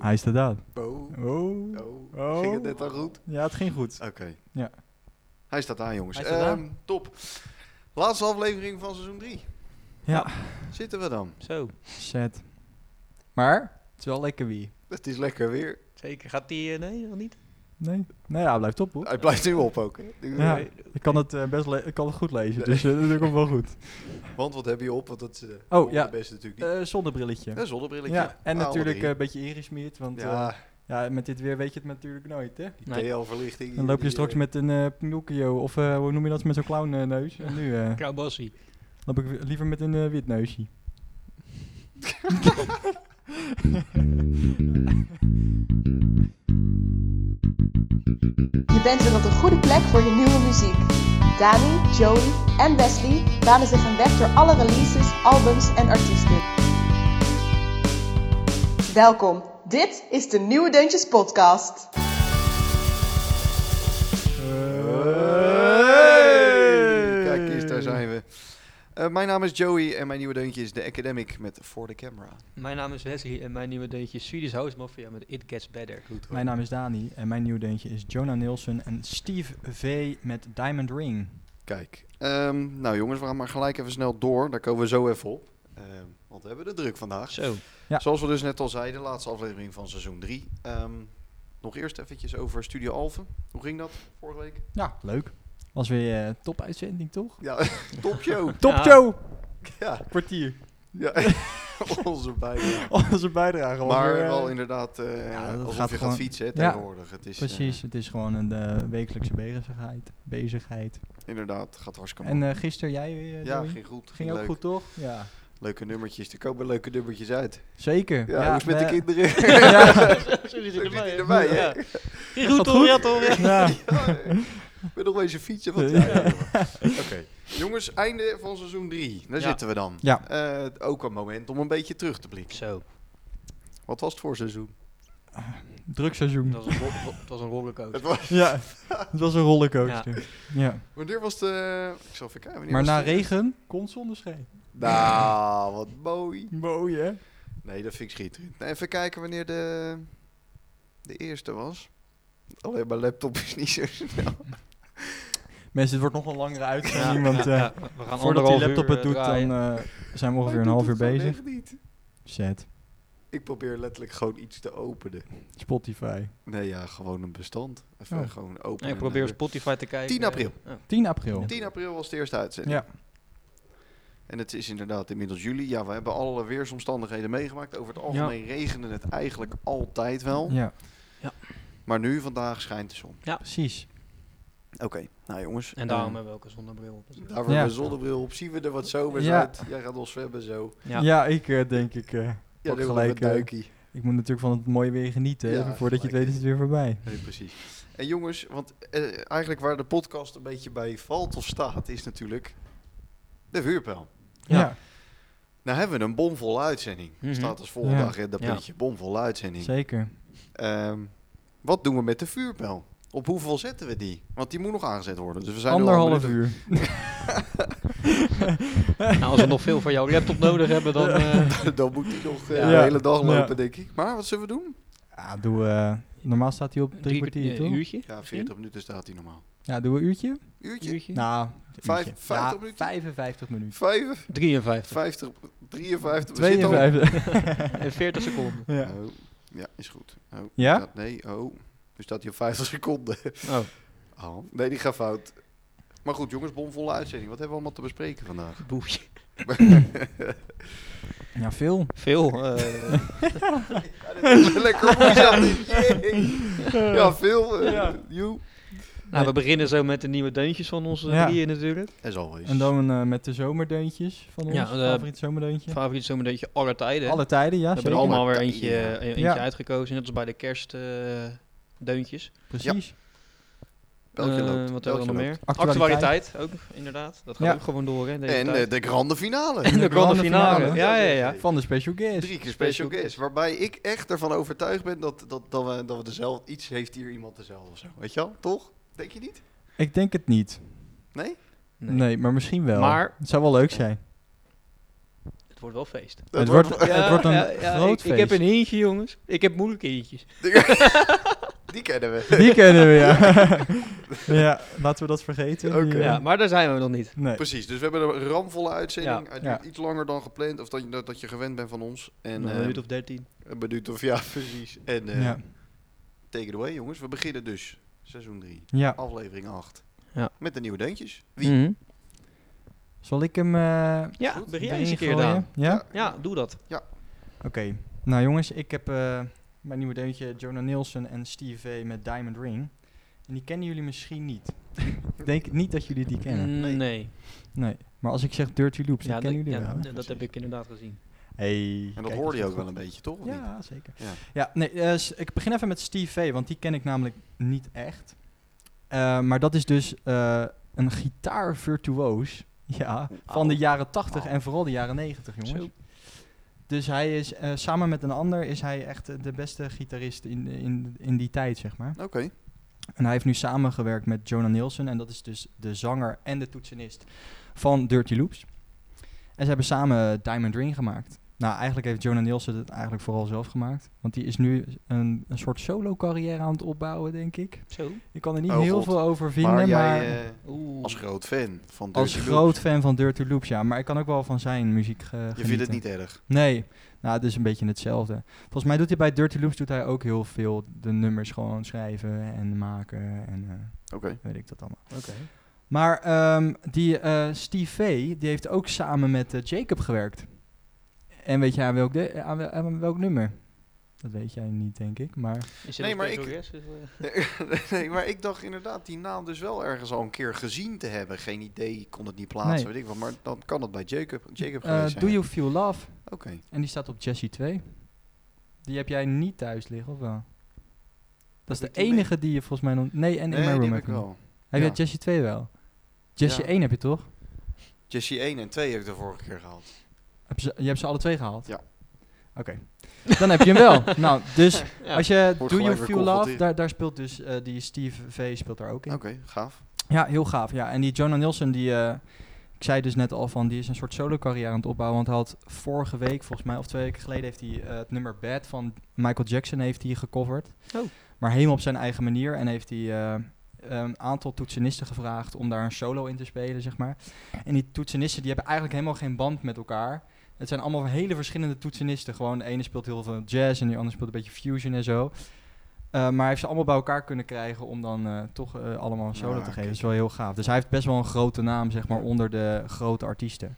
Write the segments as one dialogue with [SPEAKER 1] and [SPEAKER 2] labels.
[SPEAKER 1] Hij staat uit.
[SPEAKER 2] Oh,
[SPEAKER 1] Oh.
[SPEAKER 2] oh.
[SPEAKER 1] Oh.
[SPEAKER 2] Ging het net al goed?
[SPEAKER 1] Ja, het ging goed.
[SPEAKER 2] Oké.
[SPEAKER 1] Ja.
[SPEAKER 2] Hij staat aan, jongens.
[SPEAKER 3] Hij staat aan.
[SPEAKER 2] Ehm, top. Laatste aflevering van seizoen 3.
[SPEAKER 1] Ja.
[SPEAKER 2] Zitten we dan?
[SPEAKER 3] Zo,
[SPEAKER 1] Shit. Maar, het is wel lekker wie.
[SPEAKER 2] Het is lekker weer.
[SPEAKER 3] zeker. Gaat die... eh, nee, nog niet?
[SPEAKER 1] Nee? Nee, ja, hij blijft top, hoor.
[SPEAKER 2] Hij blijft nu op ook. hè? Nu-
[SPEAKER 1] Ja. Ik kan het eh, best le- ik kan het goed lezen, dus eh, dat komt wel goed.
[SPEAKER 2] Want wat heb je op? Want dat is eh,
[SPEAKER 1] Oh, ja.
[SPEAKER 2] het beste natuurlijk niet.
[SPEAKER 1] Eh zonnebrilletje.
[SPEAKER 2] Een zonnebrilletje.
[SPEAKER 1] Ja, en
[SPEAKER 2] Ah,
[SPEAKER 1] natuurlijk eh,
[SPEAKER 2] alle
[SPEAKER 1] een beetje ingesmeerd, want eh,
[SPEAKER 2] drie.
[SPEAKER 1] ja.
[SPEAKER 2] ja,
[SPEAKER 1] ja, met dit weer weet je het natuurlijk nooit, hè?
[SPEAKER 2] die
[SPEAKER 3] Nee.
[SPEAKER 2] TL-verlichting.
[SPEAKER 1] Dan loop je straks met een eh Pinocchio, of eh, hoe noem je dat, met zo'n clownneus. En nu eh,
[SPEAKER 3] Kabassi.
[SPEAKER 1] loop ik wi- liever met een eh, wit neusje.
[SPEAKER 4] Je bent weer op de goede plek voor je nieuwe muziek. Dani, Joey en Wesley banen zich een weg door alle releases, albums en artiesten. Welkom, dit is de Nieuwe Deuntjes Podcast.
[SPEAKER 2] Hey! Kijk eens, daar zijn we. Eh, mijn naam is Joey en mijn nieuwe deuntje is The Academic met For The Camera.
[SPEAKER 3] Mijn naam is Wesley en mijn nieuwe deuntje is Swedish House Mafia met It Gets Better.
[SPEAKER 2] Goed hoor.
[SPEAKER 1] Mijn naam is Dani en mijn nieuwe deuntje is Jonah Nielsen en Steve V met Diamond Ring.
[SPEAKER 2] Kijk. Ehm, nou jongens, we gaan maar gelijk even snel door. Daar komen we zo even op. Ehm, want we hebben de druk vandaag.
[SPEAKER 3] Zo.
[SPEAKER 1] Ja.
[SPEAKER 2] Zoals we dus net al zeiden, laatste aflevering van seizoen 3. nog eerst eventjes over Studio Alphen. Hoe ging dat vorige week?
[SPEAKER 1] Ja, leuk. Was weer eh, topuitzending, toch?
[SPEAKER 2] Ja, top show.
[SPEAKER 1] Top
[SPEAKER 3] Ja.
[SPEAKER 1] show!
[SPEAKER 2] ja,
[SPEAKER 1] Kwartier.
[SPEAKER 2] ja. onze bijdrage.
[SPEAKER 1] Onze bijdrage. was
[SPEAKER 2] Maar
[SPEAKER 1] weer, eh,
[SPEAKER 2] wel inderdaad, eh
[SPEAKER 1] ja, dat
[SPEAKER 2] alsof
[SPEAKER 1] gaat
[SPEAKER 2] je
[SPEAKER 1] gewoon-
[SPEAKER 2] gaat fietsen hè,
[SPEAKER 1] Ja,
[SPEAKER 2] tegenwoordig. het is, eh,
[SPEAKER 1] Precies, het is gewoon een eh, wekelijkse bezigheid. bezigheid.
[SPEAKER 2] inderdaad, gaat hartstikke
[SPEAKER 1] En
[SPEAKER 2] mooi.
[SPEAKER 1] eh gisteren jij weer, eh,
[SPEAKER 2] ja,
[SPEAKER 1] Joey?
[SPEAKER 2] ging goed.
[SPEAKER 1] Ging ook
[SPEAKER 2] leuk.
[SPEAKER 1] goed, toch? Ja.
[SPEAKER 2] Leuke nummertjes. Er komen leuke nummertjes uit.
[SPEAKER 1] Zeker. eh,
[SPEAKER 2] Ja, hoe is het met de
[SPEAKER 1] we-
[SPEAKER 2] kinderen?
[SPEAKER 1] Ja.
[SPEAKER 3] Zo zit
[SPEAKER 2] Zo zit hij erbij, hè?
[SPEAKER 3] Ja. Ging goed
[SPEAKER 1] Gaat
[SPEAKER 3] hoor,
[SPEAKER 1] goed?
[SPEAKER 3] ja toch? Ja.
[SPEAKER 1] Ja.
[SPEAKER 2] Ik ben nog eens een fietsen. Wat...
[SPEAKER 1] Ja.
[SPEAKER 2] Ja, ja, ja. Oké. Jongens, einde van seizoen 3. Daar
[SPEAKER 3] Ja.
[SPEAKER 2] zitten we dan.
[SPEAKER 1] Ja.
[SPEAKER 2] Eh, ook een moment om een beetje terug te blikken.
[SPEAKER 3] Zo,
[SPEAKER 2] Wat was het voor seizoen?
[SPEAKER 1] Drugseizoen.
[SPEAKER 3] dat was een, ro- ro- het was een rollercoaster.
[SPEAKER 2] Het was,
[SPEAKER 1] Ja, het was een rollercoaster. Ja.
[SPEAKER 2] wanneer was de... Ik zal even kijken. wanneer
[SPEAKER 1] Maar
[SPEAKER 2] was
[SPEAKER 1] na
[SPEAKER 2] de-
[SPEAKER 1] regen kon zonneschijn.
[SPEAKER 2] Nou, wat mooi.
[SPEAKER 1] Mooi, hè?
[SPEAKER 2] Nee, dat vind ik schitterend. Nou, even kijken wanneer de, de eerste was. Alleen mijn laptop is niet zo snel.
[SPEAKER 1] Mensen, het wordt nog een langere
[SPEAKER 3] Ja,
[SPEAKER 1] uitzending, want
[SPEAKER 3] ja,
[SPEAKER 1] eh,
[SPEAKER 3] ja. We gaan
[SPEAKER 1] voordat die
[SPEAKER 3] anderhalf
[SPEAKER 1] laptop
[SPEAKER 3] uur,
[SPEAKER 1] het
[SPEAKER 3] eh,
[SPEAKER 1] doet, dan
[SPEAKER 3] draaien.
[SPEAKER 1] eh, zijn we
[SPEAKER 2] Hij
[SPEAKER 1] ongeveer een
[SPEAKER 2] doet
[SPEAKER 1] half uur
[SPEAKER 2] het gewoon
[SPEAKER 1] bezig.
[SPEAKER 2] echt niet.
[SPEAKER 1] Zet.
[SPEAKER 2] Ik probeer letterlijk gewoon iets te openen.
[SPEAKER 1] Spotify.
[SPEAKER 2] Nee, ja, gewoon een bestand. Even
[SPEAKER 1] Oh.
[SPEAKER 2] gewoon openen.
[SPEAKER 3] Nee, ik probeer op Spotify te kijken.
[SPEAKER 2] 10 april.
[SPEAKER 3] Ja.
[SPEAKER 1] 10 april.
[SPEAKER 2] 10 april was de eerste uitzending.
[SPEAKER 1] Ja.
[SPEAKER 2] En het is inderdaad inmiddels juli. Ja, we hebben alle weersomstandigheden meegemaakt. Over het algemeen regende het eigenlijk altijd wel.
[SPEAKER 1] ja,
[SPEAKER 2] Maar nu, vandaag, schijnt de zon.
[SPEAKER 1] precies.
[SPEAKER 2] Oké, nou jongens.
[SPEAKER 3] En daarom
[SPEAKER 2] eh,
[SPEAKER 3] hebben we ook een zonnebril op.
[SPEAKER 2] daar hebben we
[SPEAKER 1] Ja.
[SPEAKER 2] een zonnebril op. Zien we er wat zomers
[SPEAKER 1] Ja.
[SPEAKER 2] uit. Jij gaat ons zwemmen zo.
[SPEAKER 1] Ja,
[SPEAKER 3] Ja.
[SPEAKER 1] ik eh, denk ik. eh,
[SPEAKER 2] Ja,
[SPEAKER 1] Pak
[SPEAKER 2] dan
[SPEAKER 1] gelijk,
[SPEAKER 2] gelijk
[SPEAKER 1] eh,
[SPEAKER 2] duikie.
[SPEAKER 1] ik moet natuurlijk van het mooie weer genieten.
[SPEAKER 2] Ja,
[SPEAKER 1] even voordat je het
[SPEAKER 2] gelijk.
[SPEAKER 1] weet is het weer voorbij.
[SPEAKER 2] Nee, precies. En jongens, want eh, eigenlijk waar de podcast een beetje bij valt of staat, is natuurlijk de vuurpijl.
[SPEAKER 1] Ja.
[SPEAKER 3] Ja.
[SPEAKER 2] Nou hebben we een bomvolle uitzending.
[SPEAKER 3] Mhm.
[SPEAKER 2] Staat als volgende
[SPEAKER 1] Ja.
[SPEAKER 2] agenda
[SPEAKER 3] Ja.
[SPEAKER 2] puntje, bomvolle uitzending.
[SPEAKER 1] zeker.
[SPEAKER 2] Ehm, wat doen we met de vuurpijl? Op hoeveel zetten we die? Want die moet nog aangezet worden. Dus we zijn nu al een
[SPEAKER 1] Anderhalf
[SPEAKER 2] minuut-
[SPEAKER 1] uur.
[SPEAKER 3] Nou, als we nog veel van jouw laptop nodig hebben, dan... eh,
[SPEAKER 2] Dan moet die nog eh,
[SPEAKER 3] Ja.
[SPEAKER 2] de hele dag
[SPEAKER 1] Ja.
[SPEAKER 2] lopen, denk ik. Maar wat zullen we doen?
[SPEAKER 1] Ja, doe, eh, normaal staat hij op drie, kwartier,
[SPEAKER 3] eh,
[SPEAKER 1] toch?
[SPEAKER 3] uurtje?
[SPEAKER 2] Ja, 40
[SPEAKER 3] Misschien?
[SPEAKER 2] minuten staat die normaal.
[SPEAKER 1] Ja, doe een uurtje.
[SPEAKER 2] Uurtje?
[SPEAKER 3] uurtje?
[SPEAKER 1] Nou,
[SPEAKER 2] Vijf-
[SPEAKER 1] uurtje.
[SPEAKER 2] vijftig
[SPEAKER 1] Ja,
[SPEAKER 2] minuten?
[SPEAKER 1] 55 minuten.
[SPEAKER 2] Vijf-
[SPEAKER 3] 53.
[SPEAKER 2] 50, 53, we zitten al-
[SPEAKER 1] Nou. 52.
[SPEAKER 3] En 40 seconden.
[SPEAKER 1] ja.
[SPEAKER 2] Oh, ja, is goed. Oh,
[SPEAKER 1] Ja?
[SPEAKER 2] staat- nee, oh. Nu staat hij op 50 seconden.
[SPEAKER 3] Oh,
[SPEAKER 2] Oh, nee, die gaat fout. Maar goed, jongens, bomvolle uitzending. Wat hebben we allemaal te bespreken vandaag?
[SPEAKER 3] boefje.
[SPEAKER 1] ja, veel.
[SPEAKER 3] Veel. eh,
[SPEAKER 2] Lekker opgezet. Jee. Ja, veel. eh,
[SPEAKER 1] Ja.
[SPEAKER 2] joe.
[SPEAKER 3] Nou, we beginnen zo met de nieuwe deuntjes van onze
[SPEAKER 1] Ja.
[SPEAKER 3] drieën natuurlijk.
[SPEAKER 2] As always.
[SPEAKER 1] En dan eh, met de zomerdeuntjes van ons.
[SPEAKER 3] dus. Ja, de-
[SPEAKER 1] favoriet zomerdeuntje.
[SPEAKER 3] Favoriet zomerdeuntje alle tijden.
[SPEAKER 1] Alle tijden, ja.
[SPEAKER 3] we hebben
[SPEAKER 1] Zeker.
[SPEAKER 3] er allemaal
[SPEAKER 2] Alle
[SPEAKER 3] weer eentje,
[SPEAKER 2] tijden, ja.
[SPEAKER 3] eh, eentje
[SPEAKER 1] Ja.
[SPEAKER 3] uitgekozen, net als bij de kerstdeuntjes. deuntjes.
[SPEAKER 1] Precies.
[SPEAKER 2] Beltje
[SPEAKER 3] Eh,
[SPEAKER 2] loopt,
[SPEAKER 3] wat
[SPEAKER 2] beltje
[SPEAKER 3] hebben we nog meer?
[SPEAKER 2] loopt.
[SPEAKER 1] Actualiteit.
[SPEAKER 3] Actualiteit. ook, inderdaad. Dat gaat
[SPEAKER 1] Ja.
[SPEAKER 3] ook gewoon door, hè, deze
[SPEAKER 2] En
[SPEAKER 3] tijd.
[SPEAKER 2] eh, de grande finale.
[SPEAKER 3] En de grande finale.
[SPEAKER 1] finale.
[SPEAKER 3] Ja, ja, ja.
[SPEAKER 1] Van de special guest.
[SPEAKER 2] Drie keer special guest. Waarbij ik echt ervan overtuigd ben dat, dat, dat, we, dat we dezelfde... Iets heeft hier iemand dezelfde of zo. Weet je wel? Toch? Denk je niet?
[SPEAKER 1] Ik denk het niet.
[SPEAKER 2] Nee?
[SPEAKER 1] Nee, maar misschien wel.
[SPEAKER 3] Maar-
[SPEAKER 1] Het zou wel leuk zijn.
[SPEAKER 3] Het wordt wel feest.
[SPEAKER 1] Het wordt, het wordt een
[SPEAKER 3] ik,
[SPEAKER 1] groot
[SPEAKER 3] ik heb
[SPEAKER 1] feest.
[SPEAKER 3] een eentje, jongens. Ik heb moeilijke eentjes.
[SPEAKER 2] Die kennen we.
[SPEAKER 1] Die kennen we, ja. ja, laten we dat vergeten. Die,
[SPEAKER 2] Oké.
[SPEAKER 1] eh,
[SPEAKER 3] Ja, maar daar zijn we nog niet.
[SPEAKER 1] nee.
[SPEAKER 2] Precies, dus we hebben een ramvolle uitzending. Hij duurt
[SPEAKER 1] Ja. Nou,
[SPEAKER 2] Iets langer dan gepland, of dat, je- dat, dat je gewend bent van ons. En
[SPEAKER 3] Nog een
[SPEAKER 2] eh,
[SPEAKER 3] minuut of dertien.
[SPEAKER 2] een minuut of ja, precies. En eh,
[SPEAKER 1] ja.
[SPEAKER 2] take it away jongens. We beginnen dus seizoen 3,
[SPEAKER 1] ja,
[SPEAKER 2] aflevering 8.
[SPEAKER 3] Ja.
[SPEAKER 2] Met de nieuwe deuntjes. Wie?
[SPEAKER 1] Mm. Mhm. zal ik hem... eh
[SPEAKER 3] Ja,
[SPEAKER 2] Goed.
[SPEAKER 3] begin jij
[SPEAKER 1] erin
[SPEAKER 3] eens een keer
[SPEAKER 1] gooien?
[SPEAKER 3] dan.
[SPEAKER 1] Ja?
[SPEAKER 3] Ja, doe dat.
[SPEAKER 1] Oké. Nou jongens, ik heb eh, mijn nieuwe deuntje Jonah Nielsen en Steve V met Diamond Ring. En die kennen jullie misschien niet. ik denk niet dat jullie die kennen.
[SPEAKER 3] Nee.
[SPEAKER 1] Nee. Maar als ik zeg Dirty Loops,
[SPEAKER 3] Mm. Ja,
[SPEAKER 1] dan kennen
[SPEAKER 3] dat-
[SPEAKER 1] jullie
[SPEAKER 3] ja,
[SPEAKER 1] wel. hè?
[SPEAKER 3] dat heb ik inderdaad gezien.
[SPEAKER 1] Hey,
[SPEAKER 2] En dat
[SPEAKER 1] kijk,
[SPEAKER 2] hoorde je
[SPEAKER 1] gaat
[SPEAKER 2] ook wel
[SPEAKER 1] goed.
[SPEAKER 2] een beetje, toch? Of niet?
[SPEAKER 1] Ja, zeker.
[SPEAKER 2] Ja.
[SPEAKER 1] Ja, nee, eh, s- ik begin even met Steve V, want die ken ik namelijk niet echt. Eh, maar dat is dus eh, een gitaarvirtuoos ja, van
[SPEAKER 3] Oh,
[SPEAKER 1] de jaren 80 en vooral de jaren 90, jongens.
[SPEAKER 3] Zo.
[SPEAKER 1] Dus hij is, eh, samen met een ander is hij echt eh, de beste gitarist in, in, in die tijd, zeg maar.
[SPEAKER 2] Oké.
[SPEAKER 1] En hij heeft nu samengewerkt met Jonah Nielsen. En dat is dus de zanger en de toetsenist van Dirty Loops. En ze hebben samen Diamond Ring gemaakt. Nou, eigenlijk heeft Jonah Nielsen het eigenlijk vooral zelf gemaakt. Want die is nu een, een soort solo-carrière aan het opbouwen, denk ik.
[SPEAKER 3] Zo.
[SPEAKER 1] Je kan er niet
[SPEAKER 2] Oh,
[SPEAKER 1] heel
[SPEAKER 2] God.
[SPEAKER 1] veel over vinden,
[SPEAKER 2] Maar
[SPEAKER 1] maar...
[SPEAKER 2] jij eh,
[SPEAKER 3] Oeh.
[SPEAKER 2] als groot fan van
[SPEAKER 1] als
[SPEAKER 2] Dirty
[SPEAKER 1] groot
[SPEAKER 2] Loops,
[SPEAKER 1] fan van Dirty Loops, ja. Maar ik kan ook wel van zijn muziek eh,
[SPEAKER 2] Je vindt het
[SPEAKER 1] genieten.
[SPEAKER 2] niet erg.
[SPEAKER 1] Nee, nou, het is een beetje hetzelfde. Volgens mij doet hij bij Dirty Loops doet hij ook heel veel de nummers gewoon schrijven en maken en eh,
[SPEAKER 2] Oké.
[SPEAKER 1] weet ik dat allemaal.
[SPEAKER 3] Oké.
[SPEAKER 1] Maar ehm, die eh, Steve V, die heeft ook samen met eh, Jacob gewerkt. En weet jij aan welk, de- aan, wel- aan welk nummer? Dat weet jij niet, denk ik. Maar
[SPEAKER 3] Is
[SPEAKER 2] Nee,
[SPEAKER 3] nee,
[SPEAKER 2] maar
[SPEAKER 3] maar
[SPEAKER 2] ik-
[SPEAKER 3] Mhm.
[SPEAKER 2] nee, maar ik dacht inderdaad die naam dus wel ergens al een keer gezien te hebben. Geen idee, kon het niet plaatsen,
[SPEAKER 1] Nee.
[SPEAKER 2] weet ik wat. Maar dan kan het bij Jacob, Jacob
[SPEAKER 1] eh,
[SPEAKER 2] geweest zijn.
[SPEAKER 1] Do You Feel Love?
[SPEAKER 2] Oké.
[SPEAKER 1] En die staat op Jesse 2. Die heb jij niet thuis liggen, of wel? Dat is
[SPEAKER 2] Heb ik
[SPEAKER 1] de
[SPEAKER 2] die mee?
[SPEAKER 1] enige die je volgens mij... nog- Nee, en in
[SPEAKER 2] Nee,
[SPEAKER 1] mijn
[SPEAKER 2] die
[SPEAKER 1] room
[SPEAKER 2] heb ik wel.
[SPEAKER 1] Heb
[SPEAKER 2] Ja.
[SPEAKER 1] jij Jesse 2 wel? Jesse
[SPEAKER 2] Ja.
[SPEAKER 1] 1 heb je toch?
[SPEAKER 2] Jesse 1 en 2 heb ik de vorige keer gehaald.
[SPEAKER 1] Heb je, ze- je hebt ze alle twee gehaald?
[SPEAKER 2] Ja.
[SPEAKER 1] Oké. Dan heb je hem wel. nou, dus
[SPEAKER 3] Ja.
[SPEAKER 1] als je
[SPEAKER 2] Wordt
[SPEAKER 1] Do You
[SPEAKER 2] gelijk weer
[SPEAKER 1] Feel Love,
[SPEAKER 2] confronteren.
[SPEAKER 1] daar, daar speelt dus eh, die Steve V speelt daar ook in.
[SPEAKER 2] Oké, gaaf.
[SPEAKER 1] Ja, heel gaaf. Ja. En die Jonah Nielsen, die, eh, ik zei dus net al van, die is een soort solo carrière aan het opbouwen. Want hij had vorige week, volgens mij, of twee weken geleden, heeft hij eh, het nummer Bad van Michael Jackson heeft hij gecoverd.
[SPEAKER 3] Oh.
[SPEAKER 1] Maar helemaal op zijn eigen manier. En heeft hij eh, een aantal toetsenisten gevraagd om daar een solo in te spelen, zeg maar. En die toetsenisten, die hebben eigenlijk helemaal geen band met elkaar. Het zijn allemaal hele verschillende toetsenisten. Gewoon de ene speelt heel veel jazz en de andere speelt een beetje fusion en zo. Eh, maar hij heeft ze allemaal bij elkaar kunnen krijgen om dan eh, toch eh, allemaal een solo
[SPEAKER 2] Ja,
[SPEAKER 1] te geven.
[SPEAKER 2] kijk.
[SPEAKER 1] Dat is wel heel gaaf. Dus hij heeft best wel een grote naam, zeg maar, onder de grote artiesten.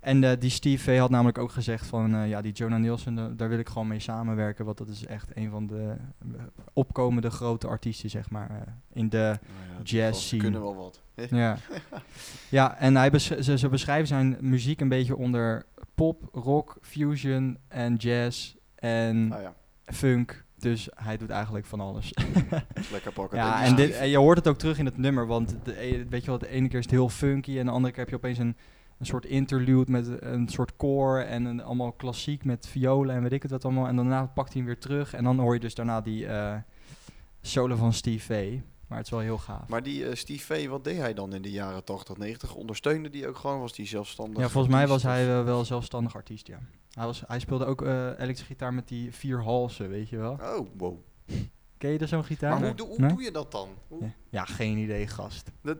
[SPEAKER 1] En eh, die Steve V had namelijk ook gezegd van, eh, ja, die Jonah Nielsen, eh, daar wil ik gewoon mee samenwerken. Want dat is echt een van de eh, opkomende grote artiesten, zeg maar, eh, in de
[SPEAKER 2] Nou ja,
[SPEAKER 1] Jazz
[SPEAKER 2] gasten
[SPEAKER 1] scene.
[SPEAKER 2] kunnen wel wat.
[SPEAKER 1] ja. ja, en hij besch- ze, ze beschrijven zijn muziek een beetje onder pop, rock, fusion en jazz en
[SPEAKER 2] Nou ja,
[SPEAKER 1] funk. Dus hij doet eigenlijk van alles.
[SPEAKER 2] dat is lekker pakken.
[SPEAKER 1] ja,
[SPEAKER 2] die
[SPEAKER 1] en, dit,
[SPEAKER 2] Steve.
[SPEAKER 1] en je hoort het ook terug in het nummer. Want de, e- weet je wel, de ene keer is het heel funky en de andere keer heb je opeens een, een soort interlude met een soort koor en een, allemaal klassiek met violen en weet ik het wat allemaal. En daarna pakt hij hem weer terug en dan hoor je dus daarna die eh solo van Steve V. Maar het is wel heel gaaf.
[SPEAKER 2] Maar die eh, Steve V, wat deed hij dan in de jaren 80, 90? Ondersteunde die ook gewoon? Was die zelfstandig?
[SPEAKER 1] Ja, volgens mij was
[SPEAKER 2] artiest of-
[SPEAKER 1] hij eh, wel zelfstandig artiest, ja. Hij, was, hij speelde ook eh, elektrische gitaar met die vier halsen, weet je wel.
[SPEAKER 2] Oh, wow.
[SPEAKER 1] Ken je er zo'n gitaar?
[SPEAKER 2] maar
[SPEAKER 1] Nee.
[SPEAKER 2] hoe, doe- hoe
[SPEAKER 1] Nee?
[SPEAKER 2] doe je dat dan? Hoe-
[SPEAKER 1] Ja. Ja, geen idee, gast.
[SPEAKER 2] Dat,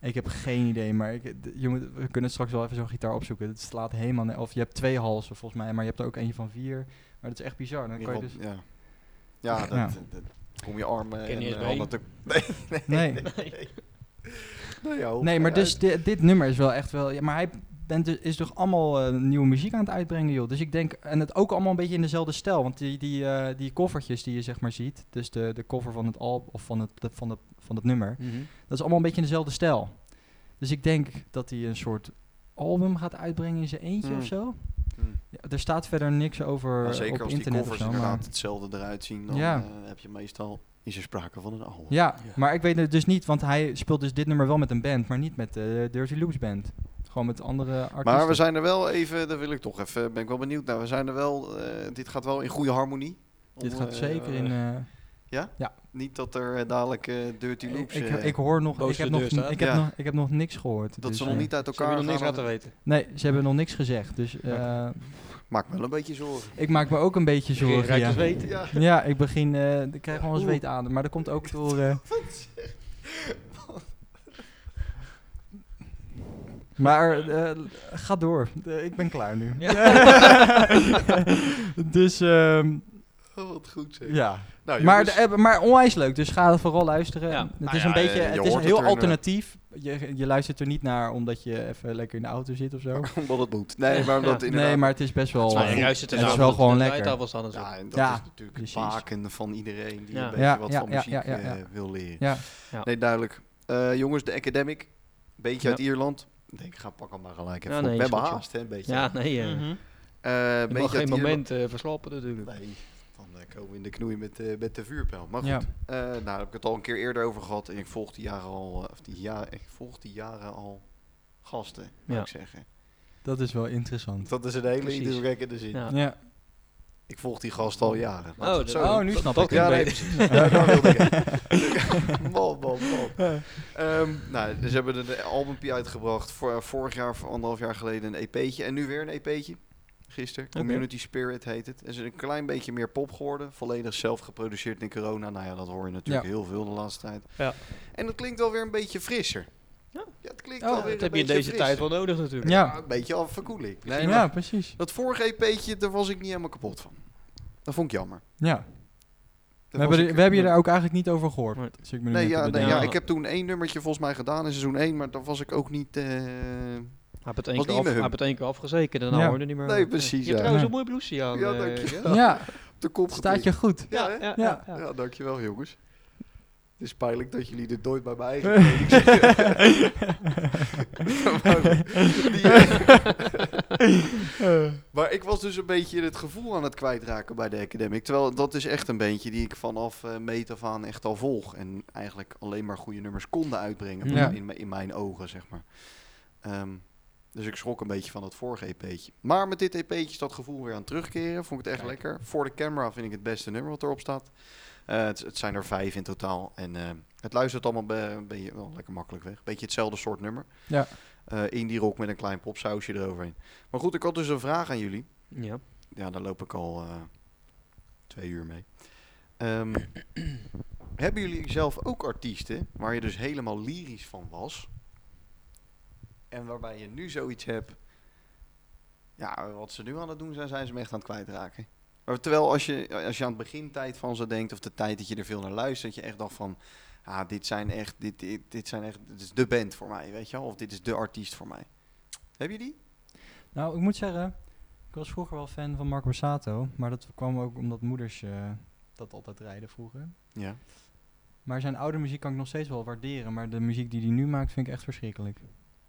[SPEAKER 2] eh,
[SPEAKER 1] Ik heb geen idee, maar ik, d- je moet, we kunnen straks wel even zo'n gitaar opzoeken. Het slaat helemaal... ne- Of je hebt twee halsen, volgens mij, maar je hebt er ook eentje van vier. Maar dat is echt bizar. Dan
[SPEAKER 2] in
[SPEAKER 1] kan je
[SPEAKER 2] ieder
[SPEAKER 1] dus...
[SPEAKER 2] geval- ja. Ja, dat,
[SPEAKER 1] Ja.
[SPEAKER 2] dat- dat- kom je armen
[SPEAKER 3] Ken
[SPEAKER 2] en
[SPEAKER 3] je eens
[SPEAKER 2] eh,
[SPEAKER 3] bij.
[SPEAKER 2] handen te... Nee, nee,
[SPEAKER 1] Nee.
[SPEAKER 2] nee, ja, hoef
[SPEAKER 1] Nee, maar
[SPEAKER 2] mij
[SPEAKER 1] dus
[SPEAKER 2] uit.
[SPEAKER 1] di- dit nummer is wel echt wel... Ja, maar hij bent dus, is toch allemaal eh, nieuwe muziek aan het uitbrengen, joh. Dus ik denk... En het ook allemaal een beetje in dezelfde stijl. Want die, die, eh, die koffertjes die je zeg maar ziet... Dus de, de cover van het album of van het, de- van, het, van het nummer... Dat is allemaal een beetje in dezelfde stijl. Dus ik denk dat hij een soort album gaat uitbrengen in zijn eentje
[SPEAKER 2] Hmm.
[SPEAKER 1] of zo.
[SPEAKER 2] Hmm.
[SPEAKER 1] Ja, er staat verder niks over
[SPEAKER 2] Maar zeker
[SPEAKER 1] op
[SPEAKER 2] als die
[SPEAKER 1] internet
[SPEAKER 2] covers
[SPEAKER 1] of zo. Maar,
[SPEAKER 2] inderdaad hetzelfde eruit zien, dan
[SPEAKER 1] Ja.
[SPEAKER 2] eh, heb je meestal... Is er sprake van een album.
[SPEAKER 1] ja,
[SPEAKER 3] Ja.
[SPEAKER 1] maar ik weet het dus niet, want hij speelt dus dit nummer wel met een band, maar niet met de Dirty Loops band. Gewoon met andere artiesten.
[SPEAKER 2] Maar we zijn er wel even, daar wil ik toch even, ben ik wel benieuwd naar. We zijn er wel, eh, dit gaat wel in goede harmonie.
[SPEAKER 1] Dit
[SPEAKER 2] Om,
[SPEAKER 1] gaat
[SPEAKER 2] eh,
[SPEAKER 1] zeker in... eh,
[SPEAKER 2] Ja?
[SPEAKER 1] Ja.
[SPEAKER 2] Niet dat er eh, dadelijk eh, dirty
[SPEAKER 1] Ik,
[SPEAKER 2] loops...
[SPEAKER 1] ik,
[SPEAKER 2] eh,
[SPEAKER 1] ik hoor nog, ik
[SPEAKER 3] boven
[SPEAKER 1] heb
[SPEAKER 3] de
[SPEAKER 1] nog,
[SPEAKER 3] deur staat.
[SPEAKER 1] ik heb
[SPEAKER 2] Ja.
[SPEAKER 1] nog, ik heb nog niks gehoord.
[SPEAKER 2] dat
[SPEAKER 1] dus,
[SPEAKER 2] ze nog
[SPEAKER 1] eh,
[SPEAKER 2] niet uit
[SPEAKER 3] Ze hebben
[SPEAKER 2] elkaar
[SPEAKER 3] nog niks
[SPEAKER 2] gaan.
[SPEAKER 3] laten weten.
[SPEAKER 1] Nee, ze hebben nog niks gezegd. Dus eh,
[SPEAKER 2] Maakt me wel een beetje zorgen.
[SPEAKER 1] ik maak me ook een beetje zorgen.
[SPEAKER 3] Rijkers
[SPEAKER 1] Ja,
[SPEAKER 3] weten.
[SPEAKER 2] Ja.
[SPEAKER 1] ja ik begin, eh, ik krijg wel eens
[SPEAKER 2] Oeh.
[SPEAKER 1] weet aan. Maar dat komt ook door... eh, Maar eh, ga door. Eh, ik ben klaar nu. dus ehm,
[SPEAKER 2] Oh, wat goed zeg.
[SPEAKER 1] ja.
[SPEAKER 2] Nou,
[SPEAKER 1] maar,
[SPEAKER 2] jongens,
[SPEAKER 1] de- eh, maar onwijs leuk, dus ga vooral luisteren.
[SPEAKER 3] Ja.
[SPEAKER 1] Het
[SPEAKER 2] Nou
[SPEAKER 1] is
[SPEAKER 2] ja,
[SPEAKER 1] een beetje,
[SPEAKER 2] eh, je
[SPEAKER 1] het is
[SPEAKER 2] hoort
[SPEAKER 1] heel
[SPEAKER 2] het er, eh.
[SPEAKER 1] alternatief. Je, je luistert er niet naar omdat je even lekker in de auto zit of zo.
[SPEAKER 2] omdat het moet. Nee, maar omdat inderdaad...
[SPEAKER 1] Nee, maar het is best wel.
[SPEAKER 2] Het is wel
[SPEAKER 1] eh,
[SPEAKER 2] goed.
[SPEAKER 3] ruist
[SPEAKER 1] Het is wel gewoon lekker.
[SPEAKER 2] Ja, en dat
[SPEAKER 1] Ja,
[SPEAKER 2] is natuurlijk
[SPEAKER 1] precies.
[SPEAKER 2] het baken van iedereen die
[SPEAKER 3] Ja.
[SPEAKER 2] een beetje
[SPEAKER 1] Ja,
[SPEAKER 2] wat
[SPEAKER 1] ja,
[SPEAKER 2] van
[SPEAKER 1] ja,
[SPEAKER 2] muziek
[SPEAKER 1] ja, ja, ja.
[SPEAKER 2] eh, wil leren.
[SPEAKER 1] Ja.
[SPEAKER 3] Ja.
[SPEAKER 2] Nee, duidelijk. Eh, jongens, de Academic, een beetje
[SPEAKER 3] Ja.
[SPEAKER 2] uit Ierland. Ik denk, ik ga pak hem maar gelijk even
[SPEAKER 3] Ja,
[SPEAKER 2] op.
[SPEAKER 3] nee,
[SPEAKER 2] We
[SPEAKER 3] is
[SPEAKER 2] hebben
[SPEAKER 3] goed,
[SPEAKER 2] haast, hè, een beetje.
[SPEAKER 3] Ja, nee. eh,
[SPEAKER 1] Mhm.
[SPEAKER 2] Eh, een
[SPEAKER 3] Je mag
[SPEAKER 2] beetje
[SPEAKER 3] geen
[SPEAKER 2] uit Ierland.
[SPEAKER 3] moment eh, verslappen natuurlijk.
[SPEAKER 2] Nee, dan eh, komen we in de knoei met, eh, met de vuurpijl. Maar goed,
[SPEAKER 1] Ja.
[SPEAKER 2] eh, nou, daar heb ik het al een keer eerder over gehad. En ik volg die jaren al, eh, of die jaren, ik volg die jaren al gasten, moet
[SPEAKER 3] Ja.
[SPEAKER 2] ik zeggen.
[SPEAKER 1] Dat is wel interessant.
[SPEAKER 2] Dat is een hele
[SPEAKER 3] Precies.
[SPEAKER 2] indrukwekkende zin.
[SPEAKER 3] Ja.
[SPEAKER 1] Ja.
[SPEAKER 2] Ik volg die gast al jaren. laat ik
[SPEAKER 3] Oh,
[SPEAKER 2] het zo
[SPEAKER 3] dat-
[SPEAKER 2] doen.
[SPEAKER 1] Oh, nu snap ik.
[SPEAKER 2] Ja,
[SPEAKER 3] klinkt
[SPEAKER 2] nee,
[SPEAKER 3] beter.
[SPEAKER 2] precies. Ja, daar wilde ik heen. Man, man, man. Ehm, nou, ze hebben een albumpje uitgebracht. Voor, eh, vorig jaar, voor anderhalf jaar geleden, een EP'tje. En nu weer een EP'tje. Gisteren. Community Spirit heet het. En ze is een klein beetje meer pop geworden. Volledig zelf geproduceerd in corona. Nou ja, dat hoor je natuurlijk
[SPEAKER 1] Ja.
[SPEAKER 2] heel veel de laatste tijd.
[SPEAKER 3] Ja.
[SPEAKER 2] En het klinkt wel weer een beetje frisser.
[SPEAKER 3] Ja.
[SPEAKER 2] het klinkt
[SPEAKER 1] Oh,
[SPEAKER 2] wel weer
[SPEAKER 3] Dat
[SPEAKER 2] een
[SPEAKER 3] heb je in
[SPEAKER 2] beetje
[SPEAKER 3] deze tijd
[SPEAKER 2] frisser.
[SPEAKER 3] wel nodig natuurlijk.
[SPEAKER 1] Ja.
[SPEAKER 2] Ja, een beetje al verkoeling. Nee, maar
[SPEAKER 1] ja, precies.
[SPEAKER 2] Dat vorige EP'tje, daar was ik niet helemaal kapot van. Dat vond ik jammer.
[SPEAKER 1] Ja. We
[SPEAKER 2] Daar was
[SPEAKER 1] hebben,
[SPEAKER 2] ik-
[SPEAKER 1] er- we hebben je daar ook eigenlijk niet over gehoord.
[SPEAKER 3] Nee.
[SPEAKER 1] Dus ik ben
[SPEAKER 2] Nee,
[SPEAKER 1] nu
[SPEAKER 2] ja,
[SPEAKER 1] even
[SPEAKER 2] nee,
[SPEAKER 1] bedenken.
[SPEAKER 2] ja,
[SPEAKER 3] Ja.
[SPEAKER 2] ik heb toen één nummertje volgens mij gedaan in seizoen 1, maar dat was ik ook niet... eh,
[SPEAKER 3] Heb het één
[SPEAKER 2] Was
[SPEAKER 3] keer
[SPEAKER 2] niet
[SPEAKER 3] af-
[SPEAKER 2] met hem.
[SPEAKER 3] heb het één keer afgezeken, daarna
[SPEAKER 1] Ja.
[SPEAKER 3] hoorde niet meer. eh,
[SPEAKER 2] Nee, precies,
[SPEAKER 3] Je
[SPEAKER 2] ja.
[SPEAKER 3] hebt trouwens een
[SPEAKER 1] Nee.
[SPEAKER 3] mooi blouseje aan.
[SPEAKER 2] Ja,
[SPEAKER 3] eh,
[SPEAKER 2] dank je.
[SPEAKER 3] Jens.
[SPEAKER 1] Ja,
[SPEAKER 2] op de kop
[SPEAKER 1] staat je goed.
[SPEAKER 2] Ja, hè?
[SPEAKER 3] ja,
[SPEAKER 1] Ja.
[SPEAKER 3] ja,
[SPEAKER 2] ja.
[SPEAKER 3] ja.
[SPEAKER 2] dankjewel jongens. Het is pijnlijk dat jullie dit nooit bij mijn eigen kleding zien. maar, die, eh, maar ik was dus een beetje het gevoel aan het kwijtraken bij de Academic. Terwijl dat is echt een beetje die ik vanaf eh meet af aan echt al volg. En eigenlijk alleen maar goede nummers konden uitbrengen
[SPEAKER 1] Ja.
[SPEAKER 2] in, mijn- in mijn ogen, zeg maar. Ehm, dus ik schrok een beetje van dat vorige EP'tje. Maar met dit EP'tje is dat gevoel weer aan het terugkeren. Vond ik het echt
[SPEAKER 3] Kijk.
[SPEAKER 2] lekker. Voor de camera vind ik het beste nummer wat erop staat. Eh, het, het zijn er vijf in totaal. En eh, het luistert allemaal be- ben je wel lekker makkelijk weg. Beetje hetzelfde soort nummer.
[SPEAKER 1] Ja.
[SPEAKER 2] Eh, indie rock met een klein popsausje eroverheen. Maar goed, ik had dus een vraag aan jullie.
[SPEAKER 3] Ja.
[SPEAKER 2] Ja, daar loop ik al eh, twee uur mee. Ehm, hebben jullie zelf ook artiesten waar je dus helemaal lyrisch van was? En waarbij je nu zoiets hebt. Ja, wat ze nu aan het doen zijn, zijn ze me echt aan het kwijtraken. Maar terwijl als je, als je aan het begintijd van ze denkt, of de tijd dat je er veel naar luistert, dat je echt dacht van. Ah, dit zijn echt, dit, dit, dit zijn echt, dit is de band voor mij, weet je wel? Of dit is de artiest voor mij. Heb je die?
[SPEAKER 1] Nou, ik moet zeggen, ik was vroeger wel fan van Marco Borsato. Maar dat kwam ook omdat moeders eh, dat altijd rijden vroeger.
[SPEAKER 2] Ja.
[SPEAKER 1] Maar zijn oude muziek kan ik nog steeds wel waarderen. Maar de muziek die hij nu maakt vind ik echt verschrikkelijk.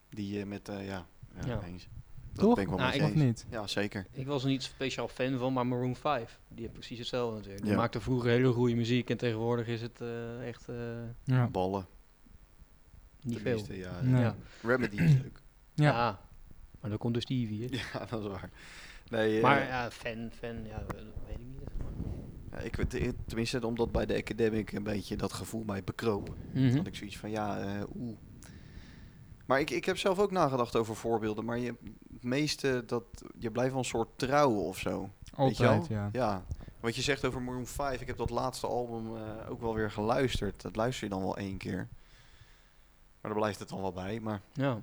[SPEAKER 2] Die eh, met, eh, ja, ja,
[SPEAKER 3] Ja.
[SPEAKER 2] eens. Dat
[SPEAKER 1] Toch?
[SPEAKER 2] ben ik wel
[SPEAKER 3] Nou,
[SPEAKER 2] met je
[SPEAKER 3] ik
[SPEAKER 1] Of
[SPEAKER 2] eens.
[SPEAKER 1] niet?
[SPEAKER 2] Ja, zeker.
[SPEAKER 3] Ik was er niet speciaal fan van, maar Maroon 5, die heeft precies hetzelfde natuurlijk. Die
[SPEAKER 2] Ja.
[SPEAKER 3] maakte vroeger hele goede muziek en tegenwoordig is het eh, echt eh,
[SPEAKER 1] Ja.
[SPEAKER 2] Ballen.
[SPEAKER 3] niet
[SPEAKER 2] de
[SPEAKER 3] veel.
[SPEAKER 2] meeste, ja.
[SPEAKER 1] Nee.
[SPEAKER 3] Ja.
[SPEAKER 2] Remedy is leuk.
[SPEAKER 1] Ja.
[SPEAKER 3] Ja. Maar dan komt dus Stevie, hè.
[SPEAKER 2] Ja, dat is waar. Nee, eh,
[SPEAKER 3] Maar ja, fan, fan, ja, we- dat weet ik niet. echt, maar-
[SPEAKER 2] ja, ik, weet- eh, tenminste, omdat bij de academic een beetje dat gevoel mij bekroop.
[SPEAKER 1] Mhm.
[SPEAKER 3] Mhm.
[SPEAKER 2] Had ik zoiets van, ja, eh, oeh. Maar ik, ik heb zelf ook nagedacht over voorbeelden. Maar je, het meeste, dat, je blijft wel een soort trouwen of zo. Weet je
[SPEAKER 1] Altijd,
[SPEAKER 2] wel?
[SPEAKER 1] ja.
[SPEAKER 2] Ja. Wat je zegt over Maroon 5, ik heb dat laatste album eh, ook wel weer geluisterd. Dat luister je dan wel één keer. Maar daar blijft het dan wel bij. Maar
[SPEAKER 3] Ja.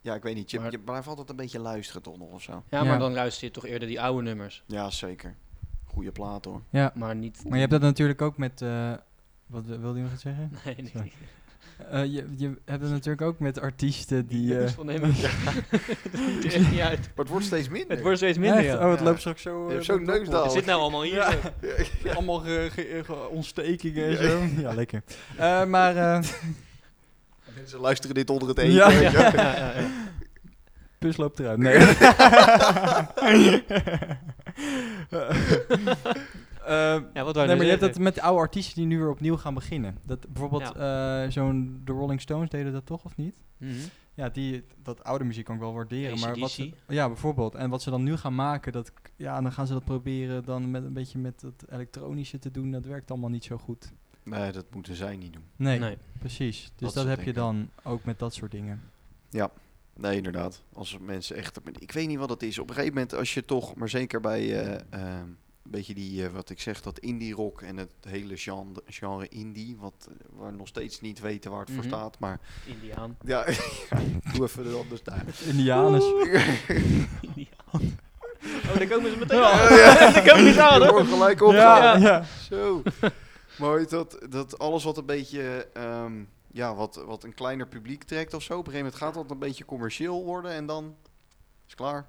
[SPEAKER 2] Ja, ik weet niet. Je,
[SPEAKER 3] Maar-
[SPEAKER 2] je blijft altijd een beetje luisteren toch nog of zo.
[SPEAKER 3] ja,
[SPEAKER 1] Ja.
[SPEAKER 3] maar dan luister je toch eerder die oude nummers.
[SPEAKER 2] Ja, zeker. Goeie plaat hoor.
[SPEAKER 1] ja.
[SPEAKER 3] Maar niet...
[SPEAKER 1] Maar je hebt dat natuurlijk ook met... eh, wat eh, wilde je nog iets zeggen?
[SPEAKER 3] Nee, nee.
[SPEAKER 1] Sorry. Eh, je, je hebt het natuurlijk ook met artiesten die...
[SPEAKER 3] Die
[SPEAKER 1] eh,
[SPEAKER 3] van nemen. Dat ziet er echt niet uit.
[SPEAKER 2] Maar het wordt steeds minder.
[SPEAKER 3] Het wordt steeds minder,
[SPEAKER 1] echt?
[SPEAKER 3] ja.
[SPEAKER 1] Oh, het
[SPEAKER 2] Ja.
[SPEAKER 1] loopt straks zo...
[SPEAKER 2] Je
[SPEAKER 1] eh,
[SPEAKER 2] hebt zo'n
[SPEAKER 1] door het
[SPEAKER 2] neusdaal.
[SPEAKER 1] op.
[SPEAKER 3] Het zit nou allemaal hier. zo.
[SPEAKER 1] Allemaal eh, ge- ge- ge- ontstekingen en zo. Ja, lekker. Eh, maar... eh,
[SPEAKER 2] Mensen luisteren dit onder het eten.
[SPEAKER 1] Ja.
[SPEAKER 2] weet je wel.
[SPEAKER 3] Ja, ja, ja.
[SPEAKER 1] Pus loopt eruit. Nee. Eh,
[SPEAKER 3] Ja, wat
[SPEAKER 1] nee,
[SPEAKER 3] waren
[SPEAKER 1] maar je hebt dat met oude artiesten die nu
[SPEAKER 3] Mhm.
[SPEAKER 1] weer opnieuw gaan beginnen. Dat bijvoorbeeld eh, zo'n The Rolling Stones deden dat toch of niet? ja, die, dat oude muziek kan ik wel waarderen. Maar wat ze,
[SPEAKER 3] AC/DC.
[SPEAKER 1] ja, bijvoorbeeld. En wat ze dan nu gaan maken, dat, ja, dan gaan ze dat proberen dan met een beetje met dat elektronische te doen. Dat werkt allemaal niet zo goed.
[SPEAKER 2] Nee, dat moeten zij niet doen.
[SPEAKER 1] Nee,
[SPEAKER 3] Nee.
[SPEAKER 1] precies. Dus dat,
[SPEAKER 2] Dat soort
[SPEAKER 1] heb je
[SPEAKER 2] dingen.
[SPEAKER 1] dan ook met dat soort dingen.
[SPEAKER 2] Nee, inderdaad. Als mensen echt... Ik weet niet wat het is. Op een gegeven moment, als je toch... Maar zeker bij eh, eh, een beetje die, eh, wat ik zeg, dat indie rock en het hele genre, genre indie. Wat, eh, waar we nog steeds niet weten waar het
[SPEAKER 3] Mhm.
[SPEAKER 2] voor staat. Maar
[SPEAKER 3] Indiaan.
[SPEAKER 2] ja, doe even een ander daar.
[SPEAKER 1] Indianers.
[SPEAKER 3] Oh, daar komen ze meteen
[SPEAKER 1] Ja.
[SPEAKER 3] aan.
[SPEAKER 2] Ja.
[SPEAKER 3] daar komen ze aan,
[SPEAKER 2] Je
[SPEAKER 3] hoor.
[SPEAKER 2] wordt gelijk op.
[SPEAKER 1] Ja, ja.
[SPEAKER 2] Zo. maar weet je dat, dat alles wat een beetje, ehm, ja, wat, wat een kleiner publiek trekt of zo, op een gegeven moment gaat dat een beetje commercieel worden en dan is het klaar.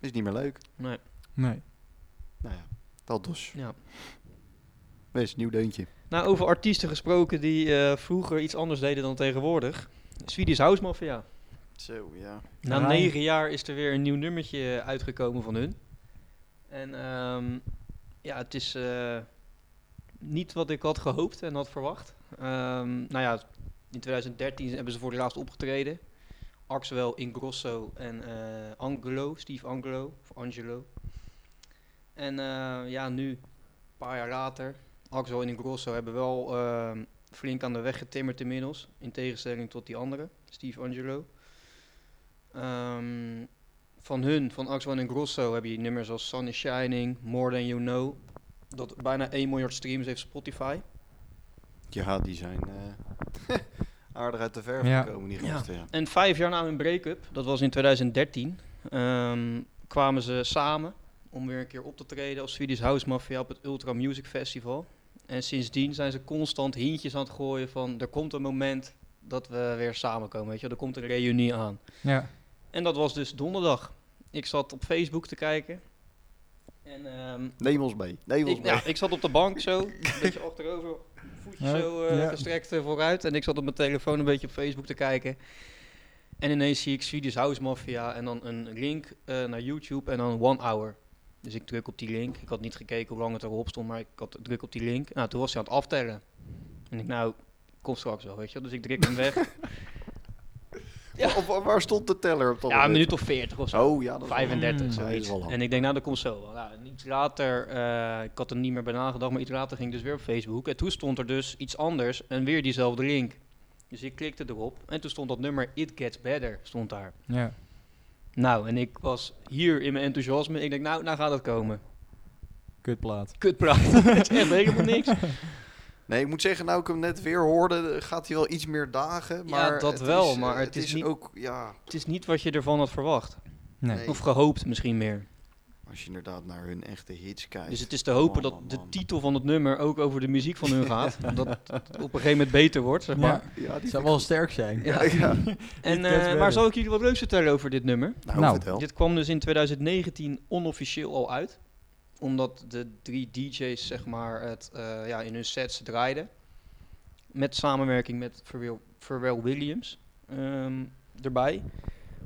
[SPEAKER 2] Is niet meer leuk.
[SPEAKER 3] Nee,
[SPEAKER 1] Nee.
[SPEAKER 2] Nou ja, dat dus.
[SPEAKER 3] ja.
[SPEAKER 2] Best nieuw deuntje.
[SPEAKER 3] Nou, over artiesten gesproken die eh, vroeger iets anders deden dan tegenwoordig. Swedish House Mafia.
[SPEAKER 2] Zo, ja.
[SPEAKER 3] Na
[SPEAKER 1] Ja.
[SPEAKER 3] negen jaar is er weer een nieuw nummertje uitgekomen van hun. En ehm, ja, het is eh, niet wat ik had gehoopt en had verwacht. Ehm, nou ja, in 2013 hebben ze voor het laatst opgetreden. Axwell, Ingrosso en eh, Angelo, Steve Angelo, of Angelo. En eh, ja, nu, een paar jaar later, Axel en Ingrosso hebben wel ehm, flink aan de weg getimmerd inmiddels. In tegenstelling tot die andere, Steve Angelo. Ehm, van hun, van Axel en Grosso, heb je nummers als Sun is Shining, More Than You Know. Dat bijna 1 miljard streams heeft Spotify.
[SPEAKER 2] Ja, die zijn eh, aardig uit de verf
[SPEAKER 1] Ja.
[SPEAKER 2] gekomen, die
[SPEAKER 3] Ja.
[SPEAKER 2] gasten. Ja.
[SPEAKER 3] En vijf jaar na hun break-up, dat was in 2013, ehm, kwamen ze samen om weer een keer op te treden als Swedish House Mafia op het Ultra Music Festival. En sindsdien zijn ze constant hintjes aan het gooien van er komt een moment dat we weer samenkomen, weet je, wel. er komt een reunie aan.
[SPEAKER 1] Ja.
[SPEAKER 3] En dat was dus donderdag. Ik zat op Facebook te kijken. En ehm,
[SPEAKER 2] Neem ons mee. Neem ons
[SPEAKER 3] ik,
[SPEAKER 2] mee.
[SPEAKER 3] ja, ik zat op de bank zo, een beetje achterover, voetjes
[SPEAKER 1] Ja,
[SPEAKER 3] zo eh,
[SPEAKER 1] ja.
[SPEAKER 3] gestrekt eh, vooruit. En ik zat op mijn telefoon een beetje op Facebook te kijken. En ineens zie ik Swedish House Mafia en dan een link eh, naar YouTube en dan One Hour. Dus ik druk op die link. Ik had niet gekeken hoe lang het erop stond, maar ik had druk op die link. Nou, toen was ze aan het aftellen. En ik, nou, komt straks wel, weet je wel. Dus ik druk hem weg. ja.
[SPEAKER 2] Of- of waar stond de teller op dat
[SPEAKER 3] ja, een
[SPEAKER 2] moment?
[SPEAKER 3] minuut of veertig of zo.
[SPEAKER 2] Oh, ja. Dat is-
[SPEAKER 3] 35,
[SPEAKER 1] Mm.
[SPEAKER 2] Hij is
[SPEAKER 3] zoiets.
[SPEAKER 2] wel lang.
[SPEAKER 3] En ik denk, nou, dat komt zo wel. Nou, en iets later, eh, ik had er niet meer bij nagedacht, maar iets later ging ik dus weer op Facebook. En toen stond er dus iets anders en weer diezelfde link. Dus ik klikte erop en toen stond dat nummer It Gets Better, stond daar.
[SPEAKER 1] Ja.
[SPEAKER 3] Nou, en ik was hier in mijn enthousiasme. Ik denk, nou, nou gaat dat komen.
[SPEAKER 1] Kutplaat.
[SPEAKER 3] Kutpraat. Het is echt helemaal niks.
[SPEAKER 2] Nee, ik moet zeggen, nou ik hem net weer hoorde, gaat hij wel iets meer dagen.
[SPEAKER 3] Ja,
[SPEAKER 2] Maar
[SPEAKER 3] dat
[SPEAKER 2] het
[SPEAKER 3] wel,
[SPEAKER 2] is, eh,
[SPEAKER 3] maar
[SPEAKER 2] het
[SPEAKER 3] het is
[SPEAKER 2] is,
[SPEAKER 3] niet-
[SPEAKER 2] ook, ja,
[SPEAKER 3] Het is niet wat je ervan had verwacht.
[SPEAKER 1] Nee.
[SPEAKER 2] Nee.
[SPEAKER 3] Of gehoopt misschien meer.
[SPEAKER 2] als je inderdaad naar hun echte hits kijkt.
[SPEAKER 3] Dus het is te hopen dat
[SPEAKER 2] Man, man,
[SPEAKER 3] de
[SPEAKER 2] man.
[SPEAKER 3] titel van het nummer ook over de muziek van hun gaat. Dat het op een gegeven moment beter wordt, zeg maar.
[SPEAKER 1] Ja.
[SPEAKER 2] Ja, die
[SPEAKER 1] Het zou wel sterk zijn.
[SPEAKER 2] ja, ja.
[SPEAKER 3] En,
[SPEAKER 1] It Gets
[SPEAKER 3] eh, maar
[SPEAKER 1] Better.
[SPEAKER 3] zal ik jullie wat leuks vertellen over dit nummer?
[SPEAKER 2] Nou,
[SPEAKER 1] Nou,
[SPEAKER 2] vertel.
[SPEAKER 3] Dit kwam dus in 2019 onofficieel al uit. Omdat de drie DJ's zeg maar, het eh, ja, in hun sets draaiden. Met samenwerking met Pharrell, Pharrell Williams ehm, erbij.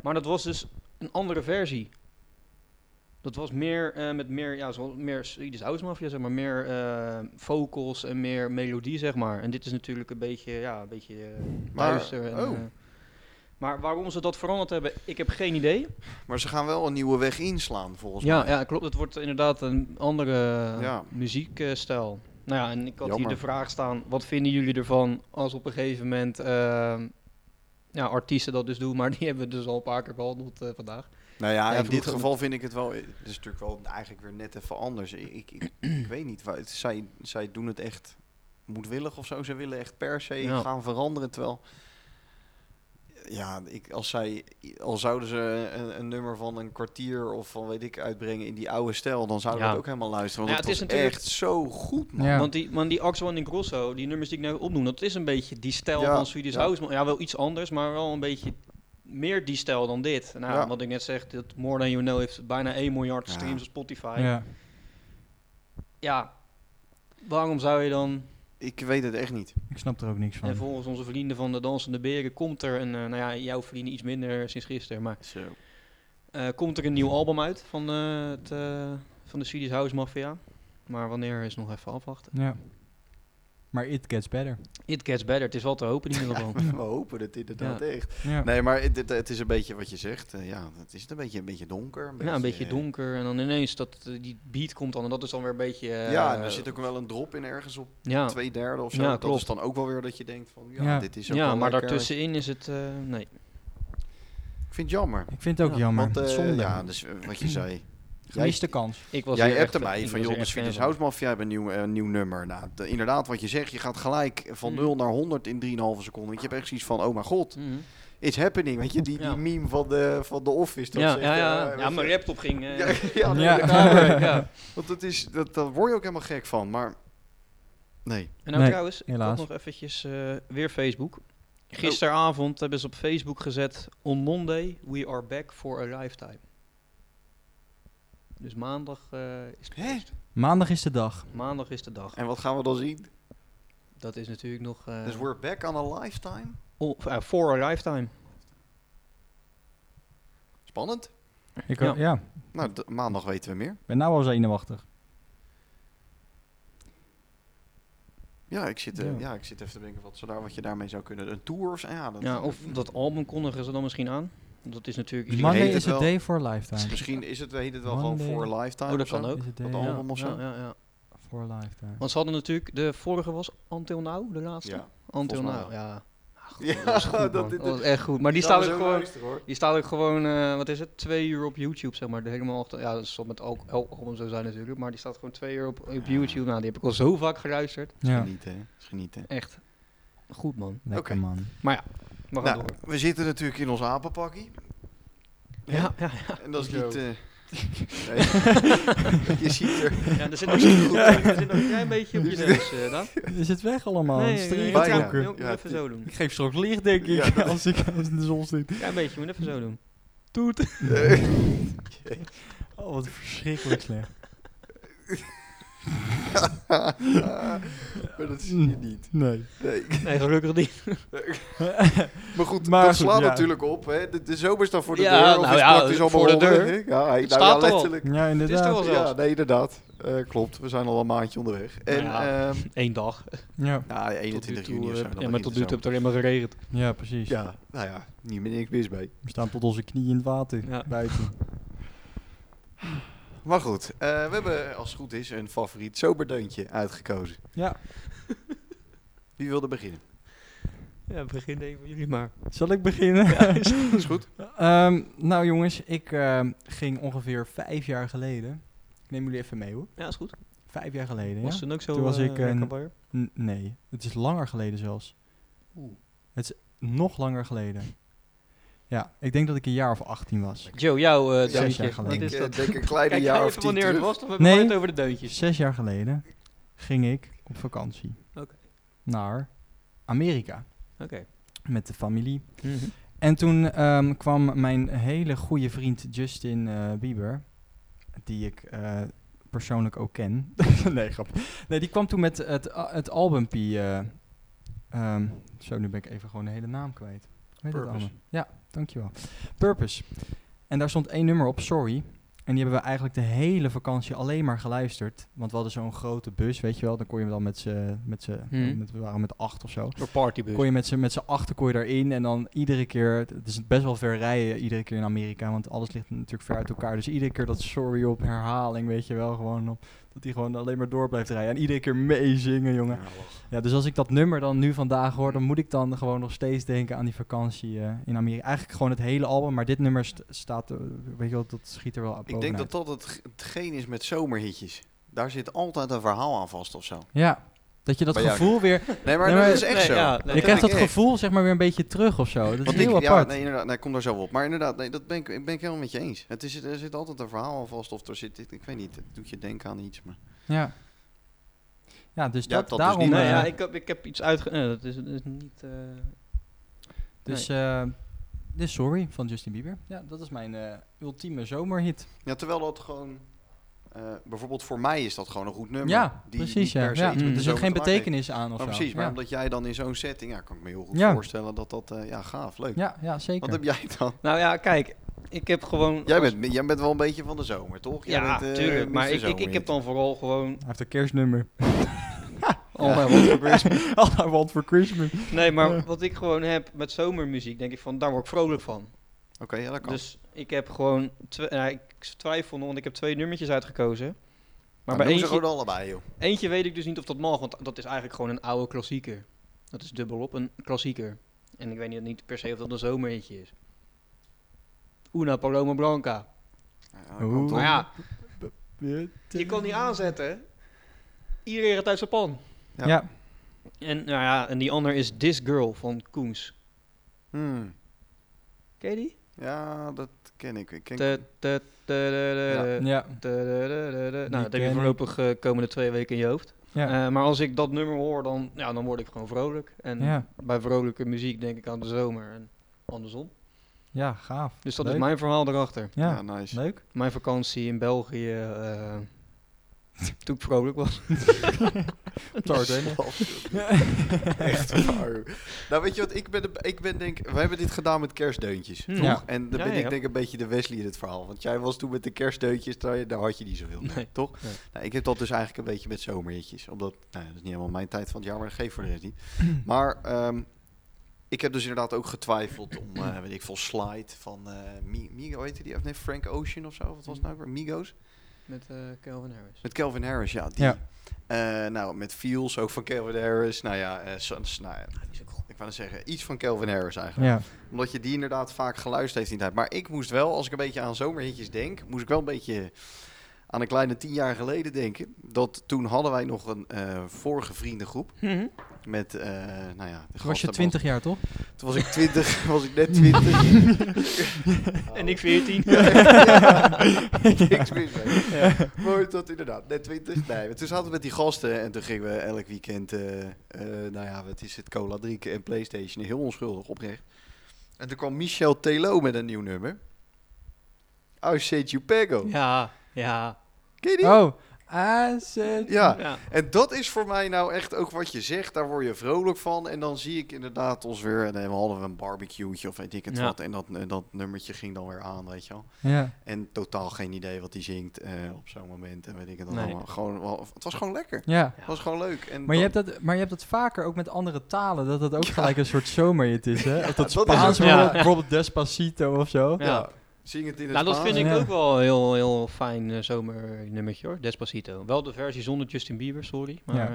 [SPEAKER 3] Maar dat was dus een andere versie. Dat was meer eh, met meer, ja, zoals meer Swedish House Mafia, zeg maar. Meer eh, vocals en meer melodie, zeg maar. En dit is natuurlijk een beetje, ja, een beetje eh,
[SPEAKER 2] Maar-
[SPEAKER 3] duister. en,
[SPEAKER 2] oh.
[SPEAKER 3] eh, maar waarom ze dat veranderd hebben, ik heb geen idee.
[SPEAKER 2] Maar ze gaan wel een nieuwe weg inslaan, volgens
[SPEAKER 3] Ja,
[SPEAKER 2] mij.
[SPEAKER 3] ja, klopt. Het wordt inderdaad een andere
[SPEAKER 2] Ja.
[SPEAKER 3] muziekstijl. Nou ja, en ik had
[SPEAKER 2] Jammer.
[SPEAKER 3] hier de vraag staan: wat vinden jullie ervan als op een gegeven moment ehm, ja, artiesten dat dus doen? Maar die hebben we dus al een paar keer behandeld eh, vandaag.
[SPEAKER 2] Nou ja,
[SPEAKER 3] Ja,
[SPEAKER 2] in dit
[SPEAKER 3] vroeger-
[SPEAKER 2] geval vind ik het wel... Het is natuurlijk wel eigenlijk weer net even anders. Ik, ik, ik, ik weet niet, waar, het- zij, zij doen het echt moedwillig of zo. Ze willen echt per se
[SPEAKER 3] Ja.
[SPEAKER 2] gaan veranderen, terwijl... Ja, ik, als zij, al zouden ze een, een nummer van een kwartier of van weet ik uitbrengen in die oude stijl, dan zouden we
[SPEAKER 3] Ja.
[SPEAKER 2] dat ook helemaal luisteren. Want
[SPEAKER 3] Ja,
[SPEAKER 2] het,
[SPEAKER 3] het
[SPEAKER 2] is
[SPEAKER 3] is natuurlijk-
[SPEAKER 2] echt zo goed, man.
[SPEAKER 1] Ja.
[SPEAKER 3] Want die, want die Axel en Grosso, die nummers die ik nou opnoem, dat is een beetje die stijl
[SPEAKER 2] Ja,
[SPEAKER 3] van Swedish
[SPEAKER 2] ja.
[SPEAKER 3] House. Ja, wel iets anders, maar wel een beetje meer die stijl dan dit. Nou,
[SPEAKER 2] Ja.
[SPEAKER 3] wat ik net zeg, dat More Than You Know heeft bijna 1 miljard
[SPEAKER 2] Ja.
[SPEAKER 3] streams op Spotify. Ja.
[SPEAKER 1] Ja.
[SPEAKER 3] waarom zou je dan
[SPEAKER 2] Ik weet het echt niet.
[SPEAKER 1] Ik snap er ook niks
[SPEAKER 3] En
[SPEAKER 1] van.
[SPEAKER 3] volgens onze vrienden van de Dansende Beren komt er een, eh, nou ja, jouw vrienden iets minder sinds gisteren, maar
[SPEAKER 2] Zo.
[SPEAKER 3] eh, komt er een nieuw album uit van, eh, het, eh, van de Swedish House Mafia. Maar wanneer is nog even afwachten.
[SPEAKER 1] Ja. Maar it gets better.
[SPEAKER 3] It gets better. Het is wel te hopen in ieder geval.
[SPEAKER 2] We hopen het inderdaad
[SPEAKER 3] Ja.
[SPEAKER 2] echt.
[SPEAKER 1] Ja.
[SPEAKER 2] Nee, maar het, het, het is een beetje wat je zegt. eh, ja, het is een beetje, een beetje donker. Een beetje, eh,
[SPEAKER 3] Ja, een beetje donker en dan ineens dat eh, die beat komt dan en dat is dan weer een beetje... eh,
[SPEAKER 2] ja, en er zit ook wel een drop in ergens op
[SPEAKER 3] ja.
[SPEAKER 2] twee derde of zo.
[SPEAKER 3] Ja,
[SPEAKER 2] Dat is
[SPEAKER 3] klopt.
[SPEAKER 2] dan ook wel weer dat je denkt van, ja,
[SPEAKER 1] Ja.
[SPEAKER 2] dit is ook
[SPEAKER 3] Ja,
[SPEAKER 2] wel
[SPEAKER 3] maar
[SPEAKER 2] lekker.
[SPEAKER 3] daartussenin is het... eh, nee.
[SPEAKER 2] Ik vind het jammer.
[SPEAKER 1] Ik vind het ook
[SPEAKER 3] Ja,
[SPEAKER 1] jammer.
[SPEAKER 2] Want, eh,
[SPEAKER 1] Zonde.
[SPEAKER 2] ja, dus eh, wat je zei. Jij,
[SPEAKER 1] Gemiste kans.
[SPEAKER 3] Ik was
[SPEAKER 2] jij
[SPEAKER 3] hier
[SPEAKER 2] appte
[SPEAKER 3] echt-
[SPEAKER 2] mij
[SPEAKER 3] ik
[SPEAKER 2] van,
[SPEAKER 3] was
[SPEAKER 2] joh,
[SPEAKER 3] hier
[SPEAKER 2] de
[SPEAKER 3] echt fan
[SPEAKER 2] Swedish
[SPEAKER 3] van.
[SPEAKER 2] House Mafia hebben een nieuw, eh, nieuw nummer. Nou, de- inderdaad, wat je zegt, je gaat gelijk van
[SPEAKER 3] Mm.
[SPEAKER 2] 0 naar 100 in 3,5 seconden. Want je hebt echt zoiets van, oh mijn god,
[SPEAKER 3] Mhm.
[SPEAKER 2] it's happening. Weet je, die, die
[SPEAKER 3] Ja.
[SPEAKER 2] meme van de, van de Office. Dat
[SPEAKER 3] Ja,
[SPEAKER 2] zegt,
[SPEAKER 3] ja,
[SPEAKER 2] eh,
[SPEAKER 3] ja.
[SPEAKER 2] weet
[SPEAKER 3] ja,
[SPEAKER 2] je-
[SPEAKER 3] mijn laptop ging... eh,
[SPEAKER 2] Ja, ja,
[SPEAKER 1] Ja.
[SPEAKER 2] ja.
[SPEAKER 3] kamer, ja.
[SPEAKER 2] Want dat is, dat, daar word je ook helemaal gek van. Maar nee.
[SPEAKER 3] En nou
[SPEAKER 1] Nee,
[SPEAKER 3] trouwens, ik had
[SPEAKER 1] helaas.
[SPEAKER 3] nog eventjes eh, weer Facebook.
[SPEAKER 2] Oh.
[SPEAKER 3] Gisteravond hebben ze op Facebook gezet... On Monday, we are back for a lifetime. Dus maandag eh, is het
[SPEAKER 2] Hè?
[SPEAKER 3] feest.
[SPEAKER 1] Maandag is de dag.
[SPEAKER 3] Maandag is de dag.
[SPEAKER 2] En wat gaan we dan zien?
[SPEAKER 3] Dat is natuurlijk nog... eh,
[SPEAKER 2] Dus we're back on a lifetime.
[SPEAKER 3] oh, eh, for a lifetime.
[SPEAKER 2] Spannend.
[SPEAKER 1] Ik,
[SPEAKER 3] Ja.
[SPEAKER 1] ja. ja,
[SPEAKER 2] Nou, d- maandag weten we meer.
[SPEAKER 1] ben nou al zenuwachtig.
[SPEAKER 2] Ja ik, zit, eh, ja.
[SPEAKER 1] Ja.
[SPEAKER 2] ik zit even te denken wat, zo daar, wat je daarmee zou kunnen. Een tour of zo. Ja, dat,
[SPEAKER 3] Ja, of dat album kondigen ze dan misschien aan. Dat is natuurlijk...
[SPEAKER 2] Die
[SPEAKER 1] Monday
[SPEAKER 2] heet het
[SPEAKER 1] is a
[SPEAKER 2] wel.
[SPEAKER 1] day for a lifetime.
[SPEAKER 2] Dus Misschien is het, heet het wel
[SPEAKER 1] One
[SPEAKER 2] gewoon
[SPEAKER 1] day.
[SPEAKER 2] voor lifetime.
[SPEAKER 3] Oh, dat
[SPEAKER 2] of zo.
[SPEAKER 3] kan ook.
[SPEAKER 1] Is het
[SPEAKER 2] dat
[SPEAKER 1] day
[SPEAKER 2] al-
[SPEAKER 3] Ja,
[SPEAKER 2] album of
[SPEAKER 3] ja,
[SPEAKER 2] zo.
[SPEAKER 3] Ja, ja.
[SPEAKER 1] for a lifetime.
[SPEAKER 3] Want ze hadden natuurlijk, de vorige was Until Now, de laatste.
[SPEAKER 2] Ja.
[SPEAKER 3] Until
[SPEAKER 2] volgens mij
[SPEAKER 3] Now,
[SPEAKER 2] wel.
[SPEAKER 3] ja. Ah, goed,
[SPEAKER 2] Ja,
[SPEAKER 3] dat was goed,
[SPEAKER 2] dat-
[SPEAKER 3] man.
[SPEAKER 2] dit-
[SPEAKER 3] dat was echt goed. Maar die staat
[SPEAKER 2] staan
[SPEAKER 3] ook
[SPEAKER 2] we zo
[SPEAKER 3] gewoon,
[SPEAKER 2] luisteren, hoor.
[SPEAKER 3] die staat ook gewoon eh, wat is het, twee uur op YouTube, zeg maar. De helemaal, achter- ja, dat zal met elk elk album zo zijn natuurlijk, maar die staat gewoon twee uur op, op YouTube. Nou, die heb ik al zo vaak geluisterd.
[SPEAKER 1] Ja,
[SPEAKER 2] Genieten, hè. Is Genieten.
[SPEAKER 3] Echt goed, man.
[SPEAKER 1] lekker
[SPEAKER 2] Oké.
[SPEAKER 1] man.
[SPEAKER 3] We gaan
[SPEAKER 2] Nou,
[SPEAKER 3] door.
[SPEAKER 2] we zitten natuurlijk in ons apenpakkie.
[SPEAKER 3] Ja, ja,
[SPEAKER 2] En dat is
[SPEAKER 1] Zo.
[SPEAKER 2] niet... eh, nee. je ziet er...
[SPEAKER 3] ja, er zit nog een goed, er zit nog een klein beetje op je neus, eh dan.
[SPEAKER 1] Is het weg allemaal?
[SPEAKER 3] Nee,
[SPEAKER 1] Het is
[SPEAKER 3] nee, nee,
[SPEAKER 1] drie
[SPEAKER 3] je moet
[SPEAKER 2] bijna.
[SPEAKER 1] uur.
[SPEAKER 3] trouwens- je moet
[SPEAKER 2] Ja,
[SPEAKER 3] even zo doen.
[SPEAKER 1] Ik geef straks licht, denk ik,
[SPEAKER 2] Ja, dat-
[SPEAKER 1] als ik als ik in de zon zit.
[SPEAKER 3] Klein beetje, je moet even zo doen.
[SPEAKER 1] Oh, wat verschrikkelijk slecht.
[SPEAKER 2] maar dat zie je niet.
[SPEAKER 1] Nee.
[SPEAKER 2] Nee.
[SPEAKER 3] Nee, gelukkig niet.
[SPEAKER 2] Maar goed,
[SPEAKER 1] Maar
[SPEAKER 2] dat
[SPEAKER 1] goed,
[SPEAKER 2] slaat
[SPEAKER 1] ja.
[SPEAKER 2] natuurlijk op. Hè. De, de zomer staat voor de
[SPEAKER 3] Ja,
[SPEAKER 2] deur. Of
[SPEAKER 3] nou
[SPEAKER 2] is
[SPEAKER 3] ja,
[SPEAKER 2] praktisch allemaal
[SPEAKER 3] voor de
[SPEAKER 2] horen,
[SPEAKER 3] deur.
[SPEAKER 2] hè. Ja, hey, nou,
[SPEAKER 3] staat
[SPEAKER 2] ja,
[SPEAKER 3] er al.
[SPEAKER 2] letterlijk.
[SPEAKER 1] Ja,
[SPEAKER 3] Het is er
[SPEAKER 1] inderdaad.
[SPEAKER 3] al
[SPEAKER 2] Ja,
[SPEAKER 3] zelfs.
[SPEAKER 2] nee, inderdaad. Eh, klopt, we zijn al een maandje onderweg. En,
[SPEAKER 3] Nou ja.
[SPEAKER 2] ehm, nou,
[SPEAKER 3] Eén dag.
[SPEAKER 1] Ja,
[SPEAKER 2] ja,
[SPEAKER 3] Tot nu
[SPEAKER 2] 21 juni
[SPEAKER 3] toe,
[SPEAKER 2] of zo.
[SPEAKER 3] eh,
[SPEAKER 2] dan
[SPEAKER 3] ja, maar
[SPEAKER 2] begint
[SPEAKER 3] tot
[SPEAKER 2] de
[SPEAKER 3] nu toe
[SPEAKER 2] zomer.
[SPEAKER 3] heb het alleen maar geregend.
[SPEAKER 1] ja precies.
[SPEAKER 2] Ja, nou ja, niet meer niks mis mee.
[SPEAKER 1] We staan tot onze knieën in het water
[SPEAKER 3] Ja.
[SPEAKER 1] buiten.
[SPEAKER 2] Maar goed, eh, we hebben als het goed is een favoriet zomerdeuntje uitgekozen.
[SPEAKER 1] Ja,
[SPEAKER 2] Wie wilde beginnen?
[SPEAKER 3] Ja, begin even jullie maar.
[SPEAKER 1] zal ik beginnen?
[SPEAKER 2] Is goed?
[SPEAKER 1] Ehm, nou jongens, ik ehm, ging ongeveer vijf jaar geleden. Ik neem jullie even mee hoor.
[SPEAKER 3] Ja, is goed.
[SPEAKER 1] Vijf jaar geleden,
[SPEAKER 3] Was
[SPEAKER 1] ja?
[SPEAKER 3] toen ook zo
[SPEAKER 1] Toen was
[SPEAKER 3] eh,
[SPEAKER 1] ik, eh,
[SPEAKER 3] lekker
[SPEAKER 1] n-
[SPEAKER 3] warm?
[SPEAKER 1] N- nee, het is langer geleden zelfs.
[SPEAKER 3] Oeh.
[SPEAKER 1] Het is nog langer geleden. Ja, ik denk dat ik een jaar of 18 was.
[SPEAKER 3] Joe, jouw eh
[SPEAKER 1] jaar
[SPEAKER 3] deuntje. Wat
[SPEAKER 1] geleden.
[SPEAKER 2] Ik
[SPEAKER 3] is
[SPEAKER 2] eh,
[SPEAKER 3] dat?
[SPEAKER 2] denk een kleine
[SPEAKER 3] Kijk,
[SPEAKER 2] jaar
[SPEAKER 3] jij
[SPEAKER 2] of
[SPEAKER 3] even
[SPEAKER 2] tien
[SPEAKER 3] wanneer het
[SPEAKER 2] terug.
[SPEAKER 3] was, of hebben we
[SPEAKER 1] Nee.
[SPEAKER 3] het over de deuntjes?
[SPEAKER 1] Zes jaar geleden ging ik op vakantie
[SPEAKER 3] Oké.
[SPEAKER 1] naar Amerika
[SPEAKER 3] Oké.
[SPEAKER 1] met de familie.
[SPEAKER 3] Mhm.
[SPEAKER 1] En toen ehm, kwam mijn hele goede vriend Justin eh, Bieber, die ik eh, persoonlijk ook ken. nee, grap. Nee, die kwam toen met het, a- het albumpie. eh, ehm, zo, nu ben ik even gewoon de hele naam kwijt. Hoe heet het
[SPEAKER 2] Purpose.
[SPEAKER 1] album? Ja, dankjewel. Purpose. En daar stond één nummer op, Sorry. En die hebben we eigenlijk de hele vakantie alleen maar geluisterd. Want we hadden zo'n grote bus, weet je wel. Dan kon je dan met z'n... met z'n-
[SPEAKER 3] Hmm.
[SPEAKER 1] met- We waren met acht of zo.
[SPEAKER 3] Door partybus.
[SPEAKER 2] Dus-
[SPEAKER 1] Kon je met z'n met z'n achter kon je daarin en dan iedere keer, het is best wel ver rijden iedere keer in Amerika, want alles ligt natuurlijk ver uit elkaar. Dus iedere keer dat sorry op herhaling, weet je wel, gewoon op, dat hij gewoon alleen maar door blijft rijden. En iedere keer meezingen, jongen.
[SPEAKER 2] Ja, Mm.
[SPEAKER 1] Ja, dus als ik dat nummer dan nu vandaag hoor, dan moet ik dan gewoon nog steeds denken aan die vakantie eh, in Amerika. Eigenlijk gewoon het hele album, maar dit nummer st- staat, eh, weet je wel, dat schiet er wel
[SPEAKER 2] Ik denk dat dat het- hetgeen is met zomerhitjes. Daar zit altijd een verhaal aan vast of zo.
[SPEAKER 1] Ja, dat je dat
[SPEAKER 2] Bij jou
[SPEAKER 1] gevoel weer,
[SPEAKER 2] Nee, maar
[SPEAKER 1] Nee,
[SPEAKER 2] dat
[SPEAKER 1] maar-
[SPEAKER 2] is echt
[SPEAKER 3] Nee,
[SPEAKER 2] zo.
[SPEAKER 3] ja, nee,
[SPEAKER 1] je krijgt
[SPEAKER 2] heb
[SPEAKER 1] dat
[SPEAKER 2] ik echt.
[SPEAKER 1] gevoel zeg maar weer een beetje terug of zo. Dat is
[SPEAKER 2] Want
[SPEAKER 1] heel
[SPEAKER 2] ik, ja,
[SPEAKER 1] apart.
[SPEAKER 2] nee, inderdaad, nee, ik kom daar zo wel op. Maar inderdaad, nee, dat ben ik, ben ik helemaal met je eens. Het is, er zit altijd een verhaal aan vast of er zit, ik weet niet, het doet je denken aan iets. Maar.
[SPEAKER 1] Ja. Ja, dus
[SPEAKER 2] Ja,
[SPEAKER 1] dat,
[SPEAKER 2] dat dus
[SPEAKER 1] daarom...
[SPEAKER 2] niet,
[SPEAKER 3] Nee,
[SPEAKER 1] eh,
[SPEAKER 3] ja, ik heb, ik heb iets uitge... Nee, dat is, dat is niet... eh,
[SPEAKER 1] dus, eh, dus Sorry van Justin Bieber. Ja, dat is mijn eh, ultieme zomerhit.
[SPEAKER 2] Ja, terwijl dat gewoon, eh, bijvoorbeeld voor mij is dat gewoon een goed nummer.
[SPEAKER 1] ja,
[SPEAKER 2] die
[SPEAKER 1] precies.
[SPEAKER 2] niet
[SPEAKER 1] Ja,
[SPEAKER 2] per se
[SPEAKER 1] ja. Dus
[SPEAKER 2] iets
[SPEAKER 3] Mm.
[SPEAKER 2] met
[SPEAKER 1] Er zit
[SPEAKER 2] de zomer
[SPEAKER 1] geen
[SPEAKER 2] te maken heeft.
[SPEAKER 1] betekenis aan of
[SPEAKER 2] Maar
[SPEAKER 1] zo.
[SPEAKER 2] precies, maar
[SPEAKER 1] ja.
[SPEAKER 2] omdat jij dan in zo'n setting, ja, kan ik me heel goed
[SPEAKER 1] Ja.
[SPEAKER 2] voorstellen dat dat, eh, ja, gaaf, leuk.
[SPEAKER 1] ja, ja, zeker.
[SPEAKER 2] Wat heb jij dan?
[SPEAKER 3] Nou ja, kijk. Ik heb gewoon...
[SPEAKER 2] Jij bent, jij bent wel een beetje van de zomer, toch? Jij
[SPEAKER 3] Ja,
[SPEAKER 2] bent, eh,
[SPEAKER 3] tuurlijk. Maar
[SPEAKER 2] Mr.
[SPEAKER 3] ik, ik, ik heb
[SPEAKER 2] Zomerhit.
[SPEAKER 3] dan vooral gewoon...
[SPEAKER 1] Hij heeft een kerstnummer.
[SPEAKER 3] All I want for Christmas.
[SPEAKER 1] All I want for Christmas.
[SPEAKER 3] Nee, maar wat ik gewoon heb met zomermuziek, denk ik van, daar word ik vrolijk van.
[SPEAKER 2] Oké, ja, dat kan.
[SPEAKER 3] Dus ik heb gewoon, twe- ja, ik twijfel nog, want ik heb twee nummertjes uitgekozen. Maar
[SPEAKER 2] maar
[SPEAKER 3] bij
[SPEAKER 2] doen ze
[SPEAKER 3] eentje,
[SPEAKER 2] gewoon allebei, joh.
[SPEAKER 3] eentje weet ik dus niet of dat mag, want dat is eigenlijk gewoon een oude klassieker. Dat is dubbelop een klassieker. En ik weet niet, niet per se of dat een zomerhitje is. Una Paloma
[SPEAKER 1] Nou
[SPEAKER 3] Blanca.
[SPEAKER 2] Ja, dat
[SPEAKER 1] Oeh.
[SPEAKER 2] kan toch?
[SPEAKER 3] Maar ja, je kan die aanzetten. Iedereen gaat uit zijn pan.
[SPEAKER 1] Ja.
[SPEAKER 2] Ja.
[SPEAKER 3] En, nou ja, en die ander is This Girl van Koens.
[SPEAKER 2] Hmm.
[SPEAKER 3] Ken je die?
[SPEAKER 2] Ja, dat ken ik. ik ken...
[SPEAKER 3] Te- te- te- te- te-
[SPEAKER 1] ja.
[SPEAKER 3] te- te- te- te- te-
[SPEAKER 1] Die
[SPEAKER 3] Nou, dat heb
[SPEAKER 1] ken
[SPEAKER 3] je
[SPEAKER 1] ik.
[SPEAKER 3] voorlopig eh, komende twee weken in je hoofd.
[SPEAKER 1] Ja.
[SPEAKER 3] Eh, maar als ik dat nummer hoor, dan, ja, dan word ik gewoon vrolijk. En
[SPEAKER 1] Ja.
[SPEAKER 3] bij vrolijke muziek denk ik aan de zomer en andersom.
[SPEAKER 1] ja, gaaf.
[SPEAKER 3] Dus dat
[SPEAKER 1] Leuk.
[SPEAKER 3] is mijn verhaal erachter.
[SPEAKER 1] Ja,
[SPEAKER 2] Ja, nice.
[SPEAKER 1] leuk.
[SPEAKER 3] Mijn vakantie in België, eh, toen ik vrolijk was.
[SPEAKER 2] Echt waar. Nou, weet je wat? Ik ben, de- ik ben denk... Wij hebben dit gedaan met kerstdeuntjes.
[SPEAKER 3] Hm.
[SPEAKER 2] toch?
[SPEAKER 1] Ja.
[SPEAKER 2] En dan
[SPEAKER 3] Ja,
[SPEAKER 2] ben
[SPEAKER 3] ja,
[SPEAKER 2] ik
[SPEAKER 3] ja.
[SPEAKER 2] denk een beetje de Wesley in het verhaal. Want jij was toen met de kerstdeuntjes, daar, daar had je niet zoveel mee,
[SPEAKER 3] Nee.
[SPEAKER 2] toch?
[SPEAKER 3] Nee.
[SPEAKER 2] Nou, ik heb dat dus eigenlijk een beetje met zomerhitjes. Omdat, nou, dat is niet helemaal mijn tijd van het jaar, maar dat geeft voor de rest niet. maar ehm, ik heb dus inderdaad ook getwijfeld om, eh, weet ik veel, Slide van eh Mi- Migo, heette die? Of nee, Frank Ocean of zo? Wat
[SPEAKER 3] Hmm.
[SPEAKER 2] was het nou ook weer? Migos?
[SPEAKER 3] Met eh, Calvin Harris.
[SPEAKER 2] Met Calvin Harris, ja. Die.
[SPEAKER 1] Ja.
[SPEAKER 2] Eh, nou, met Feels ook van Calvin Harris. Nou ja, eh, Sons, nou, ja,
[SPEAKER 3] Ah, Die is ook goed.
[SPEAKER 2] ik wou net zeggen, iets van Calvin Harris eigenlijk.
[SPEAKER 1] Ja.
[SPEAKER 2] Omdat je die inderdaad vaak geluisterd heeft in die tijd. Maar ik moest wel, als ik een beetje aan zomerhitjes denk, moest ik wel een beetje aan een kleine tien jaar geleden denken. Dat toen hadden wij nog een eh, vorige vriendengroep
[SPEAKER 3] Mhm.
[SPEAKER 2] met, eh, nou ja... de
[SPEAKER 1] Was je
[SPEAKER 2] gasten-
[SPEAKER 1] 20 jaar, toch?
[SPEAKER 2] Toen was ik twintig, was ik net twintig.
[SPEAKER 3] En ik 14.
[SPEAKER 2] Ja, niks mis mee. Maar dat inderdaad, net 20. Nee, maar toen zaten we met die gasten en toen gingen we elk weekend, eh, eh, nou ja, wat is het, cola drinken en Playstation. Heel onschuldig, oprecht. En toen kwam Michel Telo met een nieuw nummer. I said you pego.
[SPEAKER 3] Ja, ja.
[SPEAKER 2] Ken je die?
[SPEAKER 1] Oh. I said-
[SPEAKER 2] Ja.
[SPEAKER 3] ja.
[SPEAKER 2] En dat is voor mij nou echt ook wat je zegt. Daar word je vrolijk van. En dan zie ik inderdaad ons weer. En dan hadden we een barbecue'tje of weet ik het
[SPEAKER 3] Ja.
[SPEAKER 2] wat. En dat, en dat nummertje ging dan weer aan, weet je wel.
[SPEAKER 1] Ja.
[SPEAKER 2] En totaal geen idee wat hij zingt eh, op zo'n moment. En weet ik het
[SPEAKER 3] Nee.
[SPEAKER 2] allemaal. Gewoon, wel- het was gewoon lekker.
[SPEAKER 1] Ja.
[SPEAKER 2] Het was gewoon leuk. En
[SPEAKER 1] Maar je,
[SPEAKER 2] dat-
[SPEAKER 1] hebt dat, maar je hebt dat vaker ook met andere talen, dat dat ook gelijk een soort zomerhit is, hè? Of dat
[SPEAKER 2] dat is ook
[SPEAKER 1] Spaans,
[SPEAKER 2] zo.
[SPEAKER 1] bijvoorbeeld,
[SPEAKER 3] Ja.
[SPEAKER 1] bijvoorbeeld Despacito of zo.
[SPEAKER 3] Ja.
[SPEAKER 2] ja. Zing het in het
[SPEAKER 3] Nou, dat
[SPEAKER 2] Spaans.
[SPEAKER 3] vind ik
[SPEAKER 1] Ja.
[SPEAKER 3] ook wel een heel, heel fijn eh, zomernummertje hoor. Despacito. Wel de versie zonder Justin Bieber, sorry. Maar
[SPEAKER 1] Ja.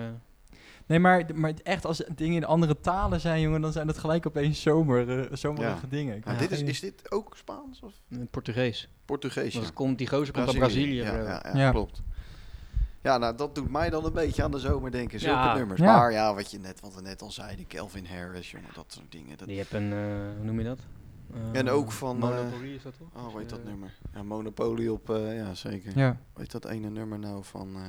[SPEAKER 3] eh,
[SPEAKER 1] Nee, maar, maar echt als dingen in andere talen zijn, jongen, dan zijn dat gelijk opeens zomer, eh, zomerige
[SPEAKER 2] Ja.
[SPEAKER 1] dingen. Ik
[SPEAKER 2] Maar
[SPEAKER 1] weet
[SPEAKER 2] dit is,
[SPEAKER 1] geen-
[SPEAKER 2] is dit ook Spaans of
[SPEAKER 3] in het eh, Portugees.
[SPEAKER 2] Portugees?
[SPEAKER 3] Want
[SPEAKER 2] ja?
[SPEAKER 3] het komt, die gozer komt uit Brazilië.
[SPEAKER 2] Ja,
[SPEAKER 3] bro.
[SPEAKER 2] ja, ja,
[SPEAKER 1] Ja.
[SPEAKER 2] klopt. Ja, nou, dat doet mij dan een beetje aan de zomer denken. Zulke
[SPEAKER 3] Ja.
[SPEAKER 2] nummers.
[SPEAKER 1] Ja.
[SPEAKER 2] Maar ja, wat, je net, wat we net al zeiden. Kelvin Harris, jongen, dat soort dingen. Dat...
[SPEAKER 3] Die heb een, eh, hoe noem je dat? Eh,
[SPEAKER 2] En ook van,
[SPEAKER 3] Monopoly is dat toch?
[SPEAKER 2] Oh, hoe heet dat
[SPEAKER 3] Eh,
[SPEAKER 2] nummer? Ja, Monopoly op, eh, ja, zeker.
[SPEAKER 1] Ja.
[SPEAKER 2] Weet dat ene nummer nou van... eh,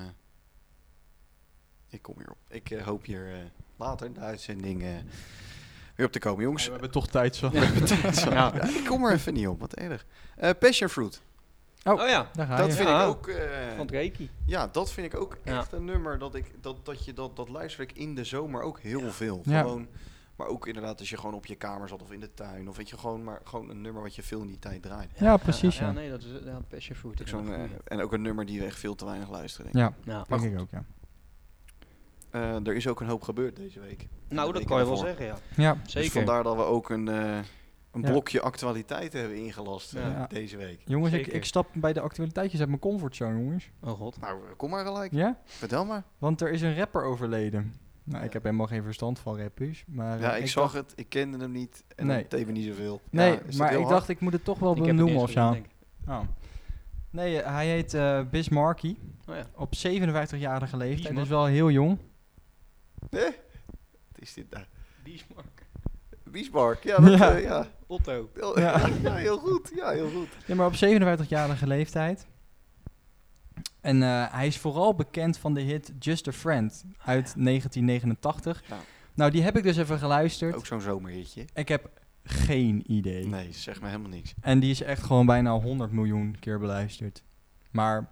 [SPEAKER 2] Ik kom hierop. Ik eh, hoop hier eh, later in de uitzending eh, weer op te komen, jongens.
[SPEAKER 1] we hebben toch tijd zo.
[SPEAKER 2] Ja. ik kom er even niet op, wat erg. Eh passion fruit.
[SPEAKER 1] Oh,
[SPEAKER 3] Oh, ja,
[SPEAKER 1] Daar ga
[SPEAKER 2] Dat
[SPEAKER 1] je.
[SPEAKER 2] vind
[SPEAKER 3] Ja. Ah.
[SPEAKER 2] ik ook. eh,
[SPEAKER 3] van het Reiki.
[SPEAKER 2] ja, dat vind ik ook
[SPEAKER 3] Ja.
[SPEAKER 2] echt een nummer. Dat, ik, dat, dat je dat, dat luister ik in de zomer ook heel veel.
[SPEAKER 1] Ja.
[SPEAKER 2] Gewoon, maar ook inderdaad, als je gewoon op je kamer zat of in de tuin. Of weet je gewoon, maar gewoon een nummer wat je veel in die tijd draait.
[SPEAKER 1] Ja, precies,
[SPEAKER 3] Ja,
[SPEAKER 1] ja.
[SPEAKER 3] nee, dat is eh, ja, Passion Fruit.
[SPEAKER 2] Ook
[SPEAKER 3] is
[SPEAKER 2] zo'n,
[SPEAKER 3] wel een
[SPEAKER 2] eh,
[SPEAKER 3] goeie.
[SPEAKER 2] en ook een nummer die we echt veel te weinig luisteren. denk ik.
[SPEAKER 1] Ja,
[SPEAKER 3] Ja.
[SPEAKER 1] denk ik ook, ja.
[SPEAKER 2] Eh, er is ook een hoop gebeurd deze week.
[SPEAKER 3] Nou, dat kan je wel zeggen, ja.
[SPEAKER 1] Ja,
[SPEAKER 2] Zeker.
[SPEAKER 3] Zeker.
[SPEAKER 2] Dus vandaar dat we ook een, eh, een
[SPEAKER 1] Ja.
[SPEAKER 2] blokje actualiteiten hebben ingelast eh,
[SPEAKER 1] Ja.
[SPEAKER 2] deze week.
[SPEAKER 1] jongens, ik,
[SPEAKER 3] Zeker.
[SPEAKER 1] ik stap bij de actualiteitjes uit mijn comfortzone, jongens.
[SPEAKER 3] Oh god.
[SPEAKER 2] Nou, kom maar gelijk.
[SPEAKER 1] Ja?
[SPEAKER 2] Vertel maar.
[SPEAKER 1] Want er is een rapper overleden. Nou, ik
[SPEAKER 2] Ja.
[SPEAKER 1] heb helemaal geen verstand van rappers, maar...
[SPEAKER 2] Ja,
[SPEAKER 1] eh,
[SPEAKER 2] ik, zag
[SPEAKER 1] dacht-
[SPEAKER 2] het, ik kende hem niet en
[SPEAKER 1] Nee.
[SPEAKER 2] het deed me niet zoveel.
[SPEAKER 1] Nee,
[SPEAKER 2] Ja, is dat
[SPEAKER 1] maar
[SPEAKER 2] heel
[SPEAKER 1] ik
[SPEAKER 2] hard?
[SPEAKER 1] dacht, ik moet het toch wel
[SPEAKER 3] Ik heb het
[SPEAKER 1] benoemen
[SPEAKER 3] eerst
[SPEAKER 1] of zo.
[SPEAKER 3] gezien, denk ik.
[SPEAKER 1] Oh. Nee, eh, hij heet eh Biz Markie.
[SPEAKER 3] Oh ja.
[SPEAKER 1] Op 57-jarige leeftijd,
[SPEAKER 3] Bismarck.
[SPEAKER 1] dus wel heel jong.
[SPEAKER 2] Wat is dit nou?
[SPEAKER 3] Bismarck.
[SPEAKER 2] Bismarck, ja, dat,
[SPEAKER 1] Ja.
[SPEAKER 2] eh, ja.
[SPEAKER 3] Otto.
[SPEAKER 2] Heel,
[SPEAKER 1] Ja.
[SPEAKER 2] ja. heel goed. Ja, heel goed.
[SPEAKER 1] Ja, maar op 57-jarige leeftijd. En eh, hij is vooral bekend van de hit Just a Friend uit 1989.
[SPEAKER 2] Ja.
[SPEAKER 1] Nou, die heb ik dus even geluisterd.
[SPEAKER 2] Ook zo'n zomerhitje.
[SPEAKER 1] Ik heb geen idee.
[SPEAKER 2] Nee, zeg me helemaal niks.
[SPEAKER 1] En die is echt gewoon bijna 100 miljoen keer beluisterd. Maar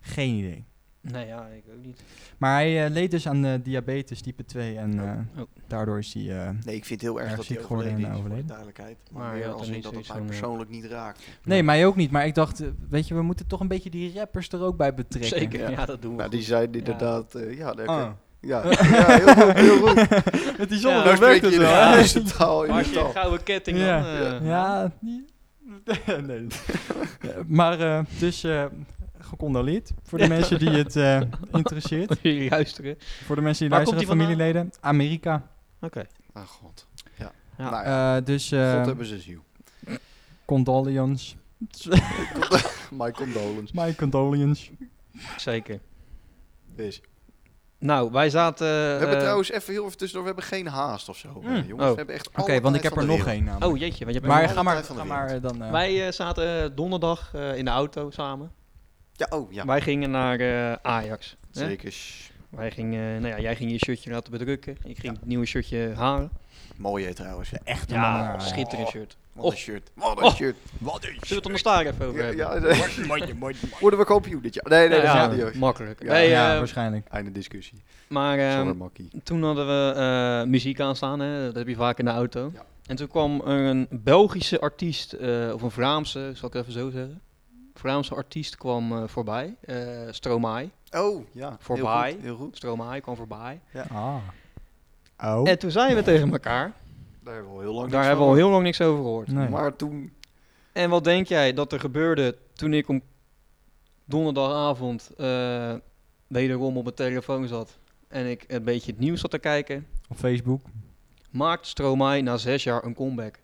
[SPEAKER 1] geen idee.
[SPEAKER 3] Nee, ja, ik ook niet.
[SPEAKER 1] Maar hij eh, leed dus aan eh, diabetes type 2 en eh,
[SPEAKER 3] Oh.
[SPEAKER 1] daardoor is hij... eh,
[SPEAKER 2] Nee, ik vind het heel erg
[SPEAKER 1] Erg
[SPEAKER 2] dat hij
[SPEAKER 1] ziek geworden en
[SPEAKER 2] overleden is, voor de
[SPEAKER 1] overleden.
[SPEAKER 2] duidelijkheid. Maar,
[SPEAKER 3] Maar je
[SPEAKER 2] meer
[SPEAKER 3] had er
[SPEAKER 2] als in
[SPEAKER 3] niet
[SPEAKER 2] dat het
[SPEAKER 3] zoiets
[SPEAKER 2] mij
[SPEAKER 3] van, eh,
[SPEAKER 2] persoonlijk niet raakt.
[SPEAKER 1] Nee, mij ook niet. Maar ik dacht, eh, weet je, we moeten toch een beetje die rappers er ook bij betrekken.
[SPEAKER 3] Zeker, ja, dat doen we.
[SPEAKER 2] Nou, die
[SPEAKER 3] goed.
[SPEAKER 2] zijn
[SPEAKER 3] inderdaad,
[SPEAKER 2] inderdaad... Ja,
[SPEAKER 1] Ah.
[SPEAKER 2] Ja, ja heel goed. Heel goed.
[SPEAKER 1] Met die
[SPEAKER 3] Ja,
[SPEAKER 1] zonnebril
[SPEAKER 2] nou spreek
[SPEAKER 1] werkt
[SPEAKER 2] je
[SPEAKER 1] het
[SPEAKER 2] in de
[SPEAKER 1] wel, hè?
[SPEAKER 2] Haagse taal. In
[SPEAKER 3] Maar als
[SPEAKER 2] de
[SPEAKER 3] je een
[SPEAKER 2] taal.
[SPEAKER 3] gouden ketting
[SPEAKER 1] Ja.
[SPEAKER 3] dan... eh,
[SPEAKER 1] Ja, niet- nee. Ja, Maar eh, dus eh gecondoleerd voor de mensen die het eh, interesseert.
[SPEAKER 3] als jullie luisteren. Oké.
[SPEAKER 1] Voor de mensen die
[SPEAKER 3] Waar
[SPEAKER 1] luisteren,
[SPEAKER 3] komt die vandaan?
[SPEAKER 1] familieleden. Amerika.
[SPEAKER 2] Ah, god.
[SPEAKER 3] Ja.
[SPEAKER 2] Nou ja,
[SPEAKER 1] Eh, dus
[SPEAKER 2] god
[SPEAKER 1] eh
[SPEAKER 2] hebben ze ziel.
[SPEAKER 1] condolence.
[SPEAKER 2] My condolence.
[SPEAKER 1] My condolence.
[SPEAKER 3] Zeker.
[SPEAKER 2] Dus.
[SPEAKER 3] Nou, wij zaten... eh,
[SPEAKER 2] We hebben trouwens even heel even tussendoor, we hebben geen haast of zo.
[SPEAKER 1] Mm.
[SPEAKER 2] Eh, jongens,
[SPEAKER 3] Oh.
[SPEAKER 2] we hebben echt
[SPEAKER 1] Oké, want ik heb er nog één namelijk.
[SPEAKER 3] Oh jeetje, want je hebt
[SPEAKER 2] Maar
[SPEAKER 1] maar
[SPEAKER 2] alle
[SPEAKER 1] ga maar,
[SPEAKER 2] tijd van de
[SPEAKER 1] ga maar eh, dan. eh,
[SPEAKER 3] Wij eh, zaten eh, donderdag eh, in de auto samen.
[SPEAKER 2] Ja, oh ja.
[SPEAKER 3] Wij gingen naar eh, Ajax. hè?
[SPEAKER 2] Zeker. Shh.
[SPEAKER 3] Wij gingen, nou ja, jij ging je shirtje laten bedrukken. Ik ging het nieuwe shirtje halen.
[SPEAKER 2] Mooi hè, trouwens.
[SPEAKER 1] Echt een
[SPEAKER 3] Ja,
[SPEAKER 1] man.
[SPEAKER 3] schitterend shirt.
[SPEAKER 2] Wat
[SPEAKER 3] Oh.
[SPEAKER 2] een shirt. Wat een
[SPEAKER 3] Oh.
[SPEAKER 2] shirt.
[SPEAKER 1] Wat is
[SPEAKER 3] Zullen we het anders daar even over
[SPEAKER 2] Ja,
[SPEAKER 3] hebben?
[SPEAKER 2] ja, Worden we kampioen dit jaar? Nee, nee,
[SPEAKER 3] Nou
[SPEAKER 2] dat
[SPEAKER 3] ja,
[SPEAKER 2] gaat niet. hoor.
[SPEAKER 3] makkelijk.
[SPEAKER 2] Ja.
[SPEAKER 3] Nee,
[SPEAKER 1] ja,
[SPEAKER 3] eh,
[SPEAKER 1] waarschijnlijk.
[SPEAKER 2] Einde discussie.
[SPEAKER 3] maar ehm,
[SPEAKER 2] Sorry, makkie.
[SPEAKER 3] toen hadden we eh, muziek aanstaan, hè? dat heb je vaak in de auto.
[SPEAKER 2] Ja.
[SPEAKER 3] En toen kwam er een Belgische artiest, eh, of een Vlaamse, zal ik het even zo zeggen. Vlaamse artiest kwam eh, voorbij, Eh Stromae.
[SPEAKER 2] Oh, ja.
[SPEAKER 3] Voorbij.
[SPEAKER 2] Heel goed. Heel goed.
[SPEAKER 3] Stromae kwam voorbij.
[SPEAKER 1] Ah. Oh.
[SPEAKER 3] En toen zeiden we tegen elkaar,
[SPEAKER 2] Daar hebben we al heel lang
[SPEAKER 3] daar
[SPEAKER 2] niks
[SPEAKER 3] hebben we
[SPEAKER 2] Oh, van
[SPEAKER 3] al heel lang niks over gehoord.
[SPEAKER 1] Nee.
[SPEAKER 2] Maar toen...
[SPEAKER 3] En wat denk jij dat er gebeurde toen ik om donderdagavond eh, wederom op mijn telefoon zat en ik een beetje het nieuws zat te kijken?
[SPEAKER 1] Op Facebook.
[SPEAKER 3] Maakt Stromae na zes jaar een comeback.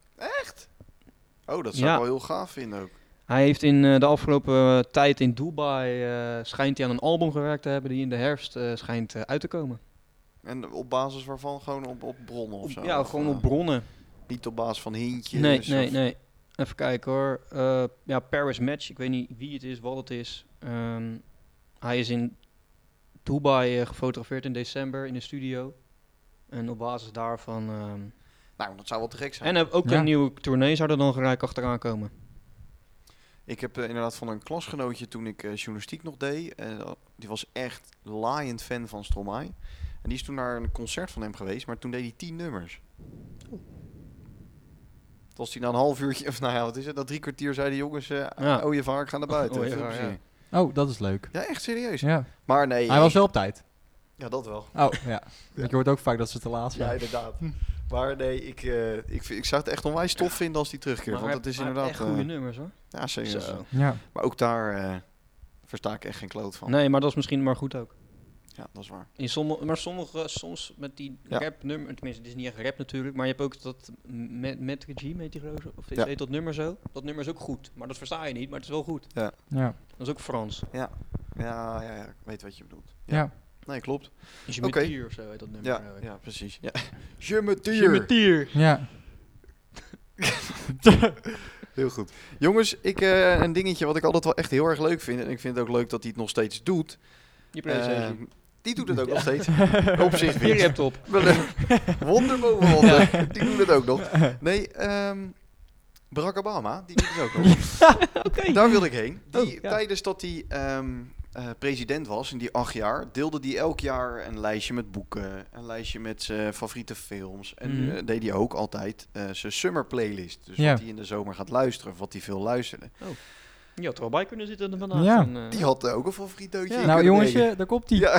[SPEAKER 2] Oh, dat zou
[SPEAKER 3] Ja.
[SPEAKER 2] ik wel heel gaaf vinden ook.
[SPEAKER 3] Hij heeft in eh, de afgelopen eh, tijd in Dubai, eh, schijnt hij aan een album gewerkt te hebben die in de herfst eh, schijnt eh, uit te komen.
[SPEAKER 2] En op basis waarvan? Gewoon op, op bronnen of zo?
[SPEAKER 3] ja,
[SPEAKER 2] Of,
[SPEAKER 3] gewoon
[SPEAKER 2] eh,
[SPEAKER 3] op bronnen.
[SPEAKER 2] Niet op basis van hintjes?
[SPEAKER 3] nee,
[SPEAKER 2] of-
[SPEAKER 3] nee, nee. Even kijken hoor. Eh, ja, Paris Match. Ik weet niet wie het is, wat het is. Ehm, hij is in Dubai eh, gefotografeerd in december in de studio. En op basis daarvan. ehm,
[SPEAKER 2] Nou, dat zou wel te gek zijn.
[SPEAKER 3] en eh, heb ook
[SPEAKER 1] Ja.
[SPEAKER 3] een nieuwe tournee zou er dan gelijk achteraan komen.
[SPEAKER 2] Ik heb eh, inderdaad van een klasgenootje toen ik eh, journalistiek nog deed. eh, die was echt laaiend fan van Stromae. En die is toen naar een concert van hem geweest, maar toen deed hij tien nummers. Toen was hij na een half uurtje, of nou ja, wat is het, na drie kwartier zei de jongens, eh
[SPEAKER 3] Ja.
[SPEAKER 2] oh je vaar, ik ga naar buiten.
[SPEAKER 3] Oh,
[SPEAKER 2] Veel
[SPEAKER 3] ja, ja.
[SPEAKER 2] plezier.
[SPEAKER 1] Oh, dat is leuk.
[SPEAKER 2] Ja, echt serieus.
[SPEAKER 1] Ja.
[SPEAKER 2] Maar nee.
[SPEAKER 1] Hij was wel op tijd.
[SPEAKER 2] Ja, dat wel.
[SPEAKER 1] Oh, ja. Want je hoort ook vaak dat ze te laat
[SPEAKER 2] Ja,
[SPEAKER 1] zijn.
[SPEAKER 2] inderdaad. Maar nee, ik, eh, ik, vind- ik zou het echt onwijs tof vinden als die terugkeert. Want
[SPEAKER 3] hij-
[SPEAKER 2] dat is
[SPEAKER 3] hij heeft
[SPEAKER 2] inderdaad...
[SPEAKER 3] Echt goede
[SPEAKER 2] eh,
[SPEAKER 3] nummers hoor.
[SPEAKER 2] ja, serieus.
[SPEAKER 3] Zo.
[SPEAKER 1] Ja.
[SPEAKER 2] Maar ook daar eh, versta ik echt geen kloot van.
[SPEAKER 3] Nee, maar dat is misschien maar goed ook.
[SPEAKER 2] Ja, dat is waar.
[SPEAKER 3] In sommige, maar sommige, soms met die
[SPEAKER 2] Ja.
[SPEAKER 3] rap nummer, tenminste, het is niet echt rap natuurlijk, maar je hebt ook dat met, met G, met die roze, of
[SPEAKER 2] Ja.
[SPEAKER 3] heet dat nummer zo. Dat nummer is ook goed, maar dat versta je niet, maar het is wel goed.
[SPEAKER 1] Ja.
[SPEAKER 3] Dat is ook Frans.
[SPEAKER 2] Ja, ja, ja, ik weet wat je bedoelt.
[SPEAKER 1] Ja.
[SPEAKER 2] Nee, klopt.
[SPEAKER 3] Is je
[SPEAKER 2] Oké.
[SPEAKER 3] met dier of zo heet dat nummer.
[SPEAKER 2] Ja,
[SPEAKER 3] eh.
[SPEAKER 2] ja precies. Ja. Je me
[SPEAKER 3] Is je met
[SPEAKER 2] dier.
[SPEAKER 3] dier.
[SPEAKER 1] Ja.
[SPEAKER 2] Heel goed. Jongens, ik, eh, een dingetje wat ik altijd wel echt heel erg leuk vind. En ik vind het ook leuk dat hij het nog steeds doet.
[SPEAKER 3] Je PlayStation.
[SPEAKER 2] Ehm, die doet het ook nog steeds. Op zich
[SPEAKER 3] je
[SPEAKER 2] weer.
[SPEAKER 3] laptop.
[SPEAKER 2] Wonder boven wonder. Die doen het ook nog. Nee, ehm Barack Obama, die doet het ook nog.
[SPEAKER 3] Oké.
[SPEAKER 2] Daar wilde ik heen. Die,
[SPEAKER 3] Oh, ja.
[SPEAKER 2] Tijdens dat hij ehm, eh, president was, in die acht jaar, deelde hij elk jaar een lijstje met boeken, een lijstje met zijn favoriete films. En
[SPEAKER 3] Mhm.
[SPEAKER 2] eh, deed hij ook altijd eh, zijn summer playlist. Dus
[SPEAKER 1] Ja.
[SPEAKER 2] wat hij in de zomer gaat luisteren, of wat hij veel luisterde.
[SPEAKER 3] Je had er al bij kunnen zitten dan vandaag.
[SPEAKER 1] Ja.
[SPEAKER 3] En, eh,
[SPEAKER 2] Die had eh, ook een favoriet
[SPEAKER 3] Ja.
[SPEAKER 1] Nou jongensje, daar komt ie.
[SPEAKER 2] Ja,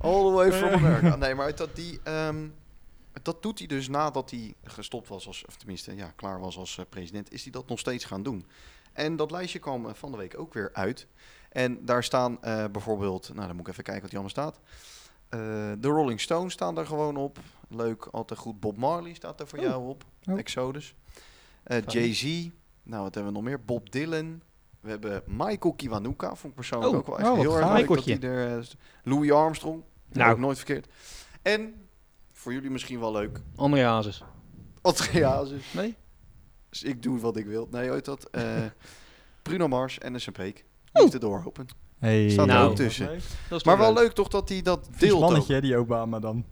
[SPEAKER 2] all the way from America. Nee, maar dat, die, ehm, dat doet hij dus nadat hij gestopt was, als, of tenminste ja, klaar was als eh, president, is hij dat nog steeds gaan doen. En dat lijstje kwam eh, van de week ook weer uit. En daar staan eh, bijvoorbeeld, nou dan moet ik even kijken wat die allemaal staat. Eh, de Rolling Stones staan daar gewoon op. Leuk, altijd goed. Bob Marley staat daar voor
[SPEAKER 1] Oh.
[SPEAKER 2] jou op.
[SPEAKER 1] Oh.
[SPEAKER 2] Exodus. Eh,
[SPEAKER 3] Fijn.
[SPEAKER 2] Jay-Z. Nou, wat hebben we nog meer? Bob Dylan. We hebben Michael Kiwanuka. Vond ik persoonlijk
[SPEAKER 3] Oh,
[SPEAKER 2] ook wel echt
[SPEAKER 1] oh, wat
[SPEAKER 2] heel erg
[SPEAKER 1] gaaf.
[SPEAKER 2] leuk dat
[SPEAKER 3] Michaeltje.
[SPEAKER 2] hij er... eh, Louis Armstrong.
[SPEAKER 3] Nou.
[SPEAKER 2] Nou. Ook nooit verkeerd. En, voor jullie misschien wel leuk,
[SPEAKER 3] André Hazes.
[SPEAKER 2] Adriazes.
[SPEAKER 3] Nee?
[SPEAKER 2] Dus ik doe wat ik wil. Nee, ooit dat. eh, Bruno Mars en een Peek. Liefde doorhopen.
[SPEAKER 1] Hey.
[SPEAKER 2] Staat
[SPEAKER 3] er ook
[SPEAKER 2] tussen.
[SPEAKER 3] Dat is
[SPEAKER 2] Maar
[SPEAKER 3] toch
[SPEAKER 2] wel leuk toch dat hij dat
[SPEAKER 1] Vies
[SPEAKER 2] deelt ook.
[SPEAKER 1] mannetje, hè, die Obama dan.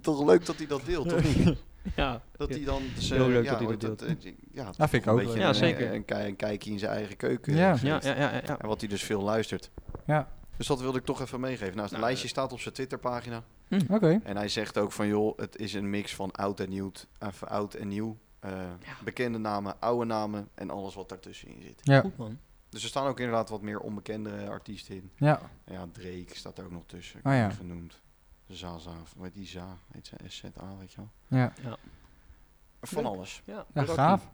[SPEAKER 2] toch leuk dat hij dat deelt, toch niet?
[SPEAKER 3] Ja.
[SPEAKER 2] Dat hij dan... zijn-
[SPEAKER 3] Heel leuk
[SPEAKER 2] ja,
[SPEAKER 3] dat hij
[SPEAKER 2] ooit
[SPEAKER 3] dat
[SPEAKER 2] eh, ja,
[SPEAKER 1] Dat vind ik
[SPEAKER 2] een
[SPEAKER 1] ook
[SPEAKER 2] beetje
[SPEAKER 1] leuk.
[SPEAKER 3] Ja,
[SPEAKER 2] een,
[SPEAKER 3] zeker.
[SPEAKER 2] eh, Een, kijk- een kijkje in zijn eigen keuken.
[SPEAKER 1] Ja.
[SPEAKER 2] eh,
[SPEAKER 3] Ja,
[SPEAKER 2] zoiets.
[SPEAKER 3] ja, ja, ja, ja.
[SPEAKER 2] En wat hij dus veel luistert.
[SPEAKER 1] Ja.
[SPEAKER 2] Dus dat wilde ik toch even meegeven. Nou, het
[SPEAKER 3] Nou,
[SPEAKER 2] lijstje staat op zijn Twitterpagina.
[SPEAKER 1] Oké.
[SPEAKER 2] En hij zegt ook van, joh, het is een mix van oud en nieuw. Of eh, oud en nieuw. eh, Bekende namen, oude namen en alles wat daartussenin zit.
[SPEAKER 1] Ja.
[SPEAKER 3] Goed man.
[SPEAKER 2] Dus er staan ook inderdaad wat meer onbekende artiesten in.
[SPEAKER 1] Ja.
[SPEAKER 2] En Ja, Drake staat er ook nog tussen.
[SPEAKER 1] Ah,
[SPEAKER 2] ik
[SPEAKER 1] ja.
[SPEAKER 2] niet genoemd. Zaza, of hoe heet die Za? Heet ze SZA, weet je wel.
[SPEAKER 1] Ja,
[SPEAKER 2] Van
[SPEAKER 3] Leuk.
[SPEAKER 2] alles.
[SPEAKER 3] Ja,
[SPEAKER 1] ja
[SPEAKER 3] Brokkie.
[SPEAKER 1] gaaf.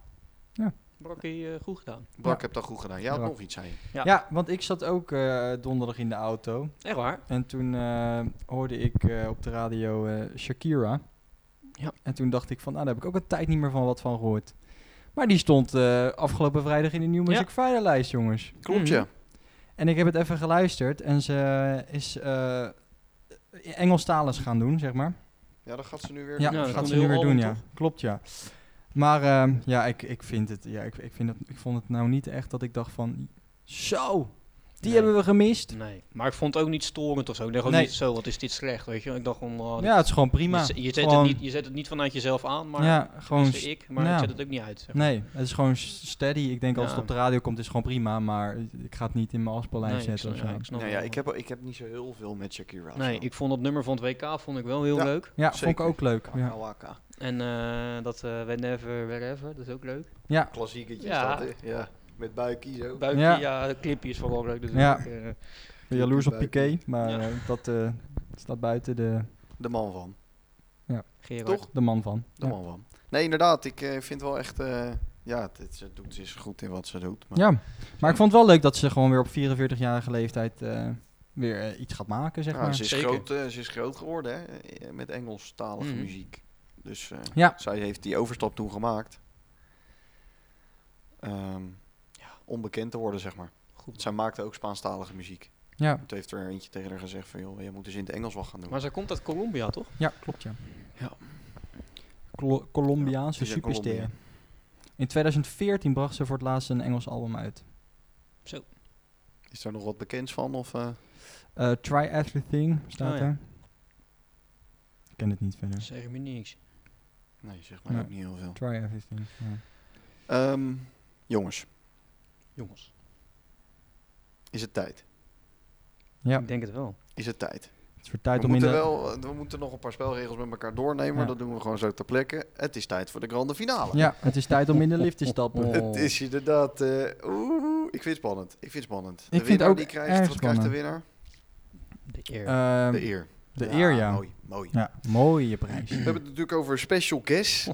[SPEAKER 3] Brokkie, eh, goed gedaan.
[SPEAKER 2] Brak
[SPEAKER 1] Ja.
[SPEAKER 2] heb dat goed gedaan. Jij had
[SPEAKER 1] Brak.
[SPEAKER 2] nog iets, zei je.
[SPEAKER 1] Ja.
[SPEAKER 3] Ja.
[SPEAKER 1] want ik zat ook eh, donderdag in de auto.
[SPEAKER 3] Echt waar?
[SPEAKER 1] En toen eh, hoorde ik eh, op de radio eh, Shakira.
[SPEAKER 3] Ja.
[SPEAKER 1] En toen dacht ik van, nou, daar heb ik ook een tijd niet meer van wat van gehoord. Maar die stond eh, afgelopen vrijdag in de New Music
[SPEAKER 3] Ja.
[SPEAKER 1] Friday lijst, jongens.
[SPEAKER 2] Klopt,
[SPEAKER 3] Mhm.
[SPEAKER 2] ja.
[SPEAKER 1] En ik heb het even geluisterd en ze is eh Engelstaligs gaan doen, zeg maar.
[SPEAKER 2] Ja, dat gaat ze nu weer
[SPEAKER 1] Ja,
[SPEAKER 3] Nou,
[SPEAKER 1] dat
[SPEAKER 3] dat
[SPEAKER 1] gaat
[SPEAKER 3] is
[SPEAKER 1] ze
[SPEAKER 3] een
[SPEAKER 1] nu
[SPEAKER 3] heel
[SPEAKER 1] weer doen,
[SPEAKER 3] album,
[SPEAKER 1] ja. Klopt, ja. Maar ehm, ja, ik, ik vind het, ja, ik, ik vind het, ik vond het nou niet echt dat ik dacht van, zo, die
[SPEAKER 3] Nee.
[SPEAKER 1] hebben we gemist.
[SPEAKER 3] Nee. Maar ik vond het ook niet storend of zo. Ik dacht ook
[SPEAKER 1] Nee.
[SPEAKER 3] niet zo, wat is dit slecht, weet je. Ik dacht gewoon, oh,
[SPEAKER 1] Ja, het is gewoon prima.
[SPEAKER 3] Je, je, zet
[SPEAKER 1] Gewoon-
[SPEAKER 3] het niet, je zet het niet vanuit jezelf aan, maar
[SPEAKER 1] ja, gewoon,
[SPEAKER 3] tenminste ik, maar
[SPEAKER 1] ja.
[SPEAKER 3] ik zet het ook niet uit. zeg maar.
[SPEAKER 1] nee, het is gewoon s- steady. Ik denk als het
[SPEAKER 3] Ja.
[SPEAKER 1] op de radio komt is het gewoon prima, maar ik ga het niet in mijn afspeellijst
[SPEAKER 3] Nee, ik
[SPEAKER 1] zetten
[SPEAKER 3] snap,
[SPEAKER 1] of zo.
[SPEAKER 3] ja,
[SPEAKER 1] Ja,
[SPEAKER 3] ik snap
[SPEAKER 2] Nou ja,
[SPEAKER 3] wel.
[SPEAKER 2] ik heb, ik heb niet zo heel veel met Shakira.
[SPEAKER 3] Nee,
[SPEAKER 2] zo.
[SPEAKER 3] ik vond dat nummer van het WK vond ik wel heel
[SPEAKER 2] Ja.
[SPEAKER 3] leuk.
[SPEAKER 1] vond ik
[SPEAKER 2] Zeker. Nou,
[SPEAKER 1] ook leuk.
[SPEAKER 2] Waka
[SPEAKER 1] Ja,
[SPEAKER 2] waka.
[SPEAKER 3] En eh, dat eh Whenever, Wherever, dat is ook leuk.
[SPEAKER 1] ja.
[SPEAKER 2] Klassieketje
[SPEAKER 3] Ja.
[SPEAKER 2] is dat, hè? Ja. Met buikie zo.
[SPEAKER 3] Buikje,
[SPEAKER 1] Ja.
[SPEAKER 3] ja, het clipje is vooral leuk. Dus
[SPEAKER 1] Ja.
[SPEAKER 3] ook, eh,
[SPEAKER 1] Ik ben jaloers op
[SPEAKER 2] Buiten.
[SPEAKER 1] Piqué, maar
[SPEAKER 3] Ja.
[SPEAKER 1] eh, dat eh, staat buiten de,
[SPEAKER 2] De man van.
[SPEAKER 3] Gerard.
[SPEAKER 2] Toch?
[SPEAKER 1] de man van.
[SPEAKER 2] De
[SPEAKER 1] Ja.
[SPEAKER 2] man van. Nee, inderdaad. Ik eh, vind wel echt... eh, ja, het, het- ze, doet, ze is goed in wat ze doet. Maar
[SPEAKER 1] Ja, maar ik vond het wel leuk dat ze gewoon weer op 44-jarige leeftijd eh, weer eh, iets gaat maken, zeg
[SPEAKER 2] Nou,
[SPEAKER 1] maar.
[SPEAKER 2] ze, is
[SPEAKER 3] Zeker.
[SPEAKER 2] groot, eh, ze is groot geworden, hè? eh, Met Engelstalige
[SPEAKER 3] Mhm.
[SPEAKER 2] muziek. Dus eh,
[SPEAKER 1] Ja.
[SPEAKER 2] zij heeft die overstap toen gemaakt. Ehm, Onbekend te worden, zeg maar.
[SPEAKER 3] Goed.
[SPEAKER 2] Zij maakte ook Spaanstalige muziek.
[SPEAKER 1] Ja,
[SPEAKER 2] Toen heeft er eentje tegen haar gezegd van... joh, je moet dus in het Engels wat gaan doen.
[SPEAKER 3] Maar ze komt uit Colombia, toch?
[SPEAKER 1] ja, klopt ja.
[SPEAKER 2] Ja.
[SPEAKER 1] Col- Colombiaanse
[SPEAKER 2] Ja, het is een
[SPEAKER 1] superster.
[SPEAKER 2] Colombia.
[SPEAKER 1] In 2014 bracht ze voor het laatst een Engels album uit.
[SPEAKER 2] Is daar nog wat bekends van? Of, eh?
[SPEAKER 1] Eh, Try Everything staat
[SPEAKER 3] Oh, ja.
[SPEAKER 1] er. Ik ken het niet verder.
[SPEAKER 3] Zeg me niks.
[SPEAKER 2] Nee, zeg maar
[SPEAKER 1] Nee.
[SPEAKER 2] ook niet heel veel.
[SPEAKER 1] Try Everything. ja.
[SPEAKER 2] Ehm, jongens,
[SPEAKER 3] Jongens.
[SPEAKER 2] is het tijd?
[SPEAKER 1] Ja,
[SPEAKER 3] Ik denk het wel.
[SPEAKER 2] Is het tijd?
[SPEAKER 1] het is voor tijd
[SPEAKER 2] we,
[SPEAKER 1] om in
[SPEAKER 2] moeten
[SPEAKER 1] de...
[SPEAKER 2] wel, we moeten nog een paar spelregels met elkaar doornemen.
[SPEAKER 1] Ja.
[SPEAKER 2] maar Dat doen we gewoon zo ter plekke. Het is tijd voor de grande finale.
[SPEAKER 1] Ja, het is tijd om in de lift te stappen.
[SPEAKER 2] Het is inderdaad... eh, Oeh, ik vind het spannend. Ik vind het spannend. De
[SPEAKER 1] vind het
[SPEAKER 2] winnaar
[SPEAKER 1] ook
[SPEAKER 2] die
[SPEAKER 1] erg
[SPEAKER 2] krijgt, wat krijgt de
[SPEAKER 1] spannend.
[SPEAKER 2] winnaar?
[SPEAKER 3] De eer.
[SPEAKER 1] Ehm,
[SPEAKER 2] De eer. Ah,
[SPEAKER 1] de eer, ja.
[SPEAKER 2] Mooi, mooi.
[SPEAKER 1] ja. Mooie prijs.
[SPEAKER 2] We hebben het natuurlijk over special guest. Eh,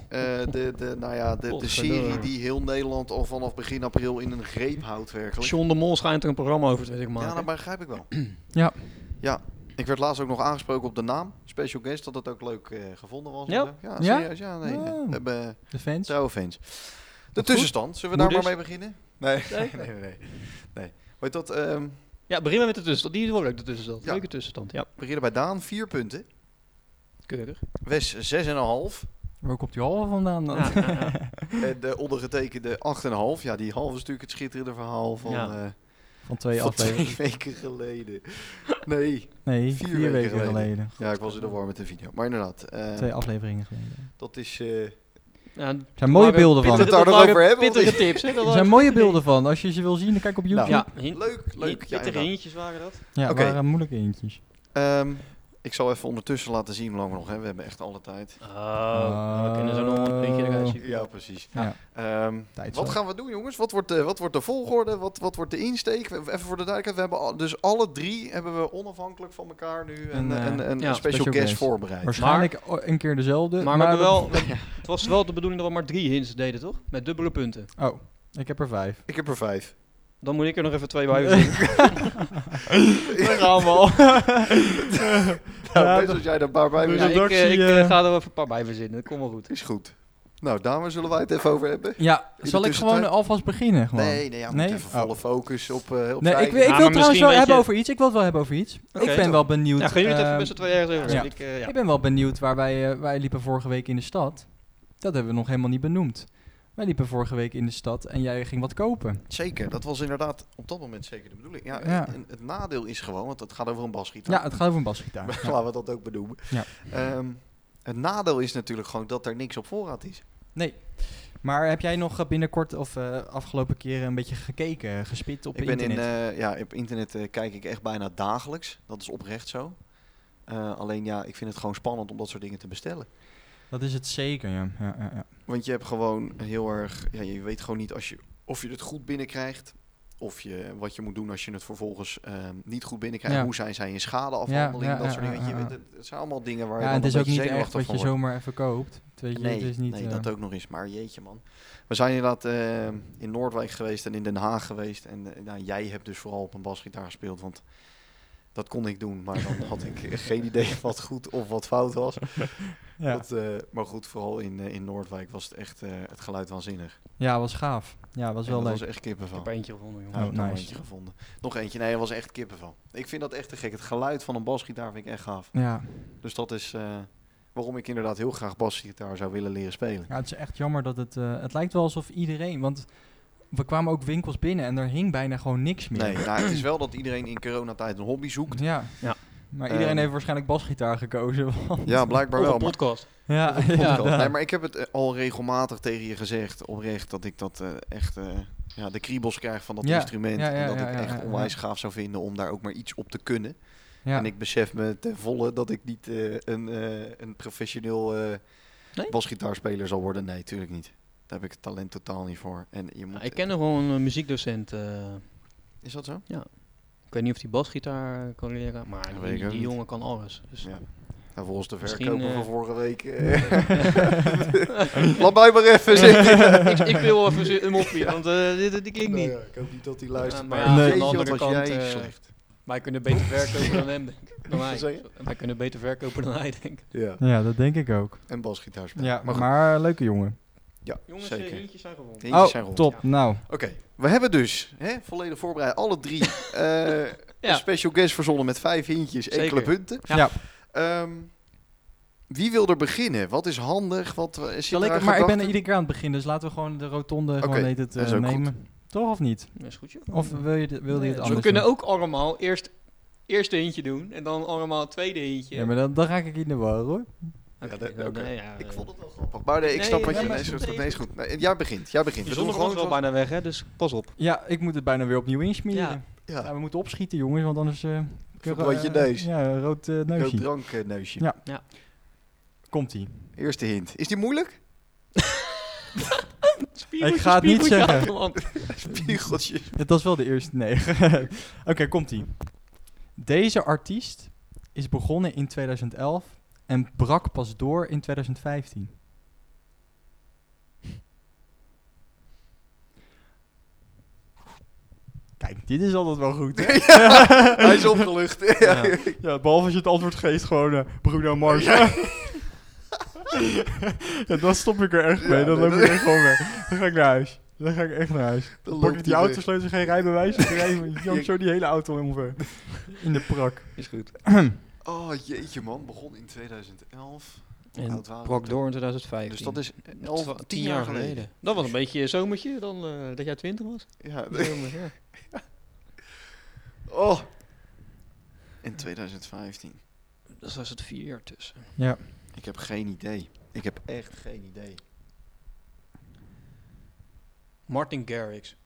[SPEAKER 2] de, de, nou ja, de, de serie
[SPEAKER 3] Potverdorie.
[SPEAKER 2] die heel Nederland al vanaf begin april in een greep houdt werkelijk.
[SPEAKER 3] John de Mol schijnt er een programma over te maken.
[SPEAKER 2] Ja, dat begrijp ik wel.
[SPEAKER 1] Ja.
[SPEAKER 2] Ja, ik werd laatst ook nog aangesproken op de naam. Special Guest, dat het ook leuk eh, gevonden was. en
[SPEAKER 3] Ja?
[SPEAKER 2] zo. ja,
[SPEAKER 1] Ja?
[SPEAKER 2] serieus. Ja, nee. nee.
[SPEAKER 1] Oh.
[SPEAKER 2] We hebben
[SPEAKER 1] De fans?
[SPEAKER 2] trouwe fans. De tussenstand, zullen we daar maar
[SPEAKER 3] Moeders?
[SPEAKER 2] mee beginnen? Nee, nee,
[SPEAKER 3] Nee?
[SPEAKER 2] nee. nee, nee. nee. Weet dat, ehm,
[SPEAKER 3] Ja, begin maar met de tussenstand. Die is wel leuk, de tussenstand.
[SPEAKER 2] Ja.
[SPEAKER 3] Leuke tussenstand, ja.
[SPEAKER 2] we beginnen bij Daan, vier punten.
[SPEAKER 3] Keurig.
[SPEAKER 2] Wes, 6,5.
[SPEAKER 1] Waar komt die halve vandaan dan?
[SPEAKER 3] Ja, ja, ja.
[SPEAKER 2] en de ondergetekende, 8,5. Ja, die halve is natuurlijk het schitterende verhaal van,
[SPEAKER 3] Ja.
[SPEAKER 2] eh,
[SPEAKER 1] Van twee
[SPEAKER 2] van
[SPEAKER 1] afleveringen.
[SPEAKER 2] twee weken geleden. Nee,
[SPEAKER 1] Nee,
[SPEAKER 2] Vier
[SPEAKER 1] vier,
[SPEAKER 2] weken
[SPEAKER 1] weken, geleden.
[SPEAKER 2] geleden. ja, ik was in de war met de video. Maar inderdaad, eh,
[SPEAKER 1] Twee afleveringen geleden.
[SPEAKER 2] dat is... eh,
[SPEAKER 3] Ja,
[SPEAKER 1] Er zijn mooie
[SPEAKER 3] waren
[SPEAKER 1] beelden van.
[SPEAKER 2] pittige-
[SPEAKER 1] Er
[SPEAKER 2] het daar nog
[SPEAKER 3] waren
[SPEAKER 2] over hebben, of
[SPEAKER 3] Pittige tips, hè. dat
[SPEAKER 1] zijn
[SPEAKER 3] waren-
[SPEAKER 1] mooie beelden van. Als je ze wil zien, dan kijk op YouTube.
[SPEAKER 2] Nou,
[SPEAKER 1] ja,
[SPEAKER 3] Ja, hint-
[SPEAKER 2] leuk, leuk.
[SPEAKER 3] hint-
[SPEAKER 2] Ja,
[SPEAKER 3] pittige
[SPEAKER 2] inderdaad.
[SPEAKER 3] hintjes waren dat.
[SPEAKER 1] ja
[SPEAKER 2] oké.
[SPEAKER 1] waren moeilijke eentjes.
[SPEAKER 2] Ehm, ik zal even ondertussen laten zien hoe lang we nog hebben. We hebben echt alle tijd.
[SPEAKER 3] Oh, nou, we kunnen zo nog
[SPEAKER 1] eh,
[SPEAKER 3] een puntje eruit zien.
[SPEAKER 2] Ja, precies.
[SPEAKER 1] Ja.
[SPEAKER 2] Ehm,
[SPEAKER 1] Tijd
[SPEAKER 2] wat
[SPEAKER 1] zat.
[SPEAKER 2] gaan we doen, jongens? Wat wordt de, wat wordt de volgorde? Wat, wat wordt de insteek? We- Even voor de duidelijkheid. We hebben al- dus alle drie hebben we onafhankelijk van elkaar nu een,
[SPEAKER 1] Een, eh,
[SPEAKER 2] een, een
[SPEAKER 3] ja,
[SPEAKER 2] special,
[SPEAKER 1] special
[SPEAKER 2] guest
[SPEAKER 1] guest.
[SPEAKER 2] voorbereid.
[SPEAKER 1] Waarschijnlijk o- een keer dezelfde.
[SPEAKER 3] Maar, we hebben wel,
[SPEAKER 1] dat-
[SPEAKER 3] het was wel de bedoeling dat we maar drie hints deden, toch? Met dubbele punten.
[SPEAKER 1] Oh, ik heb er vijf.
[SPEAKER 2] Ik heb er vijf.
[SPEAKER 3] Dan moet ik er nog even twee bij verzinnen.
[SPEAKER 2] nou,
[SPEAKER 3] allemaal.
[SPEAKER 1] Ja,
[SPEAKER 2] best
[SPEAKER 1] dat-
[SPEAKER 2] als jij er een paar bij wil
[SPEAKER 1] Ja,
[SPEAKER 2] zetten,
[SPEAKER 3] ik eh, ik
[SPEAKER 1] redactie,
[SPEAKER 3] eh,
[SPEAKER 1] eh,
[SPEAKER 3] ga er wel even een paar bij verzinnen. Dat komt wel goed.
[SPEAKER 2] is goed. Nou, daar waar zullen wij het even over hebben?
[SPEAKER 1] Ja,
[SPEAKER 2] de
[SPEAKER 1] zal ik
[SPEAKER 2] tussentijd?
[SPEAKER 1] gewoon alvast beginnen? Gewoon?
[SPEAKER 2] Nee, nee, ja, we
[SPEAKER 1] Nee?
[SPEAKER 2] moeten even volle
[SPEAKER 1] Oh.
[SPEAKER 2] focus op, eh op
[SPEAKER 1] Nee,
[SPEAKER 2] zij.
[SPEAKER 1] ik, wil- ik wil
[SPEAKER 3] maar misschien
[SPEAKER 1] trouwens wel
[SPEAKER 3] weet
[SPEAKER 1] hebben
[SPEAKER 3] je-
[SPEAKER 1] over iets. Ik wil het wel hebben over iets. ik
[SPEAKER 3] Oké.
[SPEAKER 1] ben wel benieuwd.
[SPEAKER 3] Ja, gaan jullie het even
[SPEAKER 1] eh,
[SPEAKER 3] met z'n tweeën ergens over
[SPEAKER 1] ja.
[SPEAKER 3] hebben? Ik, eh, ja.
[SPEAKER 1] Ik ben wel benieuwd waar wij, eh, wij liepen vorige week in de stad. Dat hebben we nog helemaal niet benoemd. Wij liepen vorige week in de stad en jij ging wat kopen.
[SPEAKER 2] Zeker, dat was inderdaad op dat moment zeker de bedoeling. Ja,
[SPEAKER 1] Ja.
[SPEAKER 2] En het nadeel is gewoon, want het gaat over een basgitaar.
[SPEAKER 1] Ja, het gaat over een basgitaar.
[SPEAKER 2] Maar
[SPEAKER 1] Ja.
[SPEAKER 2] Laten we dat ook benoemen.
[SPEAKER 1] Ja.
[SPEAKER 2] Ehm, het nadeel is natuurlijk gewoon dat er niks op voorraad is.
[SPEAKER 1] Nee. Maar heb jij nog eh, binnenkort of eh, afgelopen keren een beetje gekeken, eh, gespit op
[SPEAKER 2] ik ben
[SPEAKER 1] internet?
[SPEAKER 2] in, eh, ja, op internet eh, kijk ik echt bijna dagelijks. Dat is oprecht zo. Eh, alleen ja, ik vind het gewoon spannend om dat soort dingen te bestellen.
[SPEAKER 1] Dat is het zeker, ja. ja, ja, ja.
[SPEAKER 2] Want je hebt gewoon heel erg, ja, je weet gewoon niet als je, of je het goed binnenkrijgt. Of je, wat je moet doen als je het vervolgens ehm, niet goed binnenkrijgt.
[SPEAKER 1] Ja.
[SPEAKER 2] Hoe zijn zij in schadeafhandeling?
[SPEAKER 1] Ja, ja,
[SPEAKER 2] dat
[SPEAKER 1] ja,
[SPEAKER 2] soort dingen.
[SPEAKER 1] ja,
[SPEAKER 2] Weet je,
[SPEAKER 1] ja.
[SPEAKER 2] dat- dat zijn allemaal dingen waar
[SPEAKER 1] Ja, en
[SPEAKER 2] je
[SPEAKER 1] het
[SPEAKER 2] dan
[SPEAKER 1] is
[SPEAKER 2] een
[SPEAKER 1] ook
[SPEAKER 2] beetje
[SPEAKER 1] niet echt
[SPEAKER 2] zenuwachtig
[SPEAKER 1] wat je
[SPEAKER 2] van wordt.
[SPEAKER 1] zomaar even koopt. Het Weet je,
[SPEAKER 2] Nee,
[SPEAKER 1] het is niet,
[SPEAKER 2] nee
[SPEAKER 1] eh,
[SPEAKER 2] dat ook nog eens. Maar jeetje man. We zijn inderdaad eh, in Noordwijk geweest en in Den Haag geweest. En eh, nou, jij hebt dus vooral op een basgitaar gespeeld. Want dat kon ik doen. Maar dan had ik geen idee wat goed of wat fout was.
[SPEAKER 1] ja.
[SPEAKER 2] Dat, eh, maar goed, vooral in, eh, in Noordwijk was het echt eh, het geluid waanzinnig.
[SPEAKER 1] ja, was gaaf. Ja, was
[SPEAKER 2] En
[SPEAKER 1] wel
[SPEAKER 2] dat
[SPEAKER 1] leuk.
[SPEAKER 2] was echt
[SPEAKER 3] Ik
[SPEAKER 2] kippenvel.
[SPEAKER 3] heb er eentje gevonden, jongen.
[SPEAKER 2] Ja, ik
[SPEAKER 1] Oh,
[SPEAKER 2] heb nog
[SPEAKER 1] nice.
[SPEAKER 2] eentje gevonden. Nog eentje. Nee, dat was echt kippenvel. Ik vind dat echt te gek. Het geluid van een basgitaar vind ik echt gaaf.
[SPEAKER 1] Ja.
[SPEAKER 2] Dus dat is eh, waarom ik inderdaad heel graag basgitaar zou willen leren spelen.
[SPEAKER 1] ja, het is echt jammer dat het... eh, het lijkt wel alsof iedereen... Want we kwamen ook winkels binnen en er hing bijna gewoon niks meer.
[SPEAKER 2] Nee, nou, het is wel dat iedereen in coronatijd een hobby zoekt.
[SPEAKER 1] Ja.
[SPEAKER 3] Ja.
[SPEAKER 1] Maar iedereen
[SPEAKER 2] Ehm,
[SPEAKER 1] heeft waarschijnlijk basgitaar gekozen. want-
[SPEAKER 2] Ja, blijkbaar
[SPEAKER 3] Of
[SPEAKER 2] wel.
[SPEAKER 3] een
[SPEAKER 2] Maar,
[SPEAKER 3] podcast.
[SPEAKER 1] ja,
[SPEAKER 2] Podcast.
[SPEAKER 1] ja, da-
[SPEAKER 2] nee, maar ik heb het eh, al regelmatig tegen je gezegd, oprecht, dat ik dat eh, echt eh, ja, de kriebels krijg van dat
[SPEAKER 1] Ja,
[SPEAKER 2] instrument.
[SPEAKER 1] ja, ja,
[SPEAKER 2] en dat
[SPEAKER 1] ja,
[SPEAKER 2] ik
[SPEAKER 1] ja,
[SPEAKER 2] echt
[SPEAKER 1] ja, ja.
[SPEAKER 2] onwijs gaaf zou vinden om daar ook maar iets op te kunnen.
[SPEAKER 1] ja.
[SPEAKER 2] En ik besef me ten volle dat ik niet eh, een, eh, een professioneel eh
[SPEAKER 3] Nee?
[SPEAKER 2] basgitaarspeler zal worden. Nee, tuurlijk niet. Daar heb ik het talent totaal niet voor. En je moet,
[SPEAKER 1] Nou,
[SPEAKER 3] Ja, ik ken nog wel een eh, muziekdocent. eh,
[SPEAKER 2] Is dat zo?
[SPEAKER 3] ik weet niet of hij basgitaar kan leren, maar
[SPEAKER 2] Dat
[SPEAKER 3] die,
[SPEAKER 2] weet ik ook
[SPEAKER 3] die
[SPEAKER 2] niet.
[SPEAKER 3] jongen kan alles. Dus
[SPEAKER 2] Ja. Nou, volgens de
[SPEAKER 3] Misschien,
[SPEAKER 2] verkoper
[SPEAKER 3] eh,
[SPEAKER 2] van vorige week. eh, Laat mij maar even zitten.
[SPEAKER 3] ik, ik wil even zo- hem opvieren, want eh, dit, dit klinkt niet.
[SPEAKER 2] Nou ja, ik hoop niet dat hij
[SPEAKER 3] Ja,
[SPEAKER 2] Maar
[SPEAKER 3] maar ja,
[SPEAKER 2] nee, jeetje,
[SPEAKER 3] aan de
[SPEAKER 2] wat
[SPEAKER 3] andere
[SPEAKER 2] was
[SPEAKER 3] kant,
[SPEAKER 2] jij
[SPEAKER 3] eh,
[SPEAKER 2] slecht.
[SPEAKER 3] Wij kunnen beter verkopen dan hem, denk ik. Dan
[SPEAKER 2] Wat zei
[SPEAKER 3] wij. wij kunnen beter verkopen dan hij, denk ik.
[SPEAKER 2] Ja.
[SPEAKER 1] ja, dat denk ik ook.
[SPEAKER 2] En basgitaarspelen.
[SPEAKER 1] Ja, maar, eh,
[SPEAKER 2] goed.
[SPEAKER 1] leuke jongen.
[SPEAKER 2] Ja,
[SPEAKER 3] Jongens, eh,
[SPEAKER 2] zeker.
[SPEAKER 3] eentjes zijn gevonden.
[SPEAKER 2] Eentjes
[SPEAKER 1] oh,
[SPEAKER 2] zijn rond.
[SPEAKER 1] top.
[SPEAKER 3] Ja.
[SPEAKER 1] Nou,
[SPEAKER 2] Oké, we hebben dus hè, volledig voorbereid. Alle drie eh, een special guest verzonnen met vijf hintjes,
[SPEAKER 3] Zeker.
[SPEAKER 2] enkele punten.
[SPEAKER 1] ja.
[SPEAKER 3] Ja.
[SPEAKER 2] Ehm, wie wil er beginnen? Wat is handig? Wat eh, zit
[SPEAKER 1] Zal
[SPEAKER 2] er
[SPEAKER 1] ik, maar
[SPEAKER 2] aan
[SPEAKER 1] ik ben
[SPEAKER 2] gedachten?
[SPEAKER 1] er iedere keer aan het begin, dus laten we gewoon de rotonde
[SPEAKER 2] Oké,
[SPEAKER 1] gewoon heet het,
[SPEAKER 2] dat is
[SPEAKER 1] eh,
[SPEAKER 2] ook goed.
[SPEAKER 1] nemen. Toch of niet?
[SPEAKER 3] Dat is goed, joh.
[SPEAKER 1] Of wil je, de- wilde je het
[SPEAKER 3] Dus
[SPEAKER 1] anders
[SPEAKER 3] we kunnen
[SPEAKER 1] doen?
[SPEAKER 3] ook allemaal eerst eerste eentje doen en dan allemaal het tweede eentje.
[SPEAKER 1] Ja, maar dan, dan raak ik in de war hoor.
[SPEAKER 3] Oké,
[SPEAKER 2] Ja, dat-
[SPEAKER 3] dan,
[SPEAKER 2] oké.
[SPEAKER 3] eh, ja,
[SPEAKER 2] Ik
[SPEAKER 3] eh,
[SPEAKER 2] vond het wel grappig. Maar nee, ik
[SPEAKER 3] Nee,
[SPEAKER 2] snap wat
[SPEAKER 3] nee,
[SPEAKER 2] je...
[SPEAKER 3] maar
[SPEAKER 2] Nee,
[SPEAKER 3] goed,
[SPEAKER 2] is goed.
[SPEAKER 3] nee,
[SPEAKER 2] Nee, is goed. Nee, jij begint. Jij begint.
[SPEAKER 3] De
[SPEAKER 2] We doen
[SPEAKER 3] zondag was wel
[SPEAKER 2] zoals-
[SPEAKER 3] bijna weg, hè, dus pas op.
[SPEAKER 1] Ja, ik moet het bijna weer opnieuw insmeren.
[SPEAKER 3] Ja.
[SPEAKER 1] Ja.
[SPEAKER 2] Ja,
[SPEAKER 1] we moeten opschieten jongens, want anders... eh
[SPEAKER 2] Verbrand je
[SPEAKER 1] eh,
[SPEAKER 2] neus.
[SPEAKER 1] Ja, rood eh,
[SPEAKER 2] rood
[SPEAKER 1] neusje.
[SPEAKER 2] drankneusje.
[SPEAKER 1] Ja.
[SPEAKER 3] Ja.
[SPEAKER 1] Komt-ie.
[SPEAKER 2] Eerste hint. Is die moeilijk?
[SPEAKER 1] Ik ga het niet
[SPEAKER 3] spiegeltje
[SPEAKER 1] zeggen.
[SPEAKER 3] aan de
[SPEAKER 2] Spiegeltje.
[SPEAKER 1] Dat was wel de eerste, nee. Oké, komt-ie. Deze artiest is begonnen in 2011 en brak pas door in 2015. Kijk, dit is altijd wel goed. hè?
[SPEAKER 2] Hij is opgelucht.
[SPEAKER 3] wand. Ja.
[SPEAKER 1] Ja, behalve als je het antwoord geeft, gewoon eh, Bruno Mars. Ja. dan stop ik er echt mee.
[SPEAKER 2] Ja,
[SPEAKER 1] dan
[SPEAKER 2] nee,
[SPEAKER 1] loop
[SPEAKER 2] dat-
[SPEAKER 1] ik echt gewoon weg. Dan ga ik naar huis. Dan ga ik echt naar huis.
[SPEAKER 2] Dan
[SPEAKER 1] Dan
[SPEAKER 2] loopt
[SPEAKER 1] pak ik
[SPEAKER 2] hij
[SPEAKER 1] die
[SPEAKER 2] weg.
[SPEAKER 1] autosleutel, geen rijbewijs. Dan rij ik jank zo die hele auto ongeveer. In de prak.
[SPEAKER 3] Is goed.
[SPEAKER 2] Oh, jeetje man. Begon in 2011. Hoe
[SPEAKER 3] En
[SPEAKER 2] oud waren we
[SPEAKER 3] brak
[SPEAKER 2] toen?
[SPEAKER 3] door in 2015.
[SPEAKER 2] Dus dat is
[SPEAKER 3] Twa-
[SPEAKER 2] 11, 10 jaar geleden.
[SPEAKER 3] Dat was een beetje een zomertje dan eh, dat jij 20 was.
[SPEAKER 2] Ja.
[SPEAKER 3] Zomer, ja.
[SPEAKER 2] Oh. In 2015.
[SPEAKER 3] Dat was het vier jaar tussen.
[SPEAKER 2] Ik heb geen idee. Ik heb echt geen idee.
[SPEAKER 3] Martin Garrix.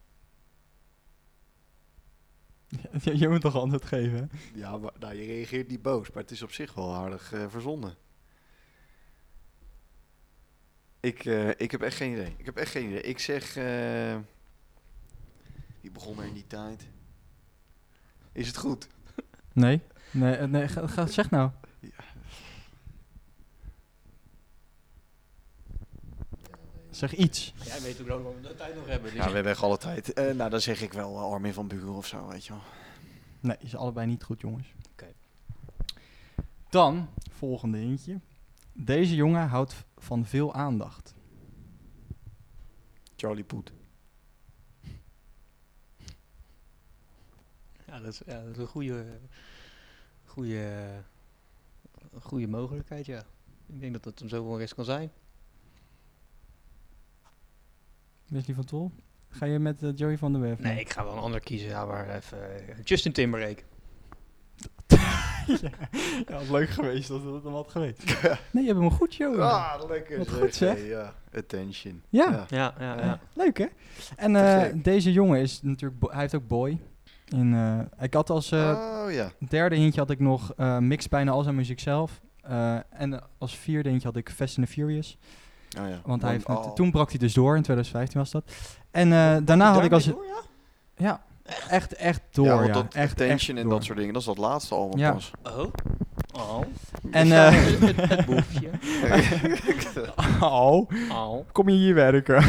[SPEAKER 1] Je, je moet toch antwoord geven, hè?
[SPEAKER 2] Ja, maar, nou, je reageert niet boos, maar het is op zich wel aardig eh, verzonnen. Ik, eh, ik heb echt geen idee. Ik heb echt geen idee. Ik zeg. eh die begon er in die tijd. Is het goed?
[SPEAKER 1] Nee. Nee, eh, nee ga, ga- zeg nou. Zeg iets.
[SPEAKER 3] Jij weet hoe lang we de tijd nog hebben. dus
[SPEAKER 2] Ja, we hebben echt alle tijd. Eh, nou, dan zeg ik wel eh, Armin van Buren of zo, weet je wel.
[SPEAKER 1] Nee, is allebei niet goed, jongens.
[SPEAKER 3] Oké.
[SPEAKER 1] Dan, volgende eentje. Deze jongen houdt v- van veel aandacht.
[SPEAKER 2] Charlie Poet.
[SPEAKER 3] Ja, dat, is, ja, dat is een goede, goede, goede mogelijkheid, ja. Ik denk dat dat hem zo wel eens kan zijn.
[SPEAKER 1] Wesley van Tol? Ga je met eh, Joey van der Werf?
[SPEAKER 3] Nee, ik ga wel een ander kiezen. Ja, maar even eh, Justin Timberlake.
[SPEAKER 1] Ja, had leuk geweest als dat het hem had geweest. Nee, je hebt hem goed, Joey.
[SPEAKER 2] Ah, lekker.
[SPEAKER 1] Oh, Wat goed, zeg.
[SPEAKER 2] Hey, ja. Attention.
[SPEAKER 1] Ja.
[SPEAKER 3] Ja, ja,
[SPEAKER 2] Ja.
[SPEAKER 3] ja.
[SPEAKER 1] Leuk, hè? En
[SPEAKER 2] Te
[SPEAKER 1] eh,
[SPEAKER 2] gek.
[SPEAKER 1] deze jongen is natuurlijk... bo- Hij heeft ook Boy. En, eh, ik had als eh,
[SPEAKER 2] oh ja.
[SPEAKER 1] derde hintje had ik nog eh Mix bijna al zijn muziek zelf. Eh, en als vierde hintje had ik Fast and the Furious.
[SPEAKER 2] Oh ja.
[SPEAKER 1] Want hij heeft net-
[SPEAKER 2] oh.
[SPEAKER 1] Nou, toen brak hij dus door, in 2015 was dat. En eh, daarna had ik als... Ja, Echt, echt door. Ja,
[SPEAKER 2] want dat
[SPEAKER 1] echt,
[SPEAKER 2] tension
[SPEAKER 1] echt
[SPEAKER 2] en
[SPEAKER 1] door.
[SPEAKER 2] dat soort dingen, dat is dat laatste allemaal
[SPEAKER 1] Ja.
[SPEAKER 2] pas.
[SPEAKER 3] Oh. Oh.
[SPEAKER 1] En,
[SPEAKER 3] Ja,
[SPEAKER 1] eh,
[SPEAKER 3] het, het- het boefje.
[SPEAKER 1] Oh,
[SPEAKER 3] Oh.
[SPEAKER 1] kom je hier werken?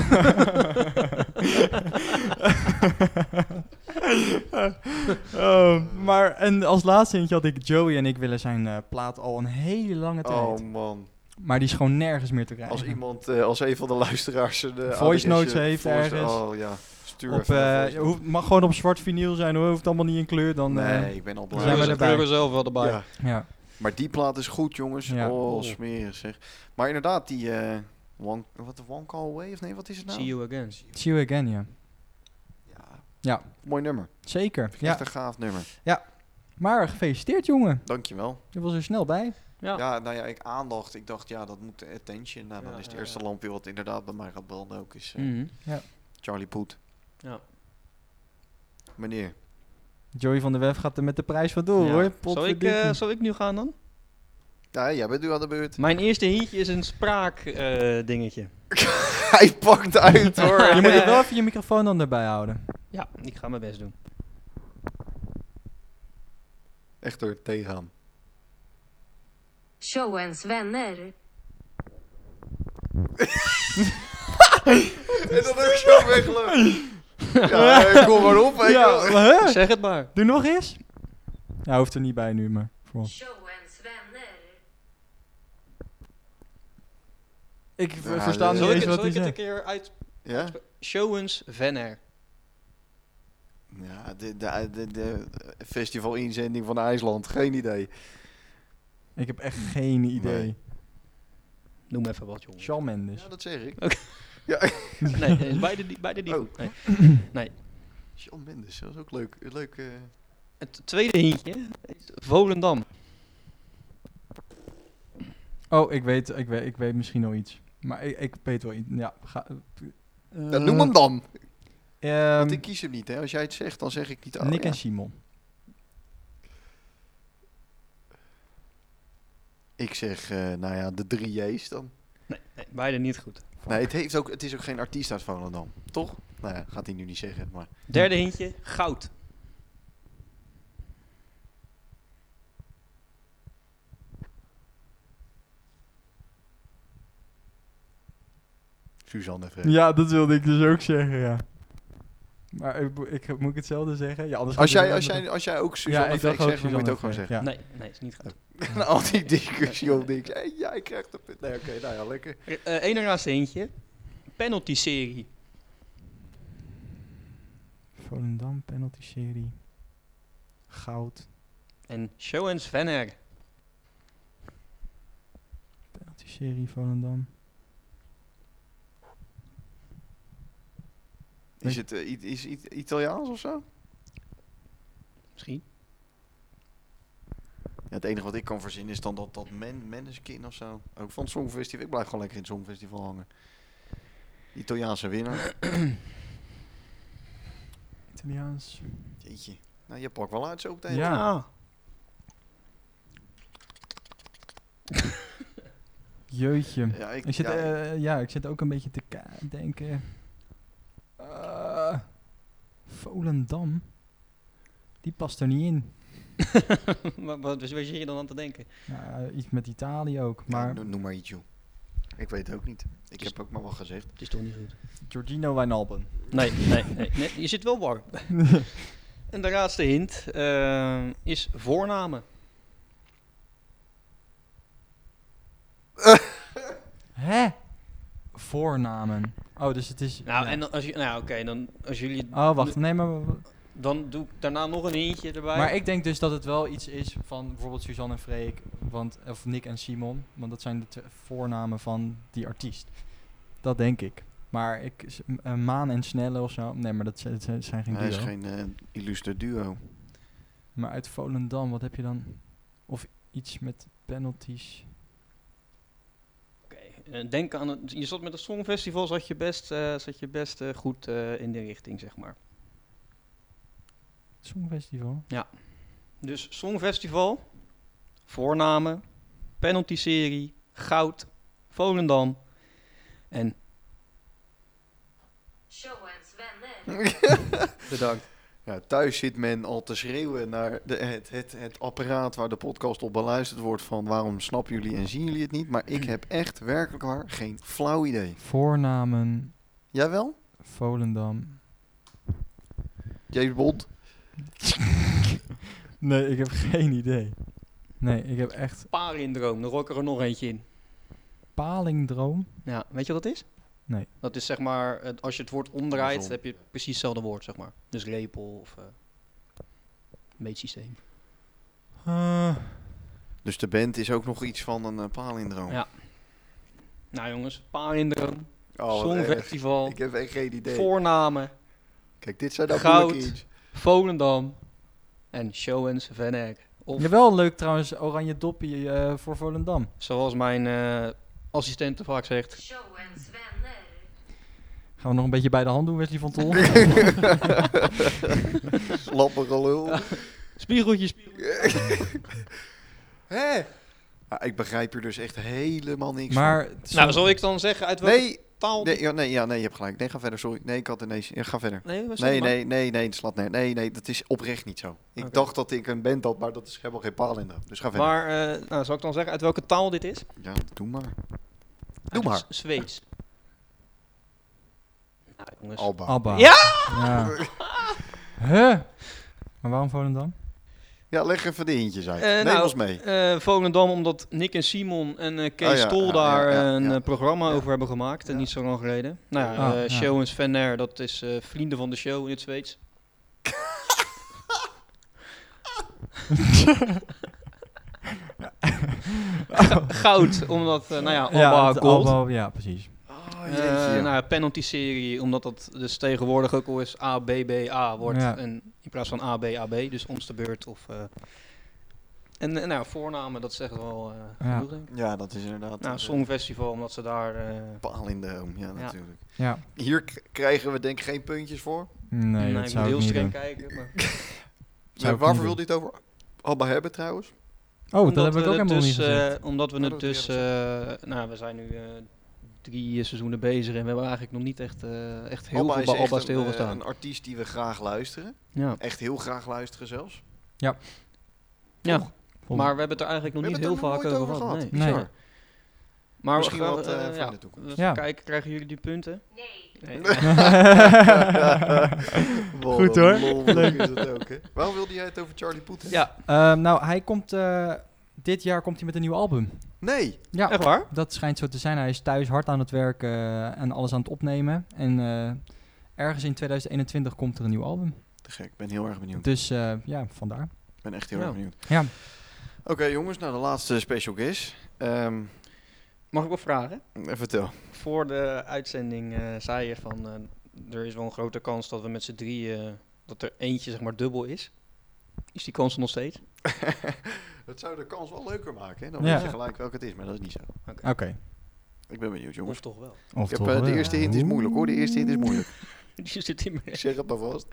[SPEAKER 1] Eh, maar en als laatste eentje had ik Joey en ik willen zijn eh, plaat al een hele lange tijd.
[SPEAKER 2] oh man.
[SPEAKER 1] Maar die is gewoon nergens meer te krijgen.
[SPEAKER 2] Als iemand, eh, als een van de luisteraars een eh,
[SPEAKER 1] Voice
[SPEAKER 2] ADS, eh,
[SPEAKER 1] notes heeft
[SPEAKER 2] voice-
[SPEAKER 1] ergens.
[SPEAKER 2] Oh ja, stuur
[SPEAKER 1] op,
[SPEAKER 2] even een
[SPEAKER 1] eh,
[SPEAKER 2] voice note.
[SPEAKER 1] hoeft- mag gewoon op zwart vinyl zijn, hoor. hoeft allemaal niet in kleur. Dan, eh,
[SPEAKER 2] Nee, ik ben al blij.
[SPEAKER 1] zijn we
[SPEAKER 3] er
[SPEAKER 1] erbij.
[SPEAKER 3] zelf wel erbij.
[SPEAKER 2] Ja.
[SPEAKER 1] ja.
[SPEAKER 2] Maar die plaat is goed, jongens.
[SPEAKER 1] Ja.
[SPEAKER 2] Oh,
[SPEAKER 3] Oh.
[SPEAKER 2] smerig zeg. Maar inderdaad, die eh, one, wat, one Call Away, of nee, wat is het nou?
[SPEAKER 3] See you again.
[SPEAKER 1] See you again, ja.
[SPEAKER 2] Ja.
[SPEAKER 1] Ja.
[SPEAKER 2] Mooi nummer.
[SPEAKER 1] Zeker.
[SPEAKER 2] Vind ik
[SPEAKER 1] Ja.
[SPEAKER 2] Echt een gaaf nummer.
[SPEAKER 1] Maar gefeliciteerd, jongen.
[SPEAKER 2] Dankjewel.
[SPEAKER 1] Je was er snel bij.
[SPEAKER 3] Ja.
[SPEAKER 2] Ja. nou ja, ik aandacht. Ik dacht, ja, dat moet attention. Nou, dan
[SPEAKER 3] Ja,
[SPEAKER 2] is het
[SPEAKER 3] ja,
[SPEAKER 2] eerste
[SPEAKER 3] ja.
[SPEAKER 2] lampje wat inderdaad bij mij gaat branden ook is eh,
[SPEAKER 3] Mhm.
[SPEAKER 2] Charlie Poet.
[SPEAKER 3] Ja.
[SPEAKER 2] Meneer.
[SPEAKER 1] Joey van der Wef gaat er met de prijs van door,
[SPEAKER 3] Ja.
[SPEAKER 1] hoor.
[SPEAKER 3] Zal ik,
[SPEAKER 1] Potverdikkie.
[SPEAKER 3] eh, zal ik nu gaan dan?
[SPEAKER 2] Ja, jij bent nu aan de beurt.
[SPEAKER 3] Mijn eerste hitje is een spraak eh, dingetje.
[SPEAKER 2] Hij pakt uit hoor.
[SPEAKER 1] je moet er wel even je microfoon dan erbij houden.
[SPEAKER 3] Ja, ik ga mijn best doen.
[SPEAKER 2] Echt door tegenaan.
[SPEAKER 5] Show ens vänner.
[SPEAKER 2] En dat ook zo weglopen. Ja, eh, kom maar op. weet je wel.
[SPEAKER 1] hè?
[SPEAKER 3] Zeg het maar.
[SPEAKER 1] Doe nog eens. Ja, hoeft er niet bij nu, maar voor ons.
[SPEAKER 5] Show ens vänner.
[SPEAKER 1] Ik
[SPEAKER 2] ver- Ja,
[SPEAKER 1] versta
[SPEAKER 2] versta dit-
[SPEAKER 1] niet
[SPEAKER 3] Zal ik,
[SPEAKER 1] eens
[SPEAKER 3] het-
[SPEAKER 1] wat
[SPEAKER 3] zal
[SPEAKER 1] hij
[SPEAKER 3] ik het een
[SPEAKER 1] zegt.
[SPEAKER 3] keer uit...
[SPEAKER 2] Ja?
[SPEAKER 3] Showens Venner.
[SPEAKER 2] Ja, de, de, de, de festivalinzending van IJsland. Geen idee.
[SPEAKER 1] Ik heb echt geen idee.
[SPEAKER 2] Nee.
[SPEAKER 3] Noem even wat, jongen.
[SPEAKER 1] Shawn Mendes.
[SPEAKER 2] Ja, dat zeg ik.
[SPEAKER 3] Nee, nee, is beide, die- beide die.
[SPEAKER 2] Oh.
[SPEAKER 3] Nee.
[SPEAKER 2] John Mendes, dat is ook leuk. leuk eh.
[SPEAKER 3] Het tweede hintje is Volendam.
[SPEAKER 1] Oh, ik weet, ik weet, ik weet misschien al iets. Maar ik, ik weet wel iets. Ja, ga,
[SPEAKER 2] Ja, noem hem dan.
[SPEAKER 1] Ehm,
[SPEAKER 2] Want ik kies hem niet, hè. Als jij het zegt, dan zeg ik niet. Oh,
[SPEAKER 1] Nick
[SPEAKER 2] ja.
[SPEAKER 1] en Simon.
[SPEAKER 2] Ik zeg, eh, nou ja, de drie J's dan.
[SPEAKER 3] Nee, nee, beide niet goed.
[SPEAKER 2] Nee, het, heeft ook, het is ook geen artiest uit Volendam, toch? Nou ja, gaat hij nu niet zeggen, maar...
[SPEAKER 3] Derde hintje, goud.
[SPEAKER 2] Suzanne Vrij.
[SPEAKER 1] Ja, dat wilde ik dus ook zeggen, ja. Maar ik, ik, moet ik hetzelfde zeggen? Ja, anders
[SPEAKER 2] Als
[SPEAKER 1] gaat
[SPEAKER 2] jij,
[SPEAKER 1] het
[SPEAKER 2] als,
[SPEAKER 1] wel-
[SPEAKER 2] jij, als jij ook
[SPEAKER 1] ja,
[SPEAKER 2] Suzanne
[SPEAKER 1] ik
[SPEAKER 2] Vrij
[SPEAKER 1] dacht
[SPEAKER 2] zegt, dan moet je het
[SPEAKER 1] Suzanne
[SPEAKER 2] ook gewoon
[SPEAKER 1] Freek, ja.
[SPEAKER 2] zeggen.
[SPEAKER 3] Nee, nee, is niet goed.
[SPEAKER 2] Na Al die discussie op niks. Hé, jij krijgt een punt. Nee, oké, nou ja, lekker.
[SPEAKER 3] Eén Eén ernaast hintje. Penalty serie.
[SPEAKER 1] Volendam, penalty serie. Goud.
[SPEAKER 3] En Showens Venner.
[SPEAKER 1] Penalty serie Volendam.
[SPEAKER 2] Is het eh, I- is I- Italiaans of zo?
[SPEAKER 3] Misschien.
[SPEAKER 2] Ja, het enige wat ik kan verzinnen is dan dat, dat men, Menneskin of zo. Ook van het Songfestival. Ik blijf gewoon lekker in het Songfestival hangen. Italiaanse winnaar.
[SPEAKER 1] Italiaans.
[SPEAKER 2] Jeetje. Nou, je pakt wel uit zo meteen.
[SPEAKER 1] Ja.
[SPEAKER 3] Ah.
[SPEAKER 1] Jeutje.
[SPEAKER 2] Ja, ik,
[SPEAKER 1] Ik zit,
[SPEAKER 2] ja, ik-
[SPEAKER 1] eh, ja, ik zit ook een beetje te ka- denken. Eh, Volendam. Die past er niet in.
[SPEAKER 3] Wat, wat, dus waar zit je dan aan te denken?
[SPEAKER 1] Nou, eh, iets met Italië ook.
[SPEAKER 2] Ja,
[SPEAKER 1] Maar
[SPEAKER 2] no- noem maar iets, joh. Ik weet het ook niet. Ik
[SPEAKER 3] Dus-
[SPEAKER 2] heb ook maar wat gezegd.
[SPEAKER 3] Het is toch niet goed?
[SPEAKER 1] Giorgino Wijnalben.
[SPEAKER 3] Nee, nee, nee. nee, je zit wel warm. en de laatste hint eh, is voornamen.
[SPEAKER 1] Hè? Voornamen. Oh, dus het is...
[SPEAKER 3] Nou,
[SPEAKER 1] ja.
[SPEAKER 3] en dan als, je, nou, ja, oké, dan, als jullie...
[SPEAKER 1] Oh, wacht. Nee, maar...
[SPEAKER 3] Dan doe ik daarna nog een hintje erbij.
[SPEAKER 1] Maar ik denk dus dat het wel iets is van bijvoorbeeld Suzanne en Freek, want, of Nick en Simon. Want dat zijn de twee voornamen van die artiest. Dat denk ik. Maar ik, s- m- eh, Maan en Snelle of zo. Nee, maar dat, z- z- zijn geen
[SPEAKER 2] Hij
[SPEAKER 1] duo.
[SPEAKER 2] is geen eh illustre duo.
[SPEAKER 1] Maar uit Volendam, wat heb je dan? Of iets met penalties.
[SPEAKER 3] Oké, eh, denk aan het... Je zat met het Songfestival, zat je best, eh, zat je best eh, goed eh, in de richting, zeg maar.
[SPEAKER 1] Songfestival.
[SPEAKER 3] Dus Songfestival, voornamen, penalty serie, goud, Volendam en
[SPEAKER 5] Show ens vänner.
[SPEAKER 3] bedankt.
[SPEAKER 2] Ja, thuis zit men al te schreeuwen naar de, het, het, het apparaat waar de podcast op beluisterd wordt van waarom snappen jullie en zien jullie het niet. Maar ik heb echt werkelijk waar geen flauw idee.
[SPEAKER 1] Voornamen
[SPEAKER 2] Jawel?
[SPEAKER 1] Volendam.
[SPEAKER 2] James Bond?
[SPEAKER 1] Nee, ik heb geen idee. Nee, ik heb echt
[SPEAKER 3] Parindroom, daar rook ik er nog eentje in.
[SPEAKER 1] palingdroom.
[SPEAKER 3] Ja, weet je wat dat is?
[SPEAKER 1] Nee.
[SPEAKER 3] Dat is zeg maar, het- als je het woord omdraait,
[SPEAKER 2] Andersom.
[SPEAKER 3] heb je precies hetzelfde woord, zeg maar. Dus lepel of eh meetsysteem.
[SPEAKER 1] Eh,
[SPEAKER 2] Dus de band is ook nog iets van een uh, paalindroom.
[SPEAKER 3] Ja. Nou jongens, Parindroom,
[SPEAKER 2] Oh, wat erg.
[SPEAKER 3] Songfestival,
[SPEAKER 2] Ik heb echt geen idee.
[SPEAKER 3] voornamen,
[SPEAKER 2] Kijk, dit zijn dan
[SPEAKER 3] Goud.
[SPEAKER 2] moeilijke iets.
[SPEAKER 3] Volendam en Showens Van Eyck. Of
[SPEAKER 1] Jawel, leuk trouwens, oranje doppie eh, voor Volendam.
[SPEAKER 3] zoals mijn eh assistent vaak zegt,
[SPEAKER 5] Showens vänner.
[SPEAKER 1] Gaan we nog een beetje bij de hand doen, Wesley van Tol?
[SPEAKER 2] Lappige lul.
[SPEAKER 3] spiegeltje, spiegeltje.
[SPEAKER 2] Hé? Ah, ik begrijp er dus echt helemaal niks
[SPEAKER 1] maar
[SPEAKER 3] Nou, zal ik dan zeggen uit
[SPEAKER 2] van.
[SPEAKER 3] welke
[SPEAKER 2] Nee,
[SPEAKER 3] taal...
[SPEAKER 2] nee, ja, nee, ja, nee, je hebt gelijk. Nee, ga verder, sorry. Nee, ik had ineens... Ja, ga verder.
[SPEAKER 3] nee, was dat
[SPEAKER 2] Nee,
[SPEAKER 3] maar?
[SPEAKER 2] nee, nee, nee, het slaat neer. Nee, nee, dat is oprecht niet zo. Ik
[SPEAKER 3] Oké.
[SPEAKER 2] dacht dat ik een band had, maar dat is helemaal geen paal in de. Dus ga verder.
[SPEAKER 3] Maar, eh, nou, zal ik dan zeggen uit welke taal dit is?
[SPEAKER 2] Ja, doe maar.
[SPEAKER 3] Uit
[SPEAKER 2] maar.
[SPEAKER 3] het Z- Zweeds. Nou, jongens.
[SPEAKER 2] Alba.
[SPEAKER 1] Abba.
[SPEAKER 3] Ja!
[SPEAKER 1] Ja. Huh? Maar waarom Volendam?
[SPEAKER 2] Ja, leg even de hintjes uit.
[SPEAKER 3] Eh,
[SPEAKER 2] Neem
[SPEAKER 3] nou,
[SPEAKER 2] ons mee.
[SPEAKER 3] Eh, Volendam, omdat Nick en Simon en eh, Kees
[SPEAKER 2] Oh ja,
[SPEAKER 3] Tol
[SPEAKER 2] ja,
[SPEAKER 3] daar
[SPEAKER 2] ja, ja,
[SPEAKER 3] eh, een
[SPEAKER 2] ja.
[SPEAKER 3] eh, programma
[SPEAKER 2] Ja.
[SPEAKER 3] over hebben gemaakt. En
[SPEAKER 2] Ja.
[SPEAKER 3] niet zo lang geleden. Nou ja,
[SPEAKER 1] Ah,
[SPEAKER 3] eh,
[SPEAKER 1] ja.
[SPEAKER 3] Show en Svenner, dat is eh, vrienden van de show in het Zweeds. Goud, omdat, eh, nou ja,
[SPEAKER 1] ja,
[SPEAKER 3] Alba
[SPEAKER 1] het
[SPEAKER 3] Gold.
[SPEAKER 1] Abba, ja, precies.
[SPEAKER 2] Oh,
[SPEAKER 3] Eh, nou ja, penalty-serie, omdat dat dus tegenwoordig ook al eens ABBA wordt.
[SPEAKER 1] Ja.
[SPEAKER 3] En in plaats van ABAB, dus ons de beurt. Of, eh, en eh, nou, voornamen, dat zegt wel eh
[SPEAKER 1] Ja.
[SPEAKER 3] genoeg, denk ik.
[SPEAKER 2] ja, dat is inderdaad...
[SPEAKER 3] Nou,
[SPEAKER 2] eh,
[SPEAKER 3] Songfestival, omdat ze daar... eh,
[SPEAKER 2] Paal in de oom, ja, natuurlijk.
[SPEAKER 1] Ja.
[SPEAKER 2] Hier k- krijgen we denk ik geen puntjes voor.
[SPEAKER 1] Nee,
[SPEAKER 3] naar
[SPEAKER 1] dat zou ik
[SPEAKER 3] deels
[SPEAKER 1] niet
[SPEAKER 3] erin
[SPEAKER 1] doen. Oh,
[SPEAKER 3] kijken. Maar
[SPEAKER 1] Zou ik
[SPEAKER 2] waarvoor
[SPEAKER 1] niet
[SPEAKER 2] wil dit over Alba hebben trouwens?
[SPEAKER 1] Oh, dat
[SPEAKER 3] Omdat
[SPEAKER 1] heb ik
[SPEAKER 3] we
[SPEAKER 1] ook
[SPEAKER 3] het
[SPEAKER 1] helemaal
[SPEAKER 3] dus,
[SPEAKER 1] niet gezegd.
[SPEAKER 3] eh, omdat we
[SPEAKER 2] Oh,
[SPEAKER 3] het
[SPEAKER 2] dat heb
[SPEAKER 3] dus...
[SPEAKER 2] jij
[SPEAKER 3] eh, nou, we zijn nu eh, drie eh, seizoenen bezig en we hebben eigenlijk nog niet echt, eh, echt heel
[SPEAKER 2] Alba
[SPEAKER 3] veel
[SPEAKER 2] is
[SPEAKER 3] bij
[SPEAKER 2] echt
[SPEAKER 3] Alba
[SPEAKER 2] een, eh,
[SPEAKER 3] stilgestaan.
[SPEAKER 2] een artiest die we graag luisteren.
[SPEAKER 3] ja.
[SPEAKER 2] Echt heel graag luisteren zelfs.
[SPEAKER 3] ja,
[SPEAKER 1] Volgens-
[SPEAKER 3] maar we hebben het er eigenlijk nog
[SPEAKER 2] We
[SPEAKER 3] niet heel
[SPEAKER 2] hebben
[SPEAKER 3] vaak
[SPEAKER 2] het er
[SPEAKER 3] over
[SPEAKER 2] nog nooit over
[SPEAKER 3] gehad.
[SPEAKER 2] gehad.
[SPEAKER 1] Nee.
[SPEAKER 2] Bizar.
[SPEAKER 3] Maar
[SPEAKER 2] Misschien
[SPEAKER 3] we gaan,
[SPEAKER 2] wat,
[SPEAKER 3] eh,
[SPEAKER 2] eh, voor
[SPEAKER 3] ja,
[SPEAKER 2] in de toekomst.
[SPEAKER 3] we
[SPEAKER 1] Ja.
[SPEAKER 3] Even kijken, krijgen jullie die punten?
[SPEAKER 5] Nej.
[SPEAKER 3] Nee.
[SPEAKER 2] Wat
[SPEAKER 1] Goed,
[SPEAKER 2] een
[SPEAKER 1] hoor.
[SPEAKER 2] lol is dat ook, hè? Waarom wilde jij het over Charlie Poet? hebben?
[SPEAKER 3] ja,
[SPEAKER 1] Ehm, nou, hij komt... eh, dit jaar komt hij met een nieuw album.
[SPEAKER 2] Nee.
[SPEAKER 1] Ja,
[SPEAKER 3] echt waar?
[SPEAKER 1] dat schijnt zo te zijn. Hij is thuis hard aan het werken eh, en alles aan het opnemen. En eh, ergens in 2021 komt er een nieuw album.
[SPEAKER 2] Te gek, ik ben heel erg benieuwd.
[SPEAKER 1] Dus eh, ja, vandaar.
[SPEAKER 2] Ik ben echt heel
[SPEAKER 3] Ja.
[SPEAKER 2] erg benieuwd.
[SPEAKER 1] Ja.
[SPEAKER 2] Oké jongens, nou de laatste special guest. Ehm,
[SPEAKER 3] Mag ik wel vragen?
[SPEAKER 2] eh, vertel.
[SPEAKER 3] Voor de uitzending eh, zei je van, eh, er is wel een grote kans dat we met z'n drieën, dat er eentje zeg maar dubbel is. Is die kans er nog steeds?
[SPEAKER 2] Dat zou de kans wel leuker maken, hè? Dan
[SPEAKER 1] Ja.
[SPEAKER 2] weet je gelijk welke het is, maar dat is niet zo.
[SPEAKER 1] Oké.
[SPEAKER 2] Ik ben benieuwd jongens.
[SPEAKER 3] Of toch wel?
[SPEAKER 1] Of
[SPEAKER 2] Ik heb,
[SPEAKER 1] toch
[SPEAKER 2] eh,
[SPEAKER 1] wel.
[SPEAKER 2] de eerste hint is moeilijk hoor, de eerste hint is moeilijk.
[SPEAKER 3] Die zit in
[SPEAKER 2] Ik
[SPEAKER 3] mijn...
[SPEAKER 2] zeg het maar vast.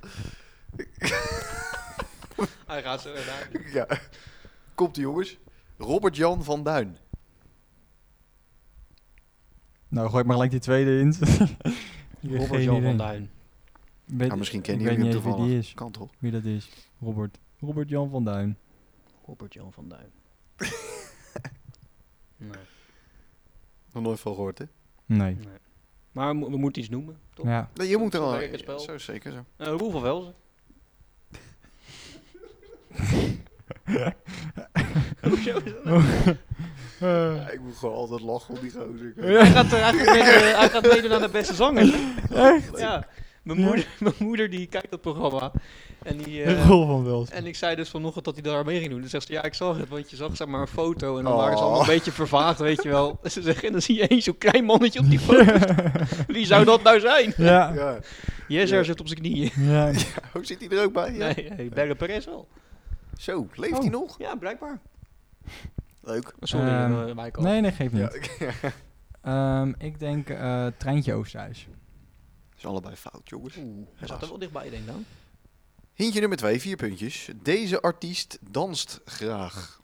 [SPEAKER 3] Hij gaat zo daar.
[SPEAKER 2] Ja. Komt ie jongens. Robert-Jan van Duin.
[SPEAKER 1] Nou, gooi ik maar gelijk die tweede in.
[SPEAKER 3] Robert Jan van Duin.
[SPEAKER 1] Weet,
[SPEAKER 2] Nou, misschien
[SPEAKER 1] ik
[SPEAKER 2] kennen
[SPEAKER 1] weet
[SPEAKER 2] jullie
[SPEAKER 1] niet
[SPEAKER 2] hem
[SPEAKER 1] eens wie die
[SPEAKER 2] toevallig.
[SPEAKER 1] is.
[SPEAKER 2] Kan toch?
[SPEAKER 1] Wie dat is. Robert. Robert Jan van Duin.
[SPEAKER 3] Robert Jan van Duin. nee.
[SPEAKER 2] Nog nooit van gehoord hè?
[SPEAKER 1] Nee.
[SPEAKER 3] nee. Maar we, mo- we moeten iets noemen, toch? Eh
[SPEAKER 1] Ja.
[SPEAKER 2] Nee, je moet er
[SPEAKER 3] Zo
[SPEAKER 2] al.
[SPEAKER 3] werkt het spel.
[SPEAKER 2] Zo is zeker zo.
[SPEAKER 3] Roel van Velzen. Hoezo is dat nou?
[SPEAKER 2] Ja, ik moet gewoon altijd lachen op die gozer.
[SPEAKER 3] Hij gaat, er eigenlijk met, eh, hij gaat meedoen aan de beste zanger. Ja. Mijn moeder, mijn moeder die kijkt dat programma. En, die, eh,
[SPEAKER 1] Rol van Wels.
[SPEAKER 3] en ik zei dus vanochtend dat hij daar mee ging doen. Dan zegt ze, ja, ik zag het, want je zag zeg maar een foto. En dan
[SPEAKER 2] Oh.
[SPEAKER 3] waren ze allemaal een beetje vervaagd, weet je wel. En ze zeggen, en dan zie je eens zo'n klein mannetje op die foto. Wie zou dat nou zijn?
[SPEAKER 1] Ja.
[SPEAKER 2] Ja.
[SPEAKER 3] Jezer zit op zijn knieën.
[SPEAKER 1] Ja.
[SPEAKER 2] Hoe zit hij er ook bij? Ja.
[SPEAKER 3] Nee, hey, Berre Perez wel.
[SPEAKER 2] Zo, leeft
[SPEAKER 1] Oh.
[SPEAKER 2] hij nog?
[SPEAKER 3] Ja, blijkbaar.
[SPEAKER 2] Leuk.
[SPEAKER 3] Sorry,
[SPEAKER 1] Ehm,
[SPEAKER 3] eh, Michael.
[SPEAKER 1] Nee, nee, geeft niet.
[SPEAKER 2] Ja.
[SPEAKER 1] Ehm, ik denk eh, Treintje Oosterhuis.
[SPEAKER 2] is allebei fout, jongens.
[SPEAKER 3] Oeh, hij
[SPEAKER 2] helaas.
[SPEAKER 3] zat er wel dichtbij, denk ik dan.
[SPEAKER 2] Hintje nummer twee, vier puntjes. Deze artiest danst graag.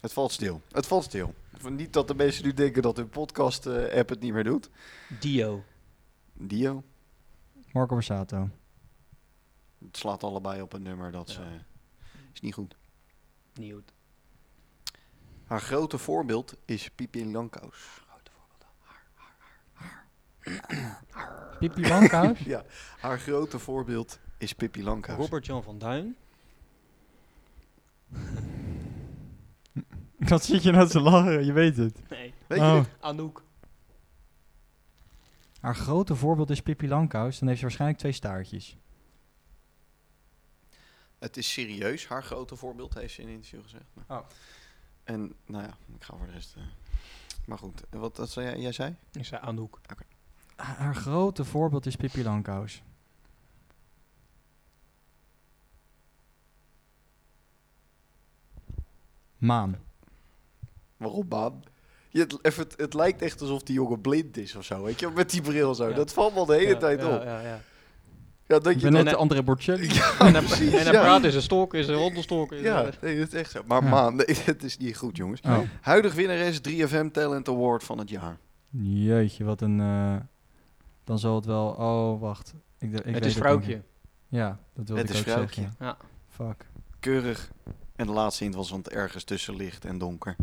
[SPEAKER 2] Het valt stil. Het valt stil. Van niet dat de mensen nu denken dat hun podcast-app het niet meer doet.
[SPEAKER 3] Dio.
[SPEAKER 2] Dio,
[SPEAKER 1] Marco Borsato.
[SPEAKER 2] het slaat allebei op een nummer dat ze, is niet goed.
[SPEAKER 3] Niet goed.
[SPEAKER 2] Haar grote voorbeeld is Pippi Langkous.
[SPEAKER 1] Pippi Langkous?
[SPEAKER 2] Ja, haar grote voorbeeld is Pippi Langkous.
[SPEAKER 3] Robert-Jan van Duin.
[SPEAKER 1] Wat zit je nou te lachen? Je weet het.
[SPEAKER 3] Nee.
[SPEAKER 2] Weet je
[SPEAKER 1] Oh.
[SPEAKER 2] dit?
[SPEAKER 3] Anouk.
[SPEAKER 1] Haar grote voorbeeld is Pippi Langkous. Dan heeft ze waarschijnlijk twee staartjes.
[SPEAKER 2] Het is serieus, haar grote voorbeeld, heeft ze in een interview gezegd. Maar-
[SPEAKER 1] Oh.
[SPEAKER 2] En, nou ja, ik ga voor de rest... eh, maar goed, eh, wat, wat zei jij, jij zei?
[SPEAKER 3] Ik zei Anouk.
[SPEAKER 1] Ha- Haar grote voorbeeld is Pippi Langkous. Maan.
[SPEAKER 2] Waarom, man? Je, het, even, het, het lijkt echt alsof die jongen blind is of zo, weet je? Met die bril zo.
[SPEAKER 3] Ja.
[SPEAKER 2] Dat valt wel de hele
[SPEAKER 3] Ja,
[SPEAKER 2] tijd
[SPEAKER 3] ja,
[SPEAKER 2] op. Ja,
[SPEAKER 3] Ja, ja.
[SPEAKER 2] dat
[SPEAKER 1] Ik
[SPEAKER 2] je
[SPEAKER 1] ben
[SPEAKER 2] dan...
[SPEAKER 1] net de André Bocelli.
[SPEAKER 3] en dan, en dan
[SPEAKER 2] ja.
[SPEAKER 3] praat is een stok, is een hondenstok. is
[SPEAKER 2] Ja,
[SPEAKER 3] een-
[SPEAKER 2] nee, dat is echt zo. Maar
[SPEAKER 1] Ja.
[SPEAKER 2] man, nee, het is niet goed, jongens.
[SPEAKER 1] Oh.
[SPEAKER 2] Huidig winnares 3FM Talent Award van het jaar.
[SPEAKER 1] Jeetje, wat een... eh, dan zal het wel... Oh, wacht. Ik, d- ik weet
[SPEAKER 3] het is
[SPEAKER 1] ook
[SPEAKER 3] vrouwtje.
[SPEAKER 1] niet. Ja, dat wilde
[SPEAKER 2] Het
[SPEAKER 1] ik
[SPEAKER 2] is
[SPEAKER 1] ook
[SPEAKER 2] vrouwtje.
[SPEAKER 1] zeggen.
[SPEAKER 3] Ja.
[SPEAKER 1] Fuck.
[SPEAKER 2] Keurig. En de laatste hint was, want ergens tussen licht en donker.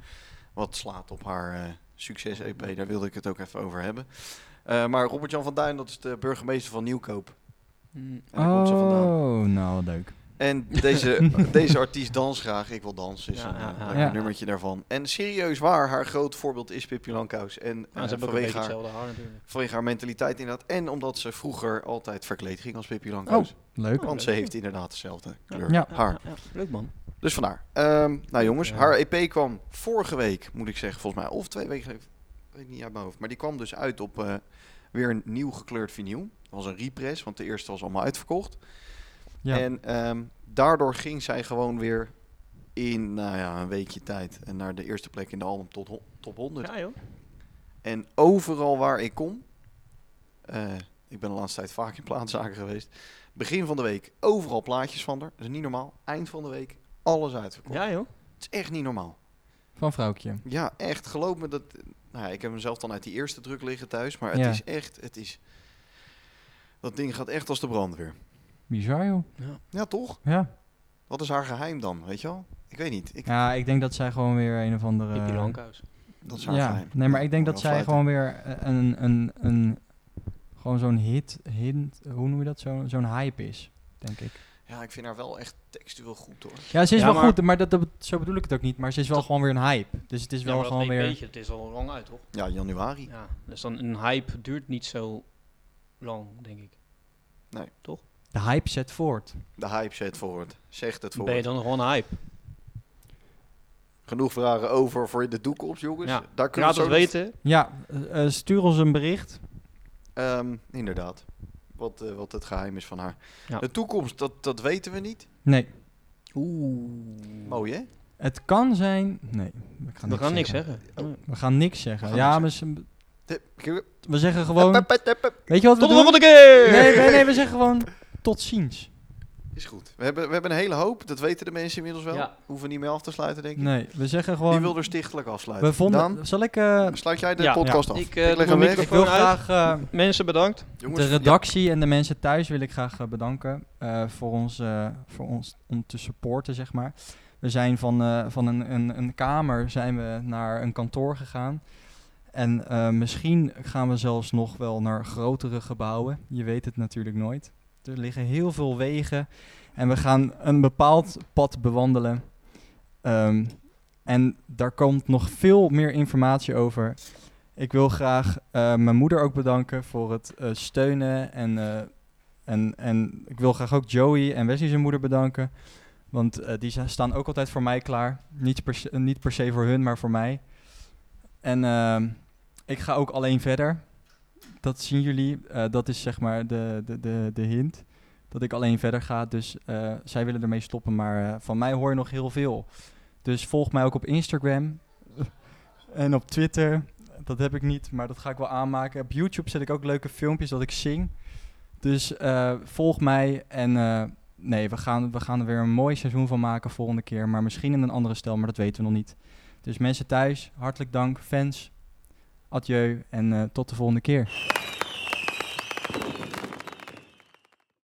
[SPEAKER 2] Wat slaat op haar eh, succes-EP. Daar wilde ik het ook even over hebben. Eh, maar Robert-Jan van Duin, dat is de burgemeester van Nieuwkoop.
[SPEAKER 3] Mm.
[SPEAKER 2] En daar komt ze vandaan.
[SPEAKER 1] Oh, nou leuk.
[SPEAKER 2] En deze, deze artiest dans graag. Ik wil dansen is
[SPEAKER 3] Ja,
[SPEAKER 2] een eh,
[SPEAKER 3] ja, ja.
[SPEAKER 2] lekker
[SPEAKER 1] Ja.
[SPEAKER 2] nummertje daarvan. En serieus waar, haar groot voorbeeld is Pippi Langkous. En eh,
[SPEAKER 3] Nou, ze hebben ook een
[SPEAKER 2] vanwege,
[SPEAKER 3] beetje
[SPEAKER 2] haar,
[SPEAKER 3] hetzelfde haar natuurlijk.
[SPEAKER 2] vanwege haar mentaliteit inderdaad. En omdat ze vroeger altijd verkleed ging als Pippi Langkous.
[SPEAKER 1] Oh, Leuk.
[SPEAKER 2] Want ze heeft inderdaad dezelfde kleur
[SPEAKER 1] Ja.
[SPEAKER 2] haar.
[SPEAKER 3] Ja, ja. Leuk man.
[SPEAKER 2] Dus vandaar. Ehm, nou jongens,
[SPEAKER 3] Ja.
[SPEAKER 2] haar EP kwam vorige week, moet ik zeggen, volgens mij. Of twee weken geleden, weet ik niet uit mijn hoofd. Maar die kwam dus uit op eh, weer een nieuw gekleurd vinyl. Dat was een repress, want de eerste was allemaal uitverkocht.
[SPEAKER 1] Ja.
[SPEAKER 2] En ehm, daardoor ging zij gewoon weer in, nou ja, een weekje tijd. En naar de eerste plek in de album tot hon- top 100.
[SPEAKER 3] Ja joh.
[SPEAKER 2] En overal waar ik kom, eh, ik ben de laatste tijd vaak in plaatszaken geweest. Begin van de week, overal plaatjes van haar. Dat is niet normaal. Eind van de week, alles uitverkocht.
[SPEAKER 3] Ja joh.
[SPEAKER 2] Het is echt niet normaal.
[SPEAKER 1] Van vrouwtje.
[SPEAKER 2] Ja, echt. Geloof me dat. Nou, ja, ik heb hem zelf dan uit die eerste druk liggen thuis. Maar het
[SPEAKER 1] Ja.
[SPEAKER 2] is echt. Het is. Dat ding gaat echt als de brandweer.
[SPEAKER 1] Bizar, joh.
[SPEAKER 2] Ja, toch?
[SPEAKER 1] Ja.
[SPEAKER 2] Wat is haar geheim dan? Weet je wel? Ik weet niet. Ik,
[SPEAKER 1] Ja, ik denk dat zij gewoon weer een of andere...
[SPEAKER 3] Pippi Langkous.
[SPEAKER 2] dat is haar
[SPEAKER 1] ja,
[SPEAKER 2] geheim.
[SPEAKER 1] nee, maar ik denk
[SPEAKER 2] Moet
[SPEAKER 1] dat
[SPEAKER 2] wel
[SPEAKER 1] zij
[SPEAKER 2] afsluiten.
[SPEAKER 1] gewoon weer eh, een, een, een gewoon zo'n hit, hint, hoe noem je dat, Zo- zo'n hype is, denk ik.
[SPEAKER 2] Ja, ik vind haar wel echt textueel goed hoor.
[SPEAKER 1] Ja, ze is
[SPEAKER 3] Ja,
[SPEAKER 1] wel
[SPEAKER 3] maar-
[SPEAKER 1] goed, maar dat, dat, zo bedoel ik het ook niet, maar ze is wel
[SPEAKER 3] Dat-
[SPEAKER 1] gewoon weer een hype. Dus het is wel gewoon weer,
[SPEAKER 3] Beetje, het is al lang uit toch?
[SPEAKER 2] Ja, januari.
[SPEAKER 3] Ja. Dus dan een hype duurt niet zo lang denk ik.
[SPEAKER 1] de hype zet voort.
[SPEAKER 2] De hype zet voort. Zegt het
[SPEAKER 3] Ben je
[SPEAKER 2] voort.
[SPEAKER 3] dan gewoon hype?
[SPEAKER 2] Genoeg vragen over voor in de toekomst, jongens.
[SPEAKER 3] Ja.
[SPEAKER 2] Daar
[SPEAKER 3] Laat
[SPEAKER 2] kunnen
[SPEAKER 3] het
[SPEAKER 2] we zo nog-
[SPEAKER 3] weten.
[SPEAKER 1] Ja, eh, eh, stuur ons een bericht.
[SPEAKER 2] Ehm, inderdaad. Wat, eh, wat het geheim is van haar.
[SPEAKER 3] Ja.
[SPEAKER 2] De toekomst, dat, dat weten we niet.
[SPEAKER 1] Nee,
[SPEAKER 3] Oeh.
[SPEAKER 2] Mooi hè?
[SPEAKER 1] het kan zijn, nee, we gaan,
[SPEAKER 3] We gaan niks
[SPEAKER 1] niks
[SPEAKER 3] zeggen.
[SPEAKER 2] Oh.
[SPEAKER 3] Nee.
[SPEAKER 1] We gaan niks zeggen.
[SPEAKER 2] We gaan
[SPEAKER 1] ja,
[SPEAKER 2] niks
[SPEAKER 1] maar ze- we zeggen gewoon,
[SPEAKER 2] Hup, hup, hup, hup.
[SPEAKER 1] weet je wat we
[SPEAKER 3] Tot de
[SPEAKER 1] doen?
[SPEAKER 3] volgende keer!
[SPEAKER 1] Nee, nee, nee, we zeggen gewoon tot ziens.
[SPEAKER 2] Is goed. We hebben, we hebben een hele hoop, dat weten de mensen inmiddels wel.
[SPEAKER 3] Ja.
[SPEAKER 2] Hoeven niet meer af te sluiten, denk ik.
[SPEAKER 1] Nee, we zeggen
[SPEAKER 2] Die
[SPEAKER 1] Nou, gewoon,
[SPEAKER 2] wil er stichtelijk afsluiten.
[SPEAKER 1] we vonden,
[SPEAKER 2] Daan,
[SPEAKER 1] zal ik... eh,
[SPEAKER 2] sluit jij de
[SPEAKER 3] Ja.
[SPEAKER 2] podcast af.
[SPEAKER 3] Ik, eh, doe
[SPEAKER 2] hem
[SPEAKER 3] mijn
[SPEAKER 2] weg.
[SPEAKER 1] Ik wil
[SPEAKER 3] microfoon uit.
[SPEAKER 1] graag eh,
[SPEAKER 3] Mensen bedankt.
[SPEAKER 2] Jongens,
[SPEAKER 1] de redactie en de mensen thuis wil ik graag eh, bedanken eh, voor, ons, eh, voor ons om te supporten, zeg maar. We zijn van, eh, van een, een, een kamer zijn we naar een kantoor gegaan. En eh, misschien gaan we zelfs nog wel naar grotere gebouwen. Je weet het natuurlijk nooit. Er liggen heel veel wegen en we gaan een bepaald pad bewandelen. Ehm, en daar komt nog veel meer informatie over. Ik wil graag eh, mijn moeder ook bedanken voor het eh, steunen. En, eh, en, en ik wil graag ook Joey en Wesley zijn moeder bedanken. Want eh, die zijn- staan ook altijd voor mij klaar. Niet per se, niet per se voor hun, maar voor mij. En ehm, ik ga ook alleen verder. Dat zien jullie. Eh, dat is zeg maar de, de, de, de hint. Dat ik alleen verder ga. Dus eh, zij willen ermee stoppen. Maar eh, van mij hoor je nog heel veel. Dus volg mij ook op Instagram. En op Twitter. Dat heb ik niet, maar dat ga ik wel aanmaken. Op YouTube zet ik ook leuke filmpjes dat ik zing. Dus eh, volg mij. En eh, nee, we gaan, we gaan er weer een mooi seizoen van maken volgende keer. Maar misschien in een andere stijl, maar dat weten we nog niet. Dus mensen thuis, hartelijk dank, fans. Adieu en eh, tot de volgende keer.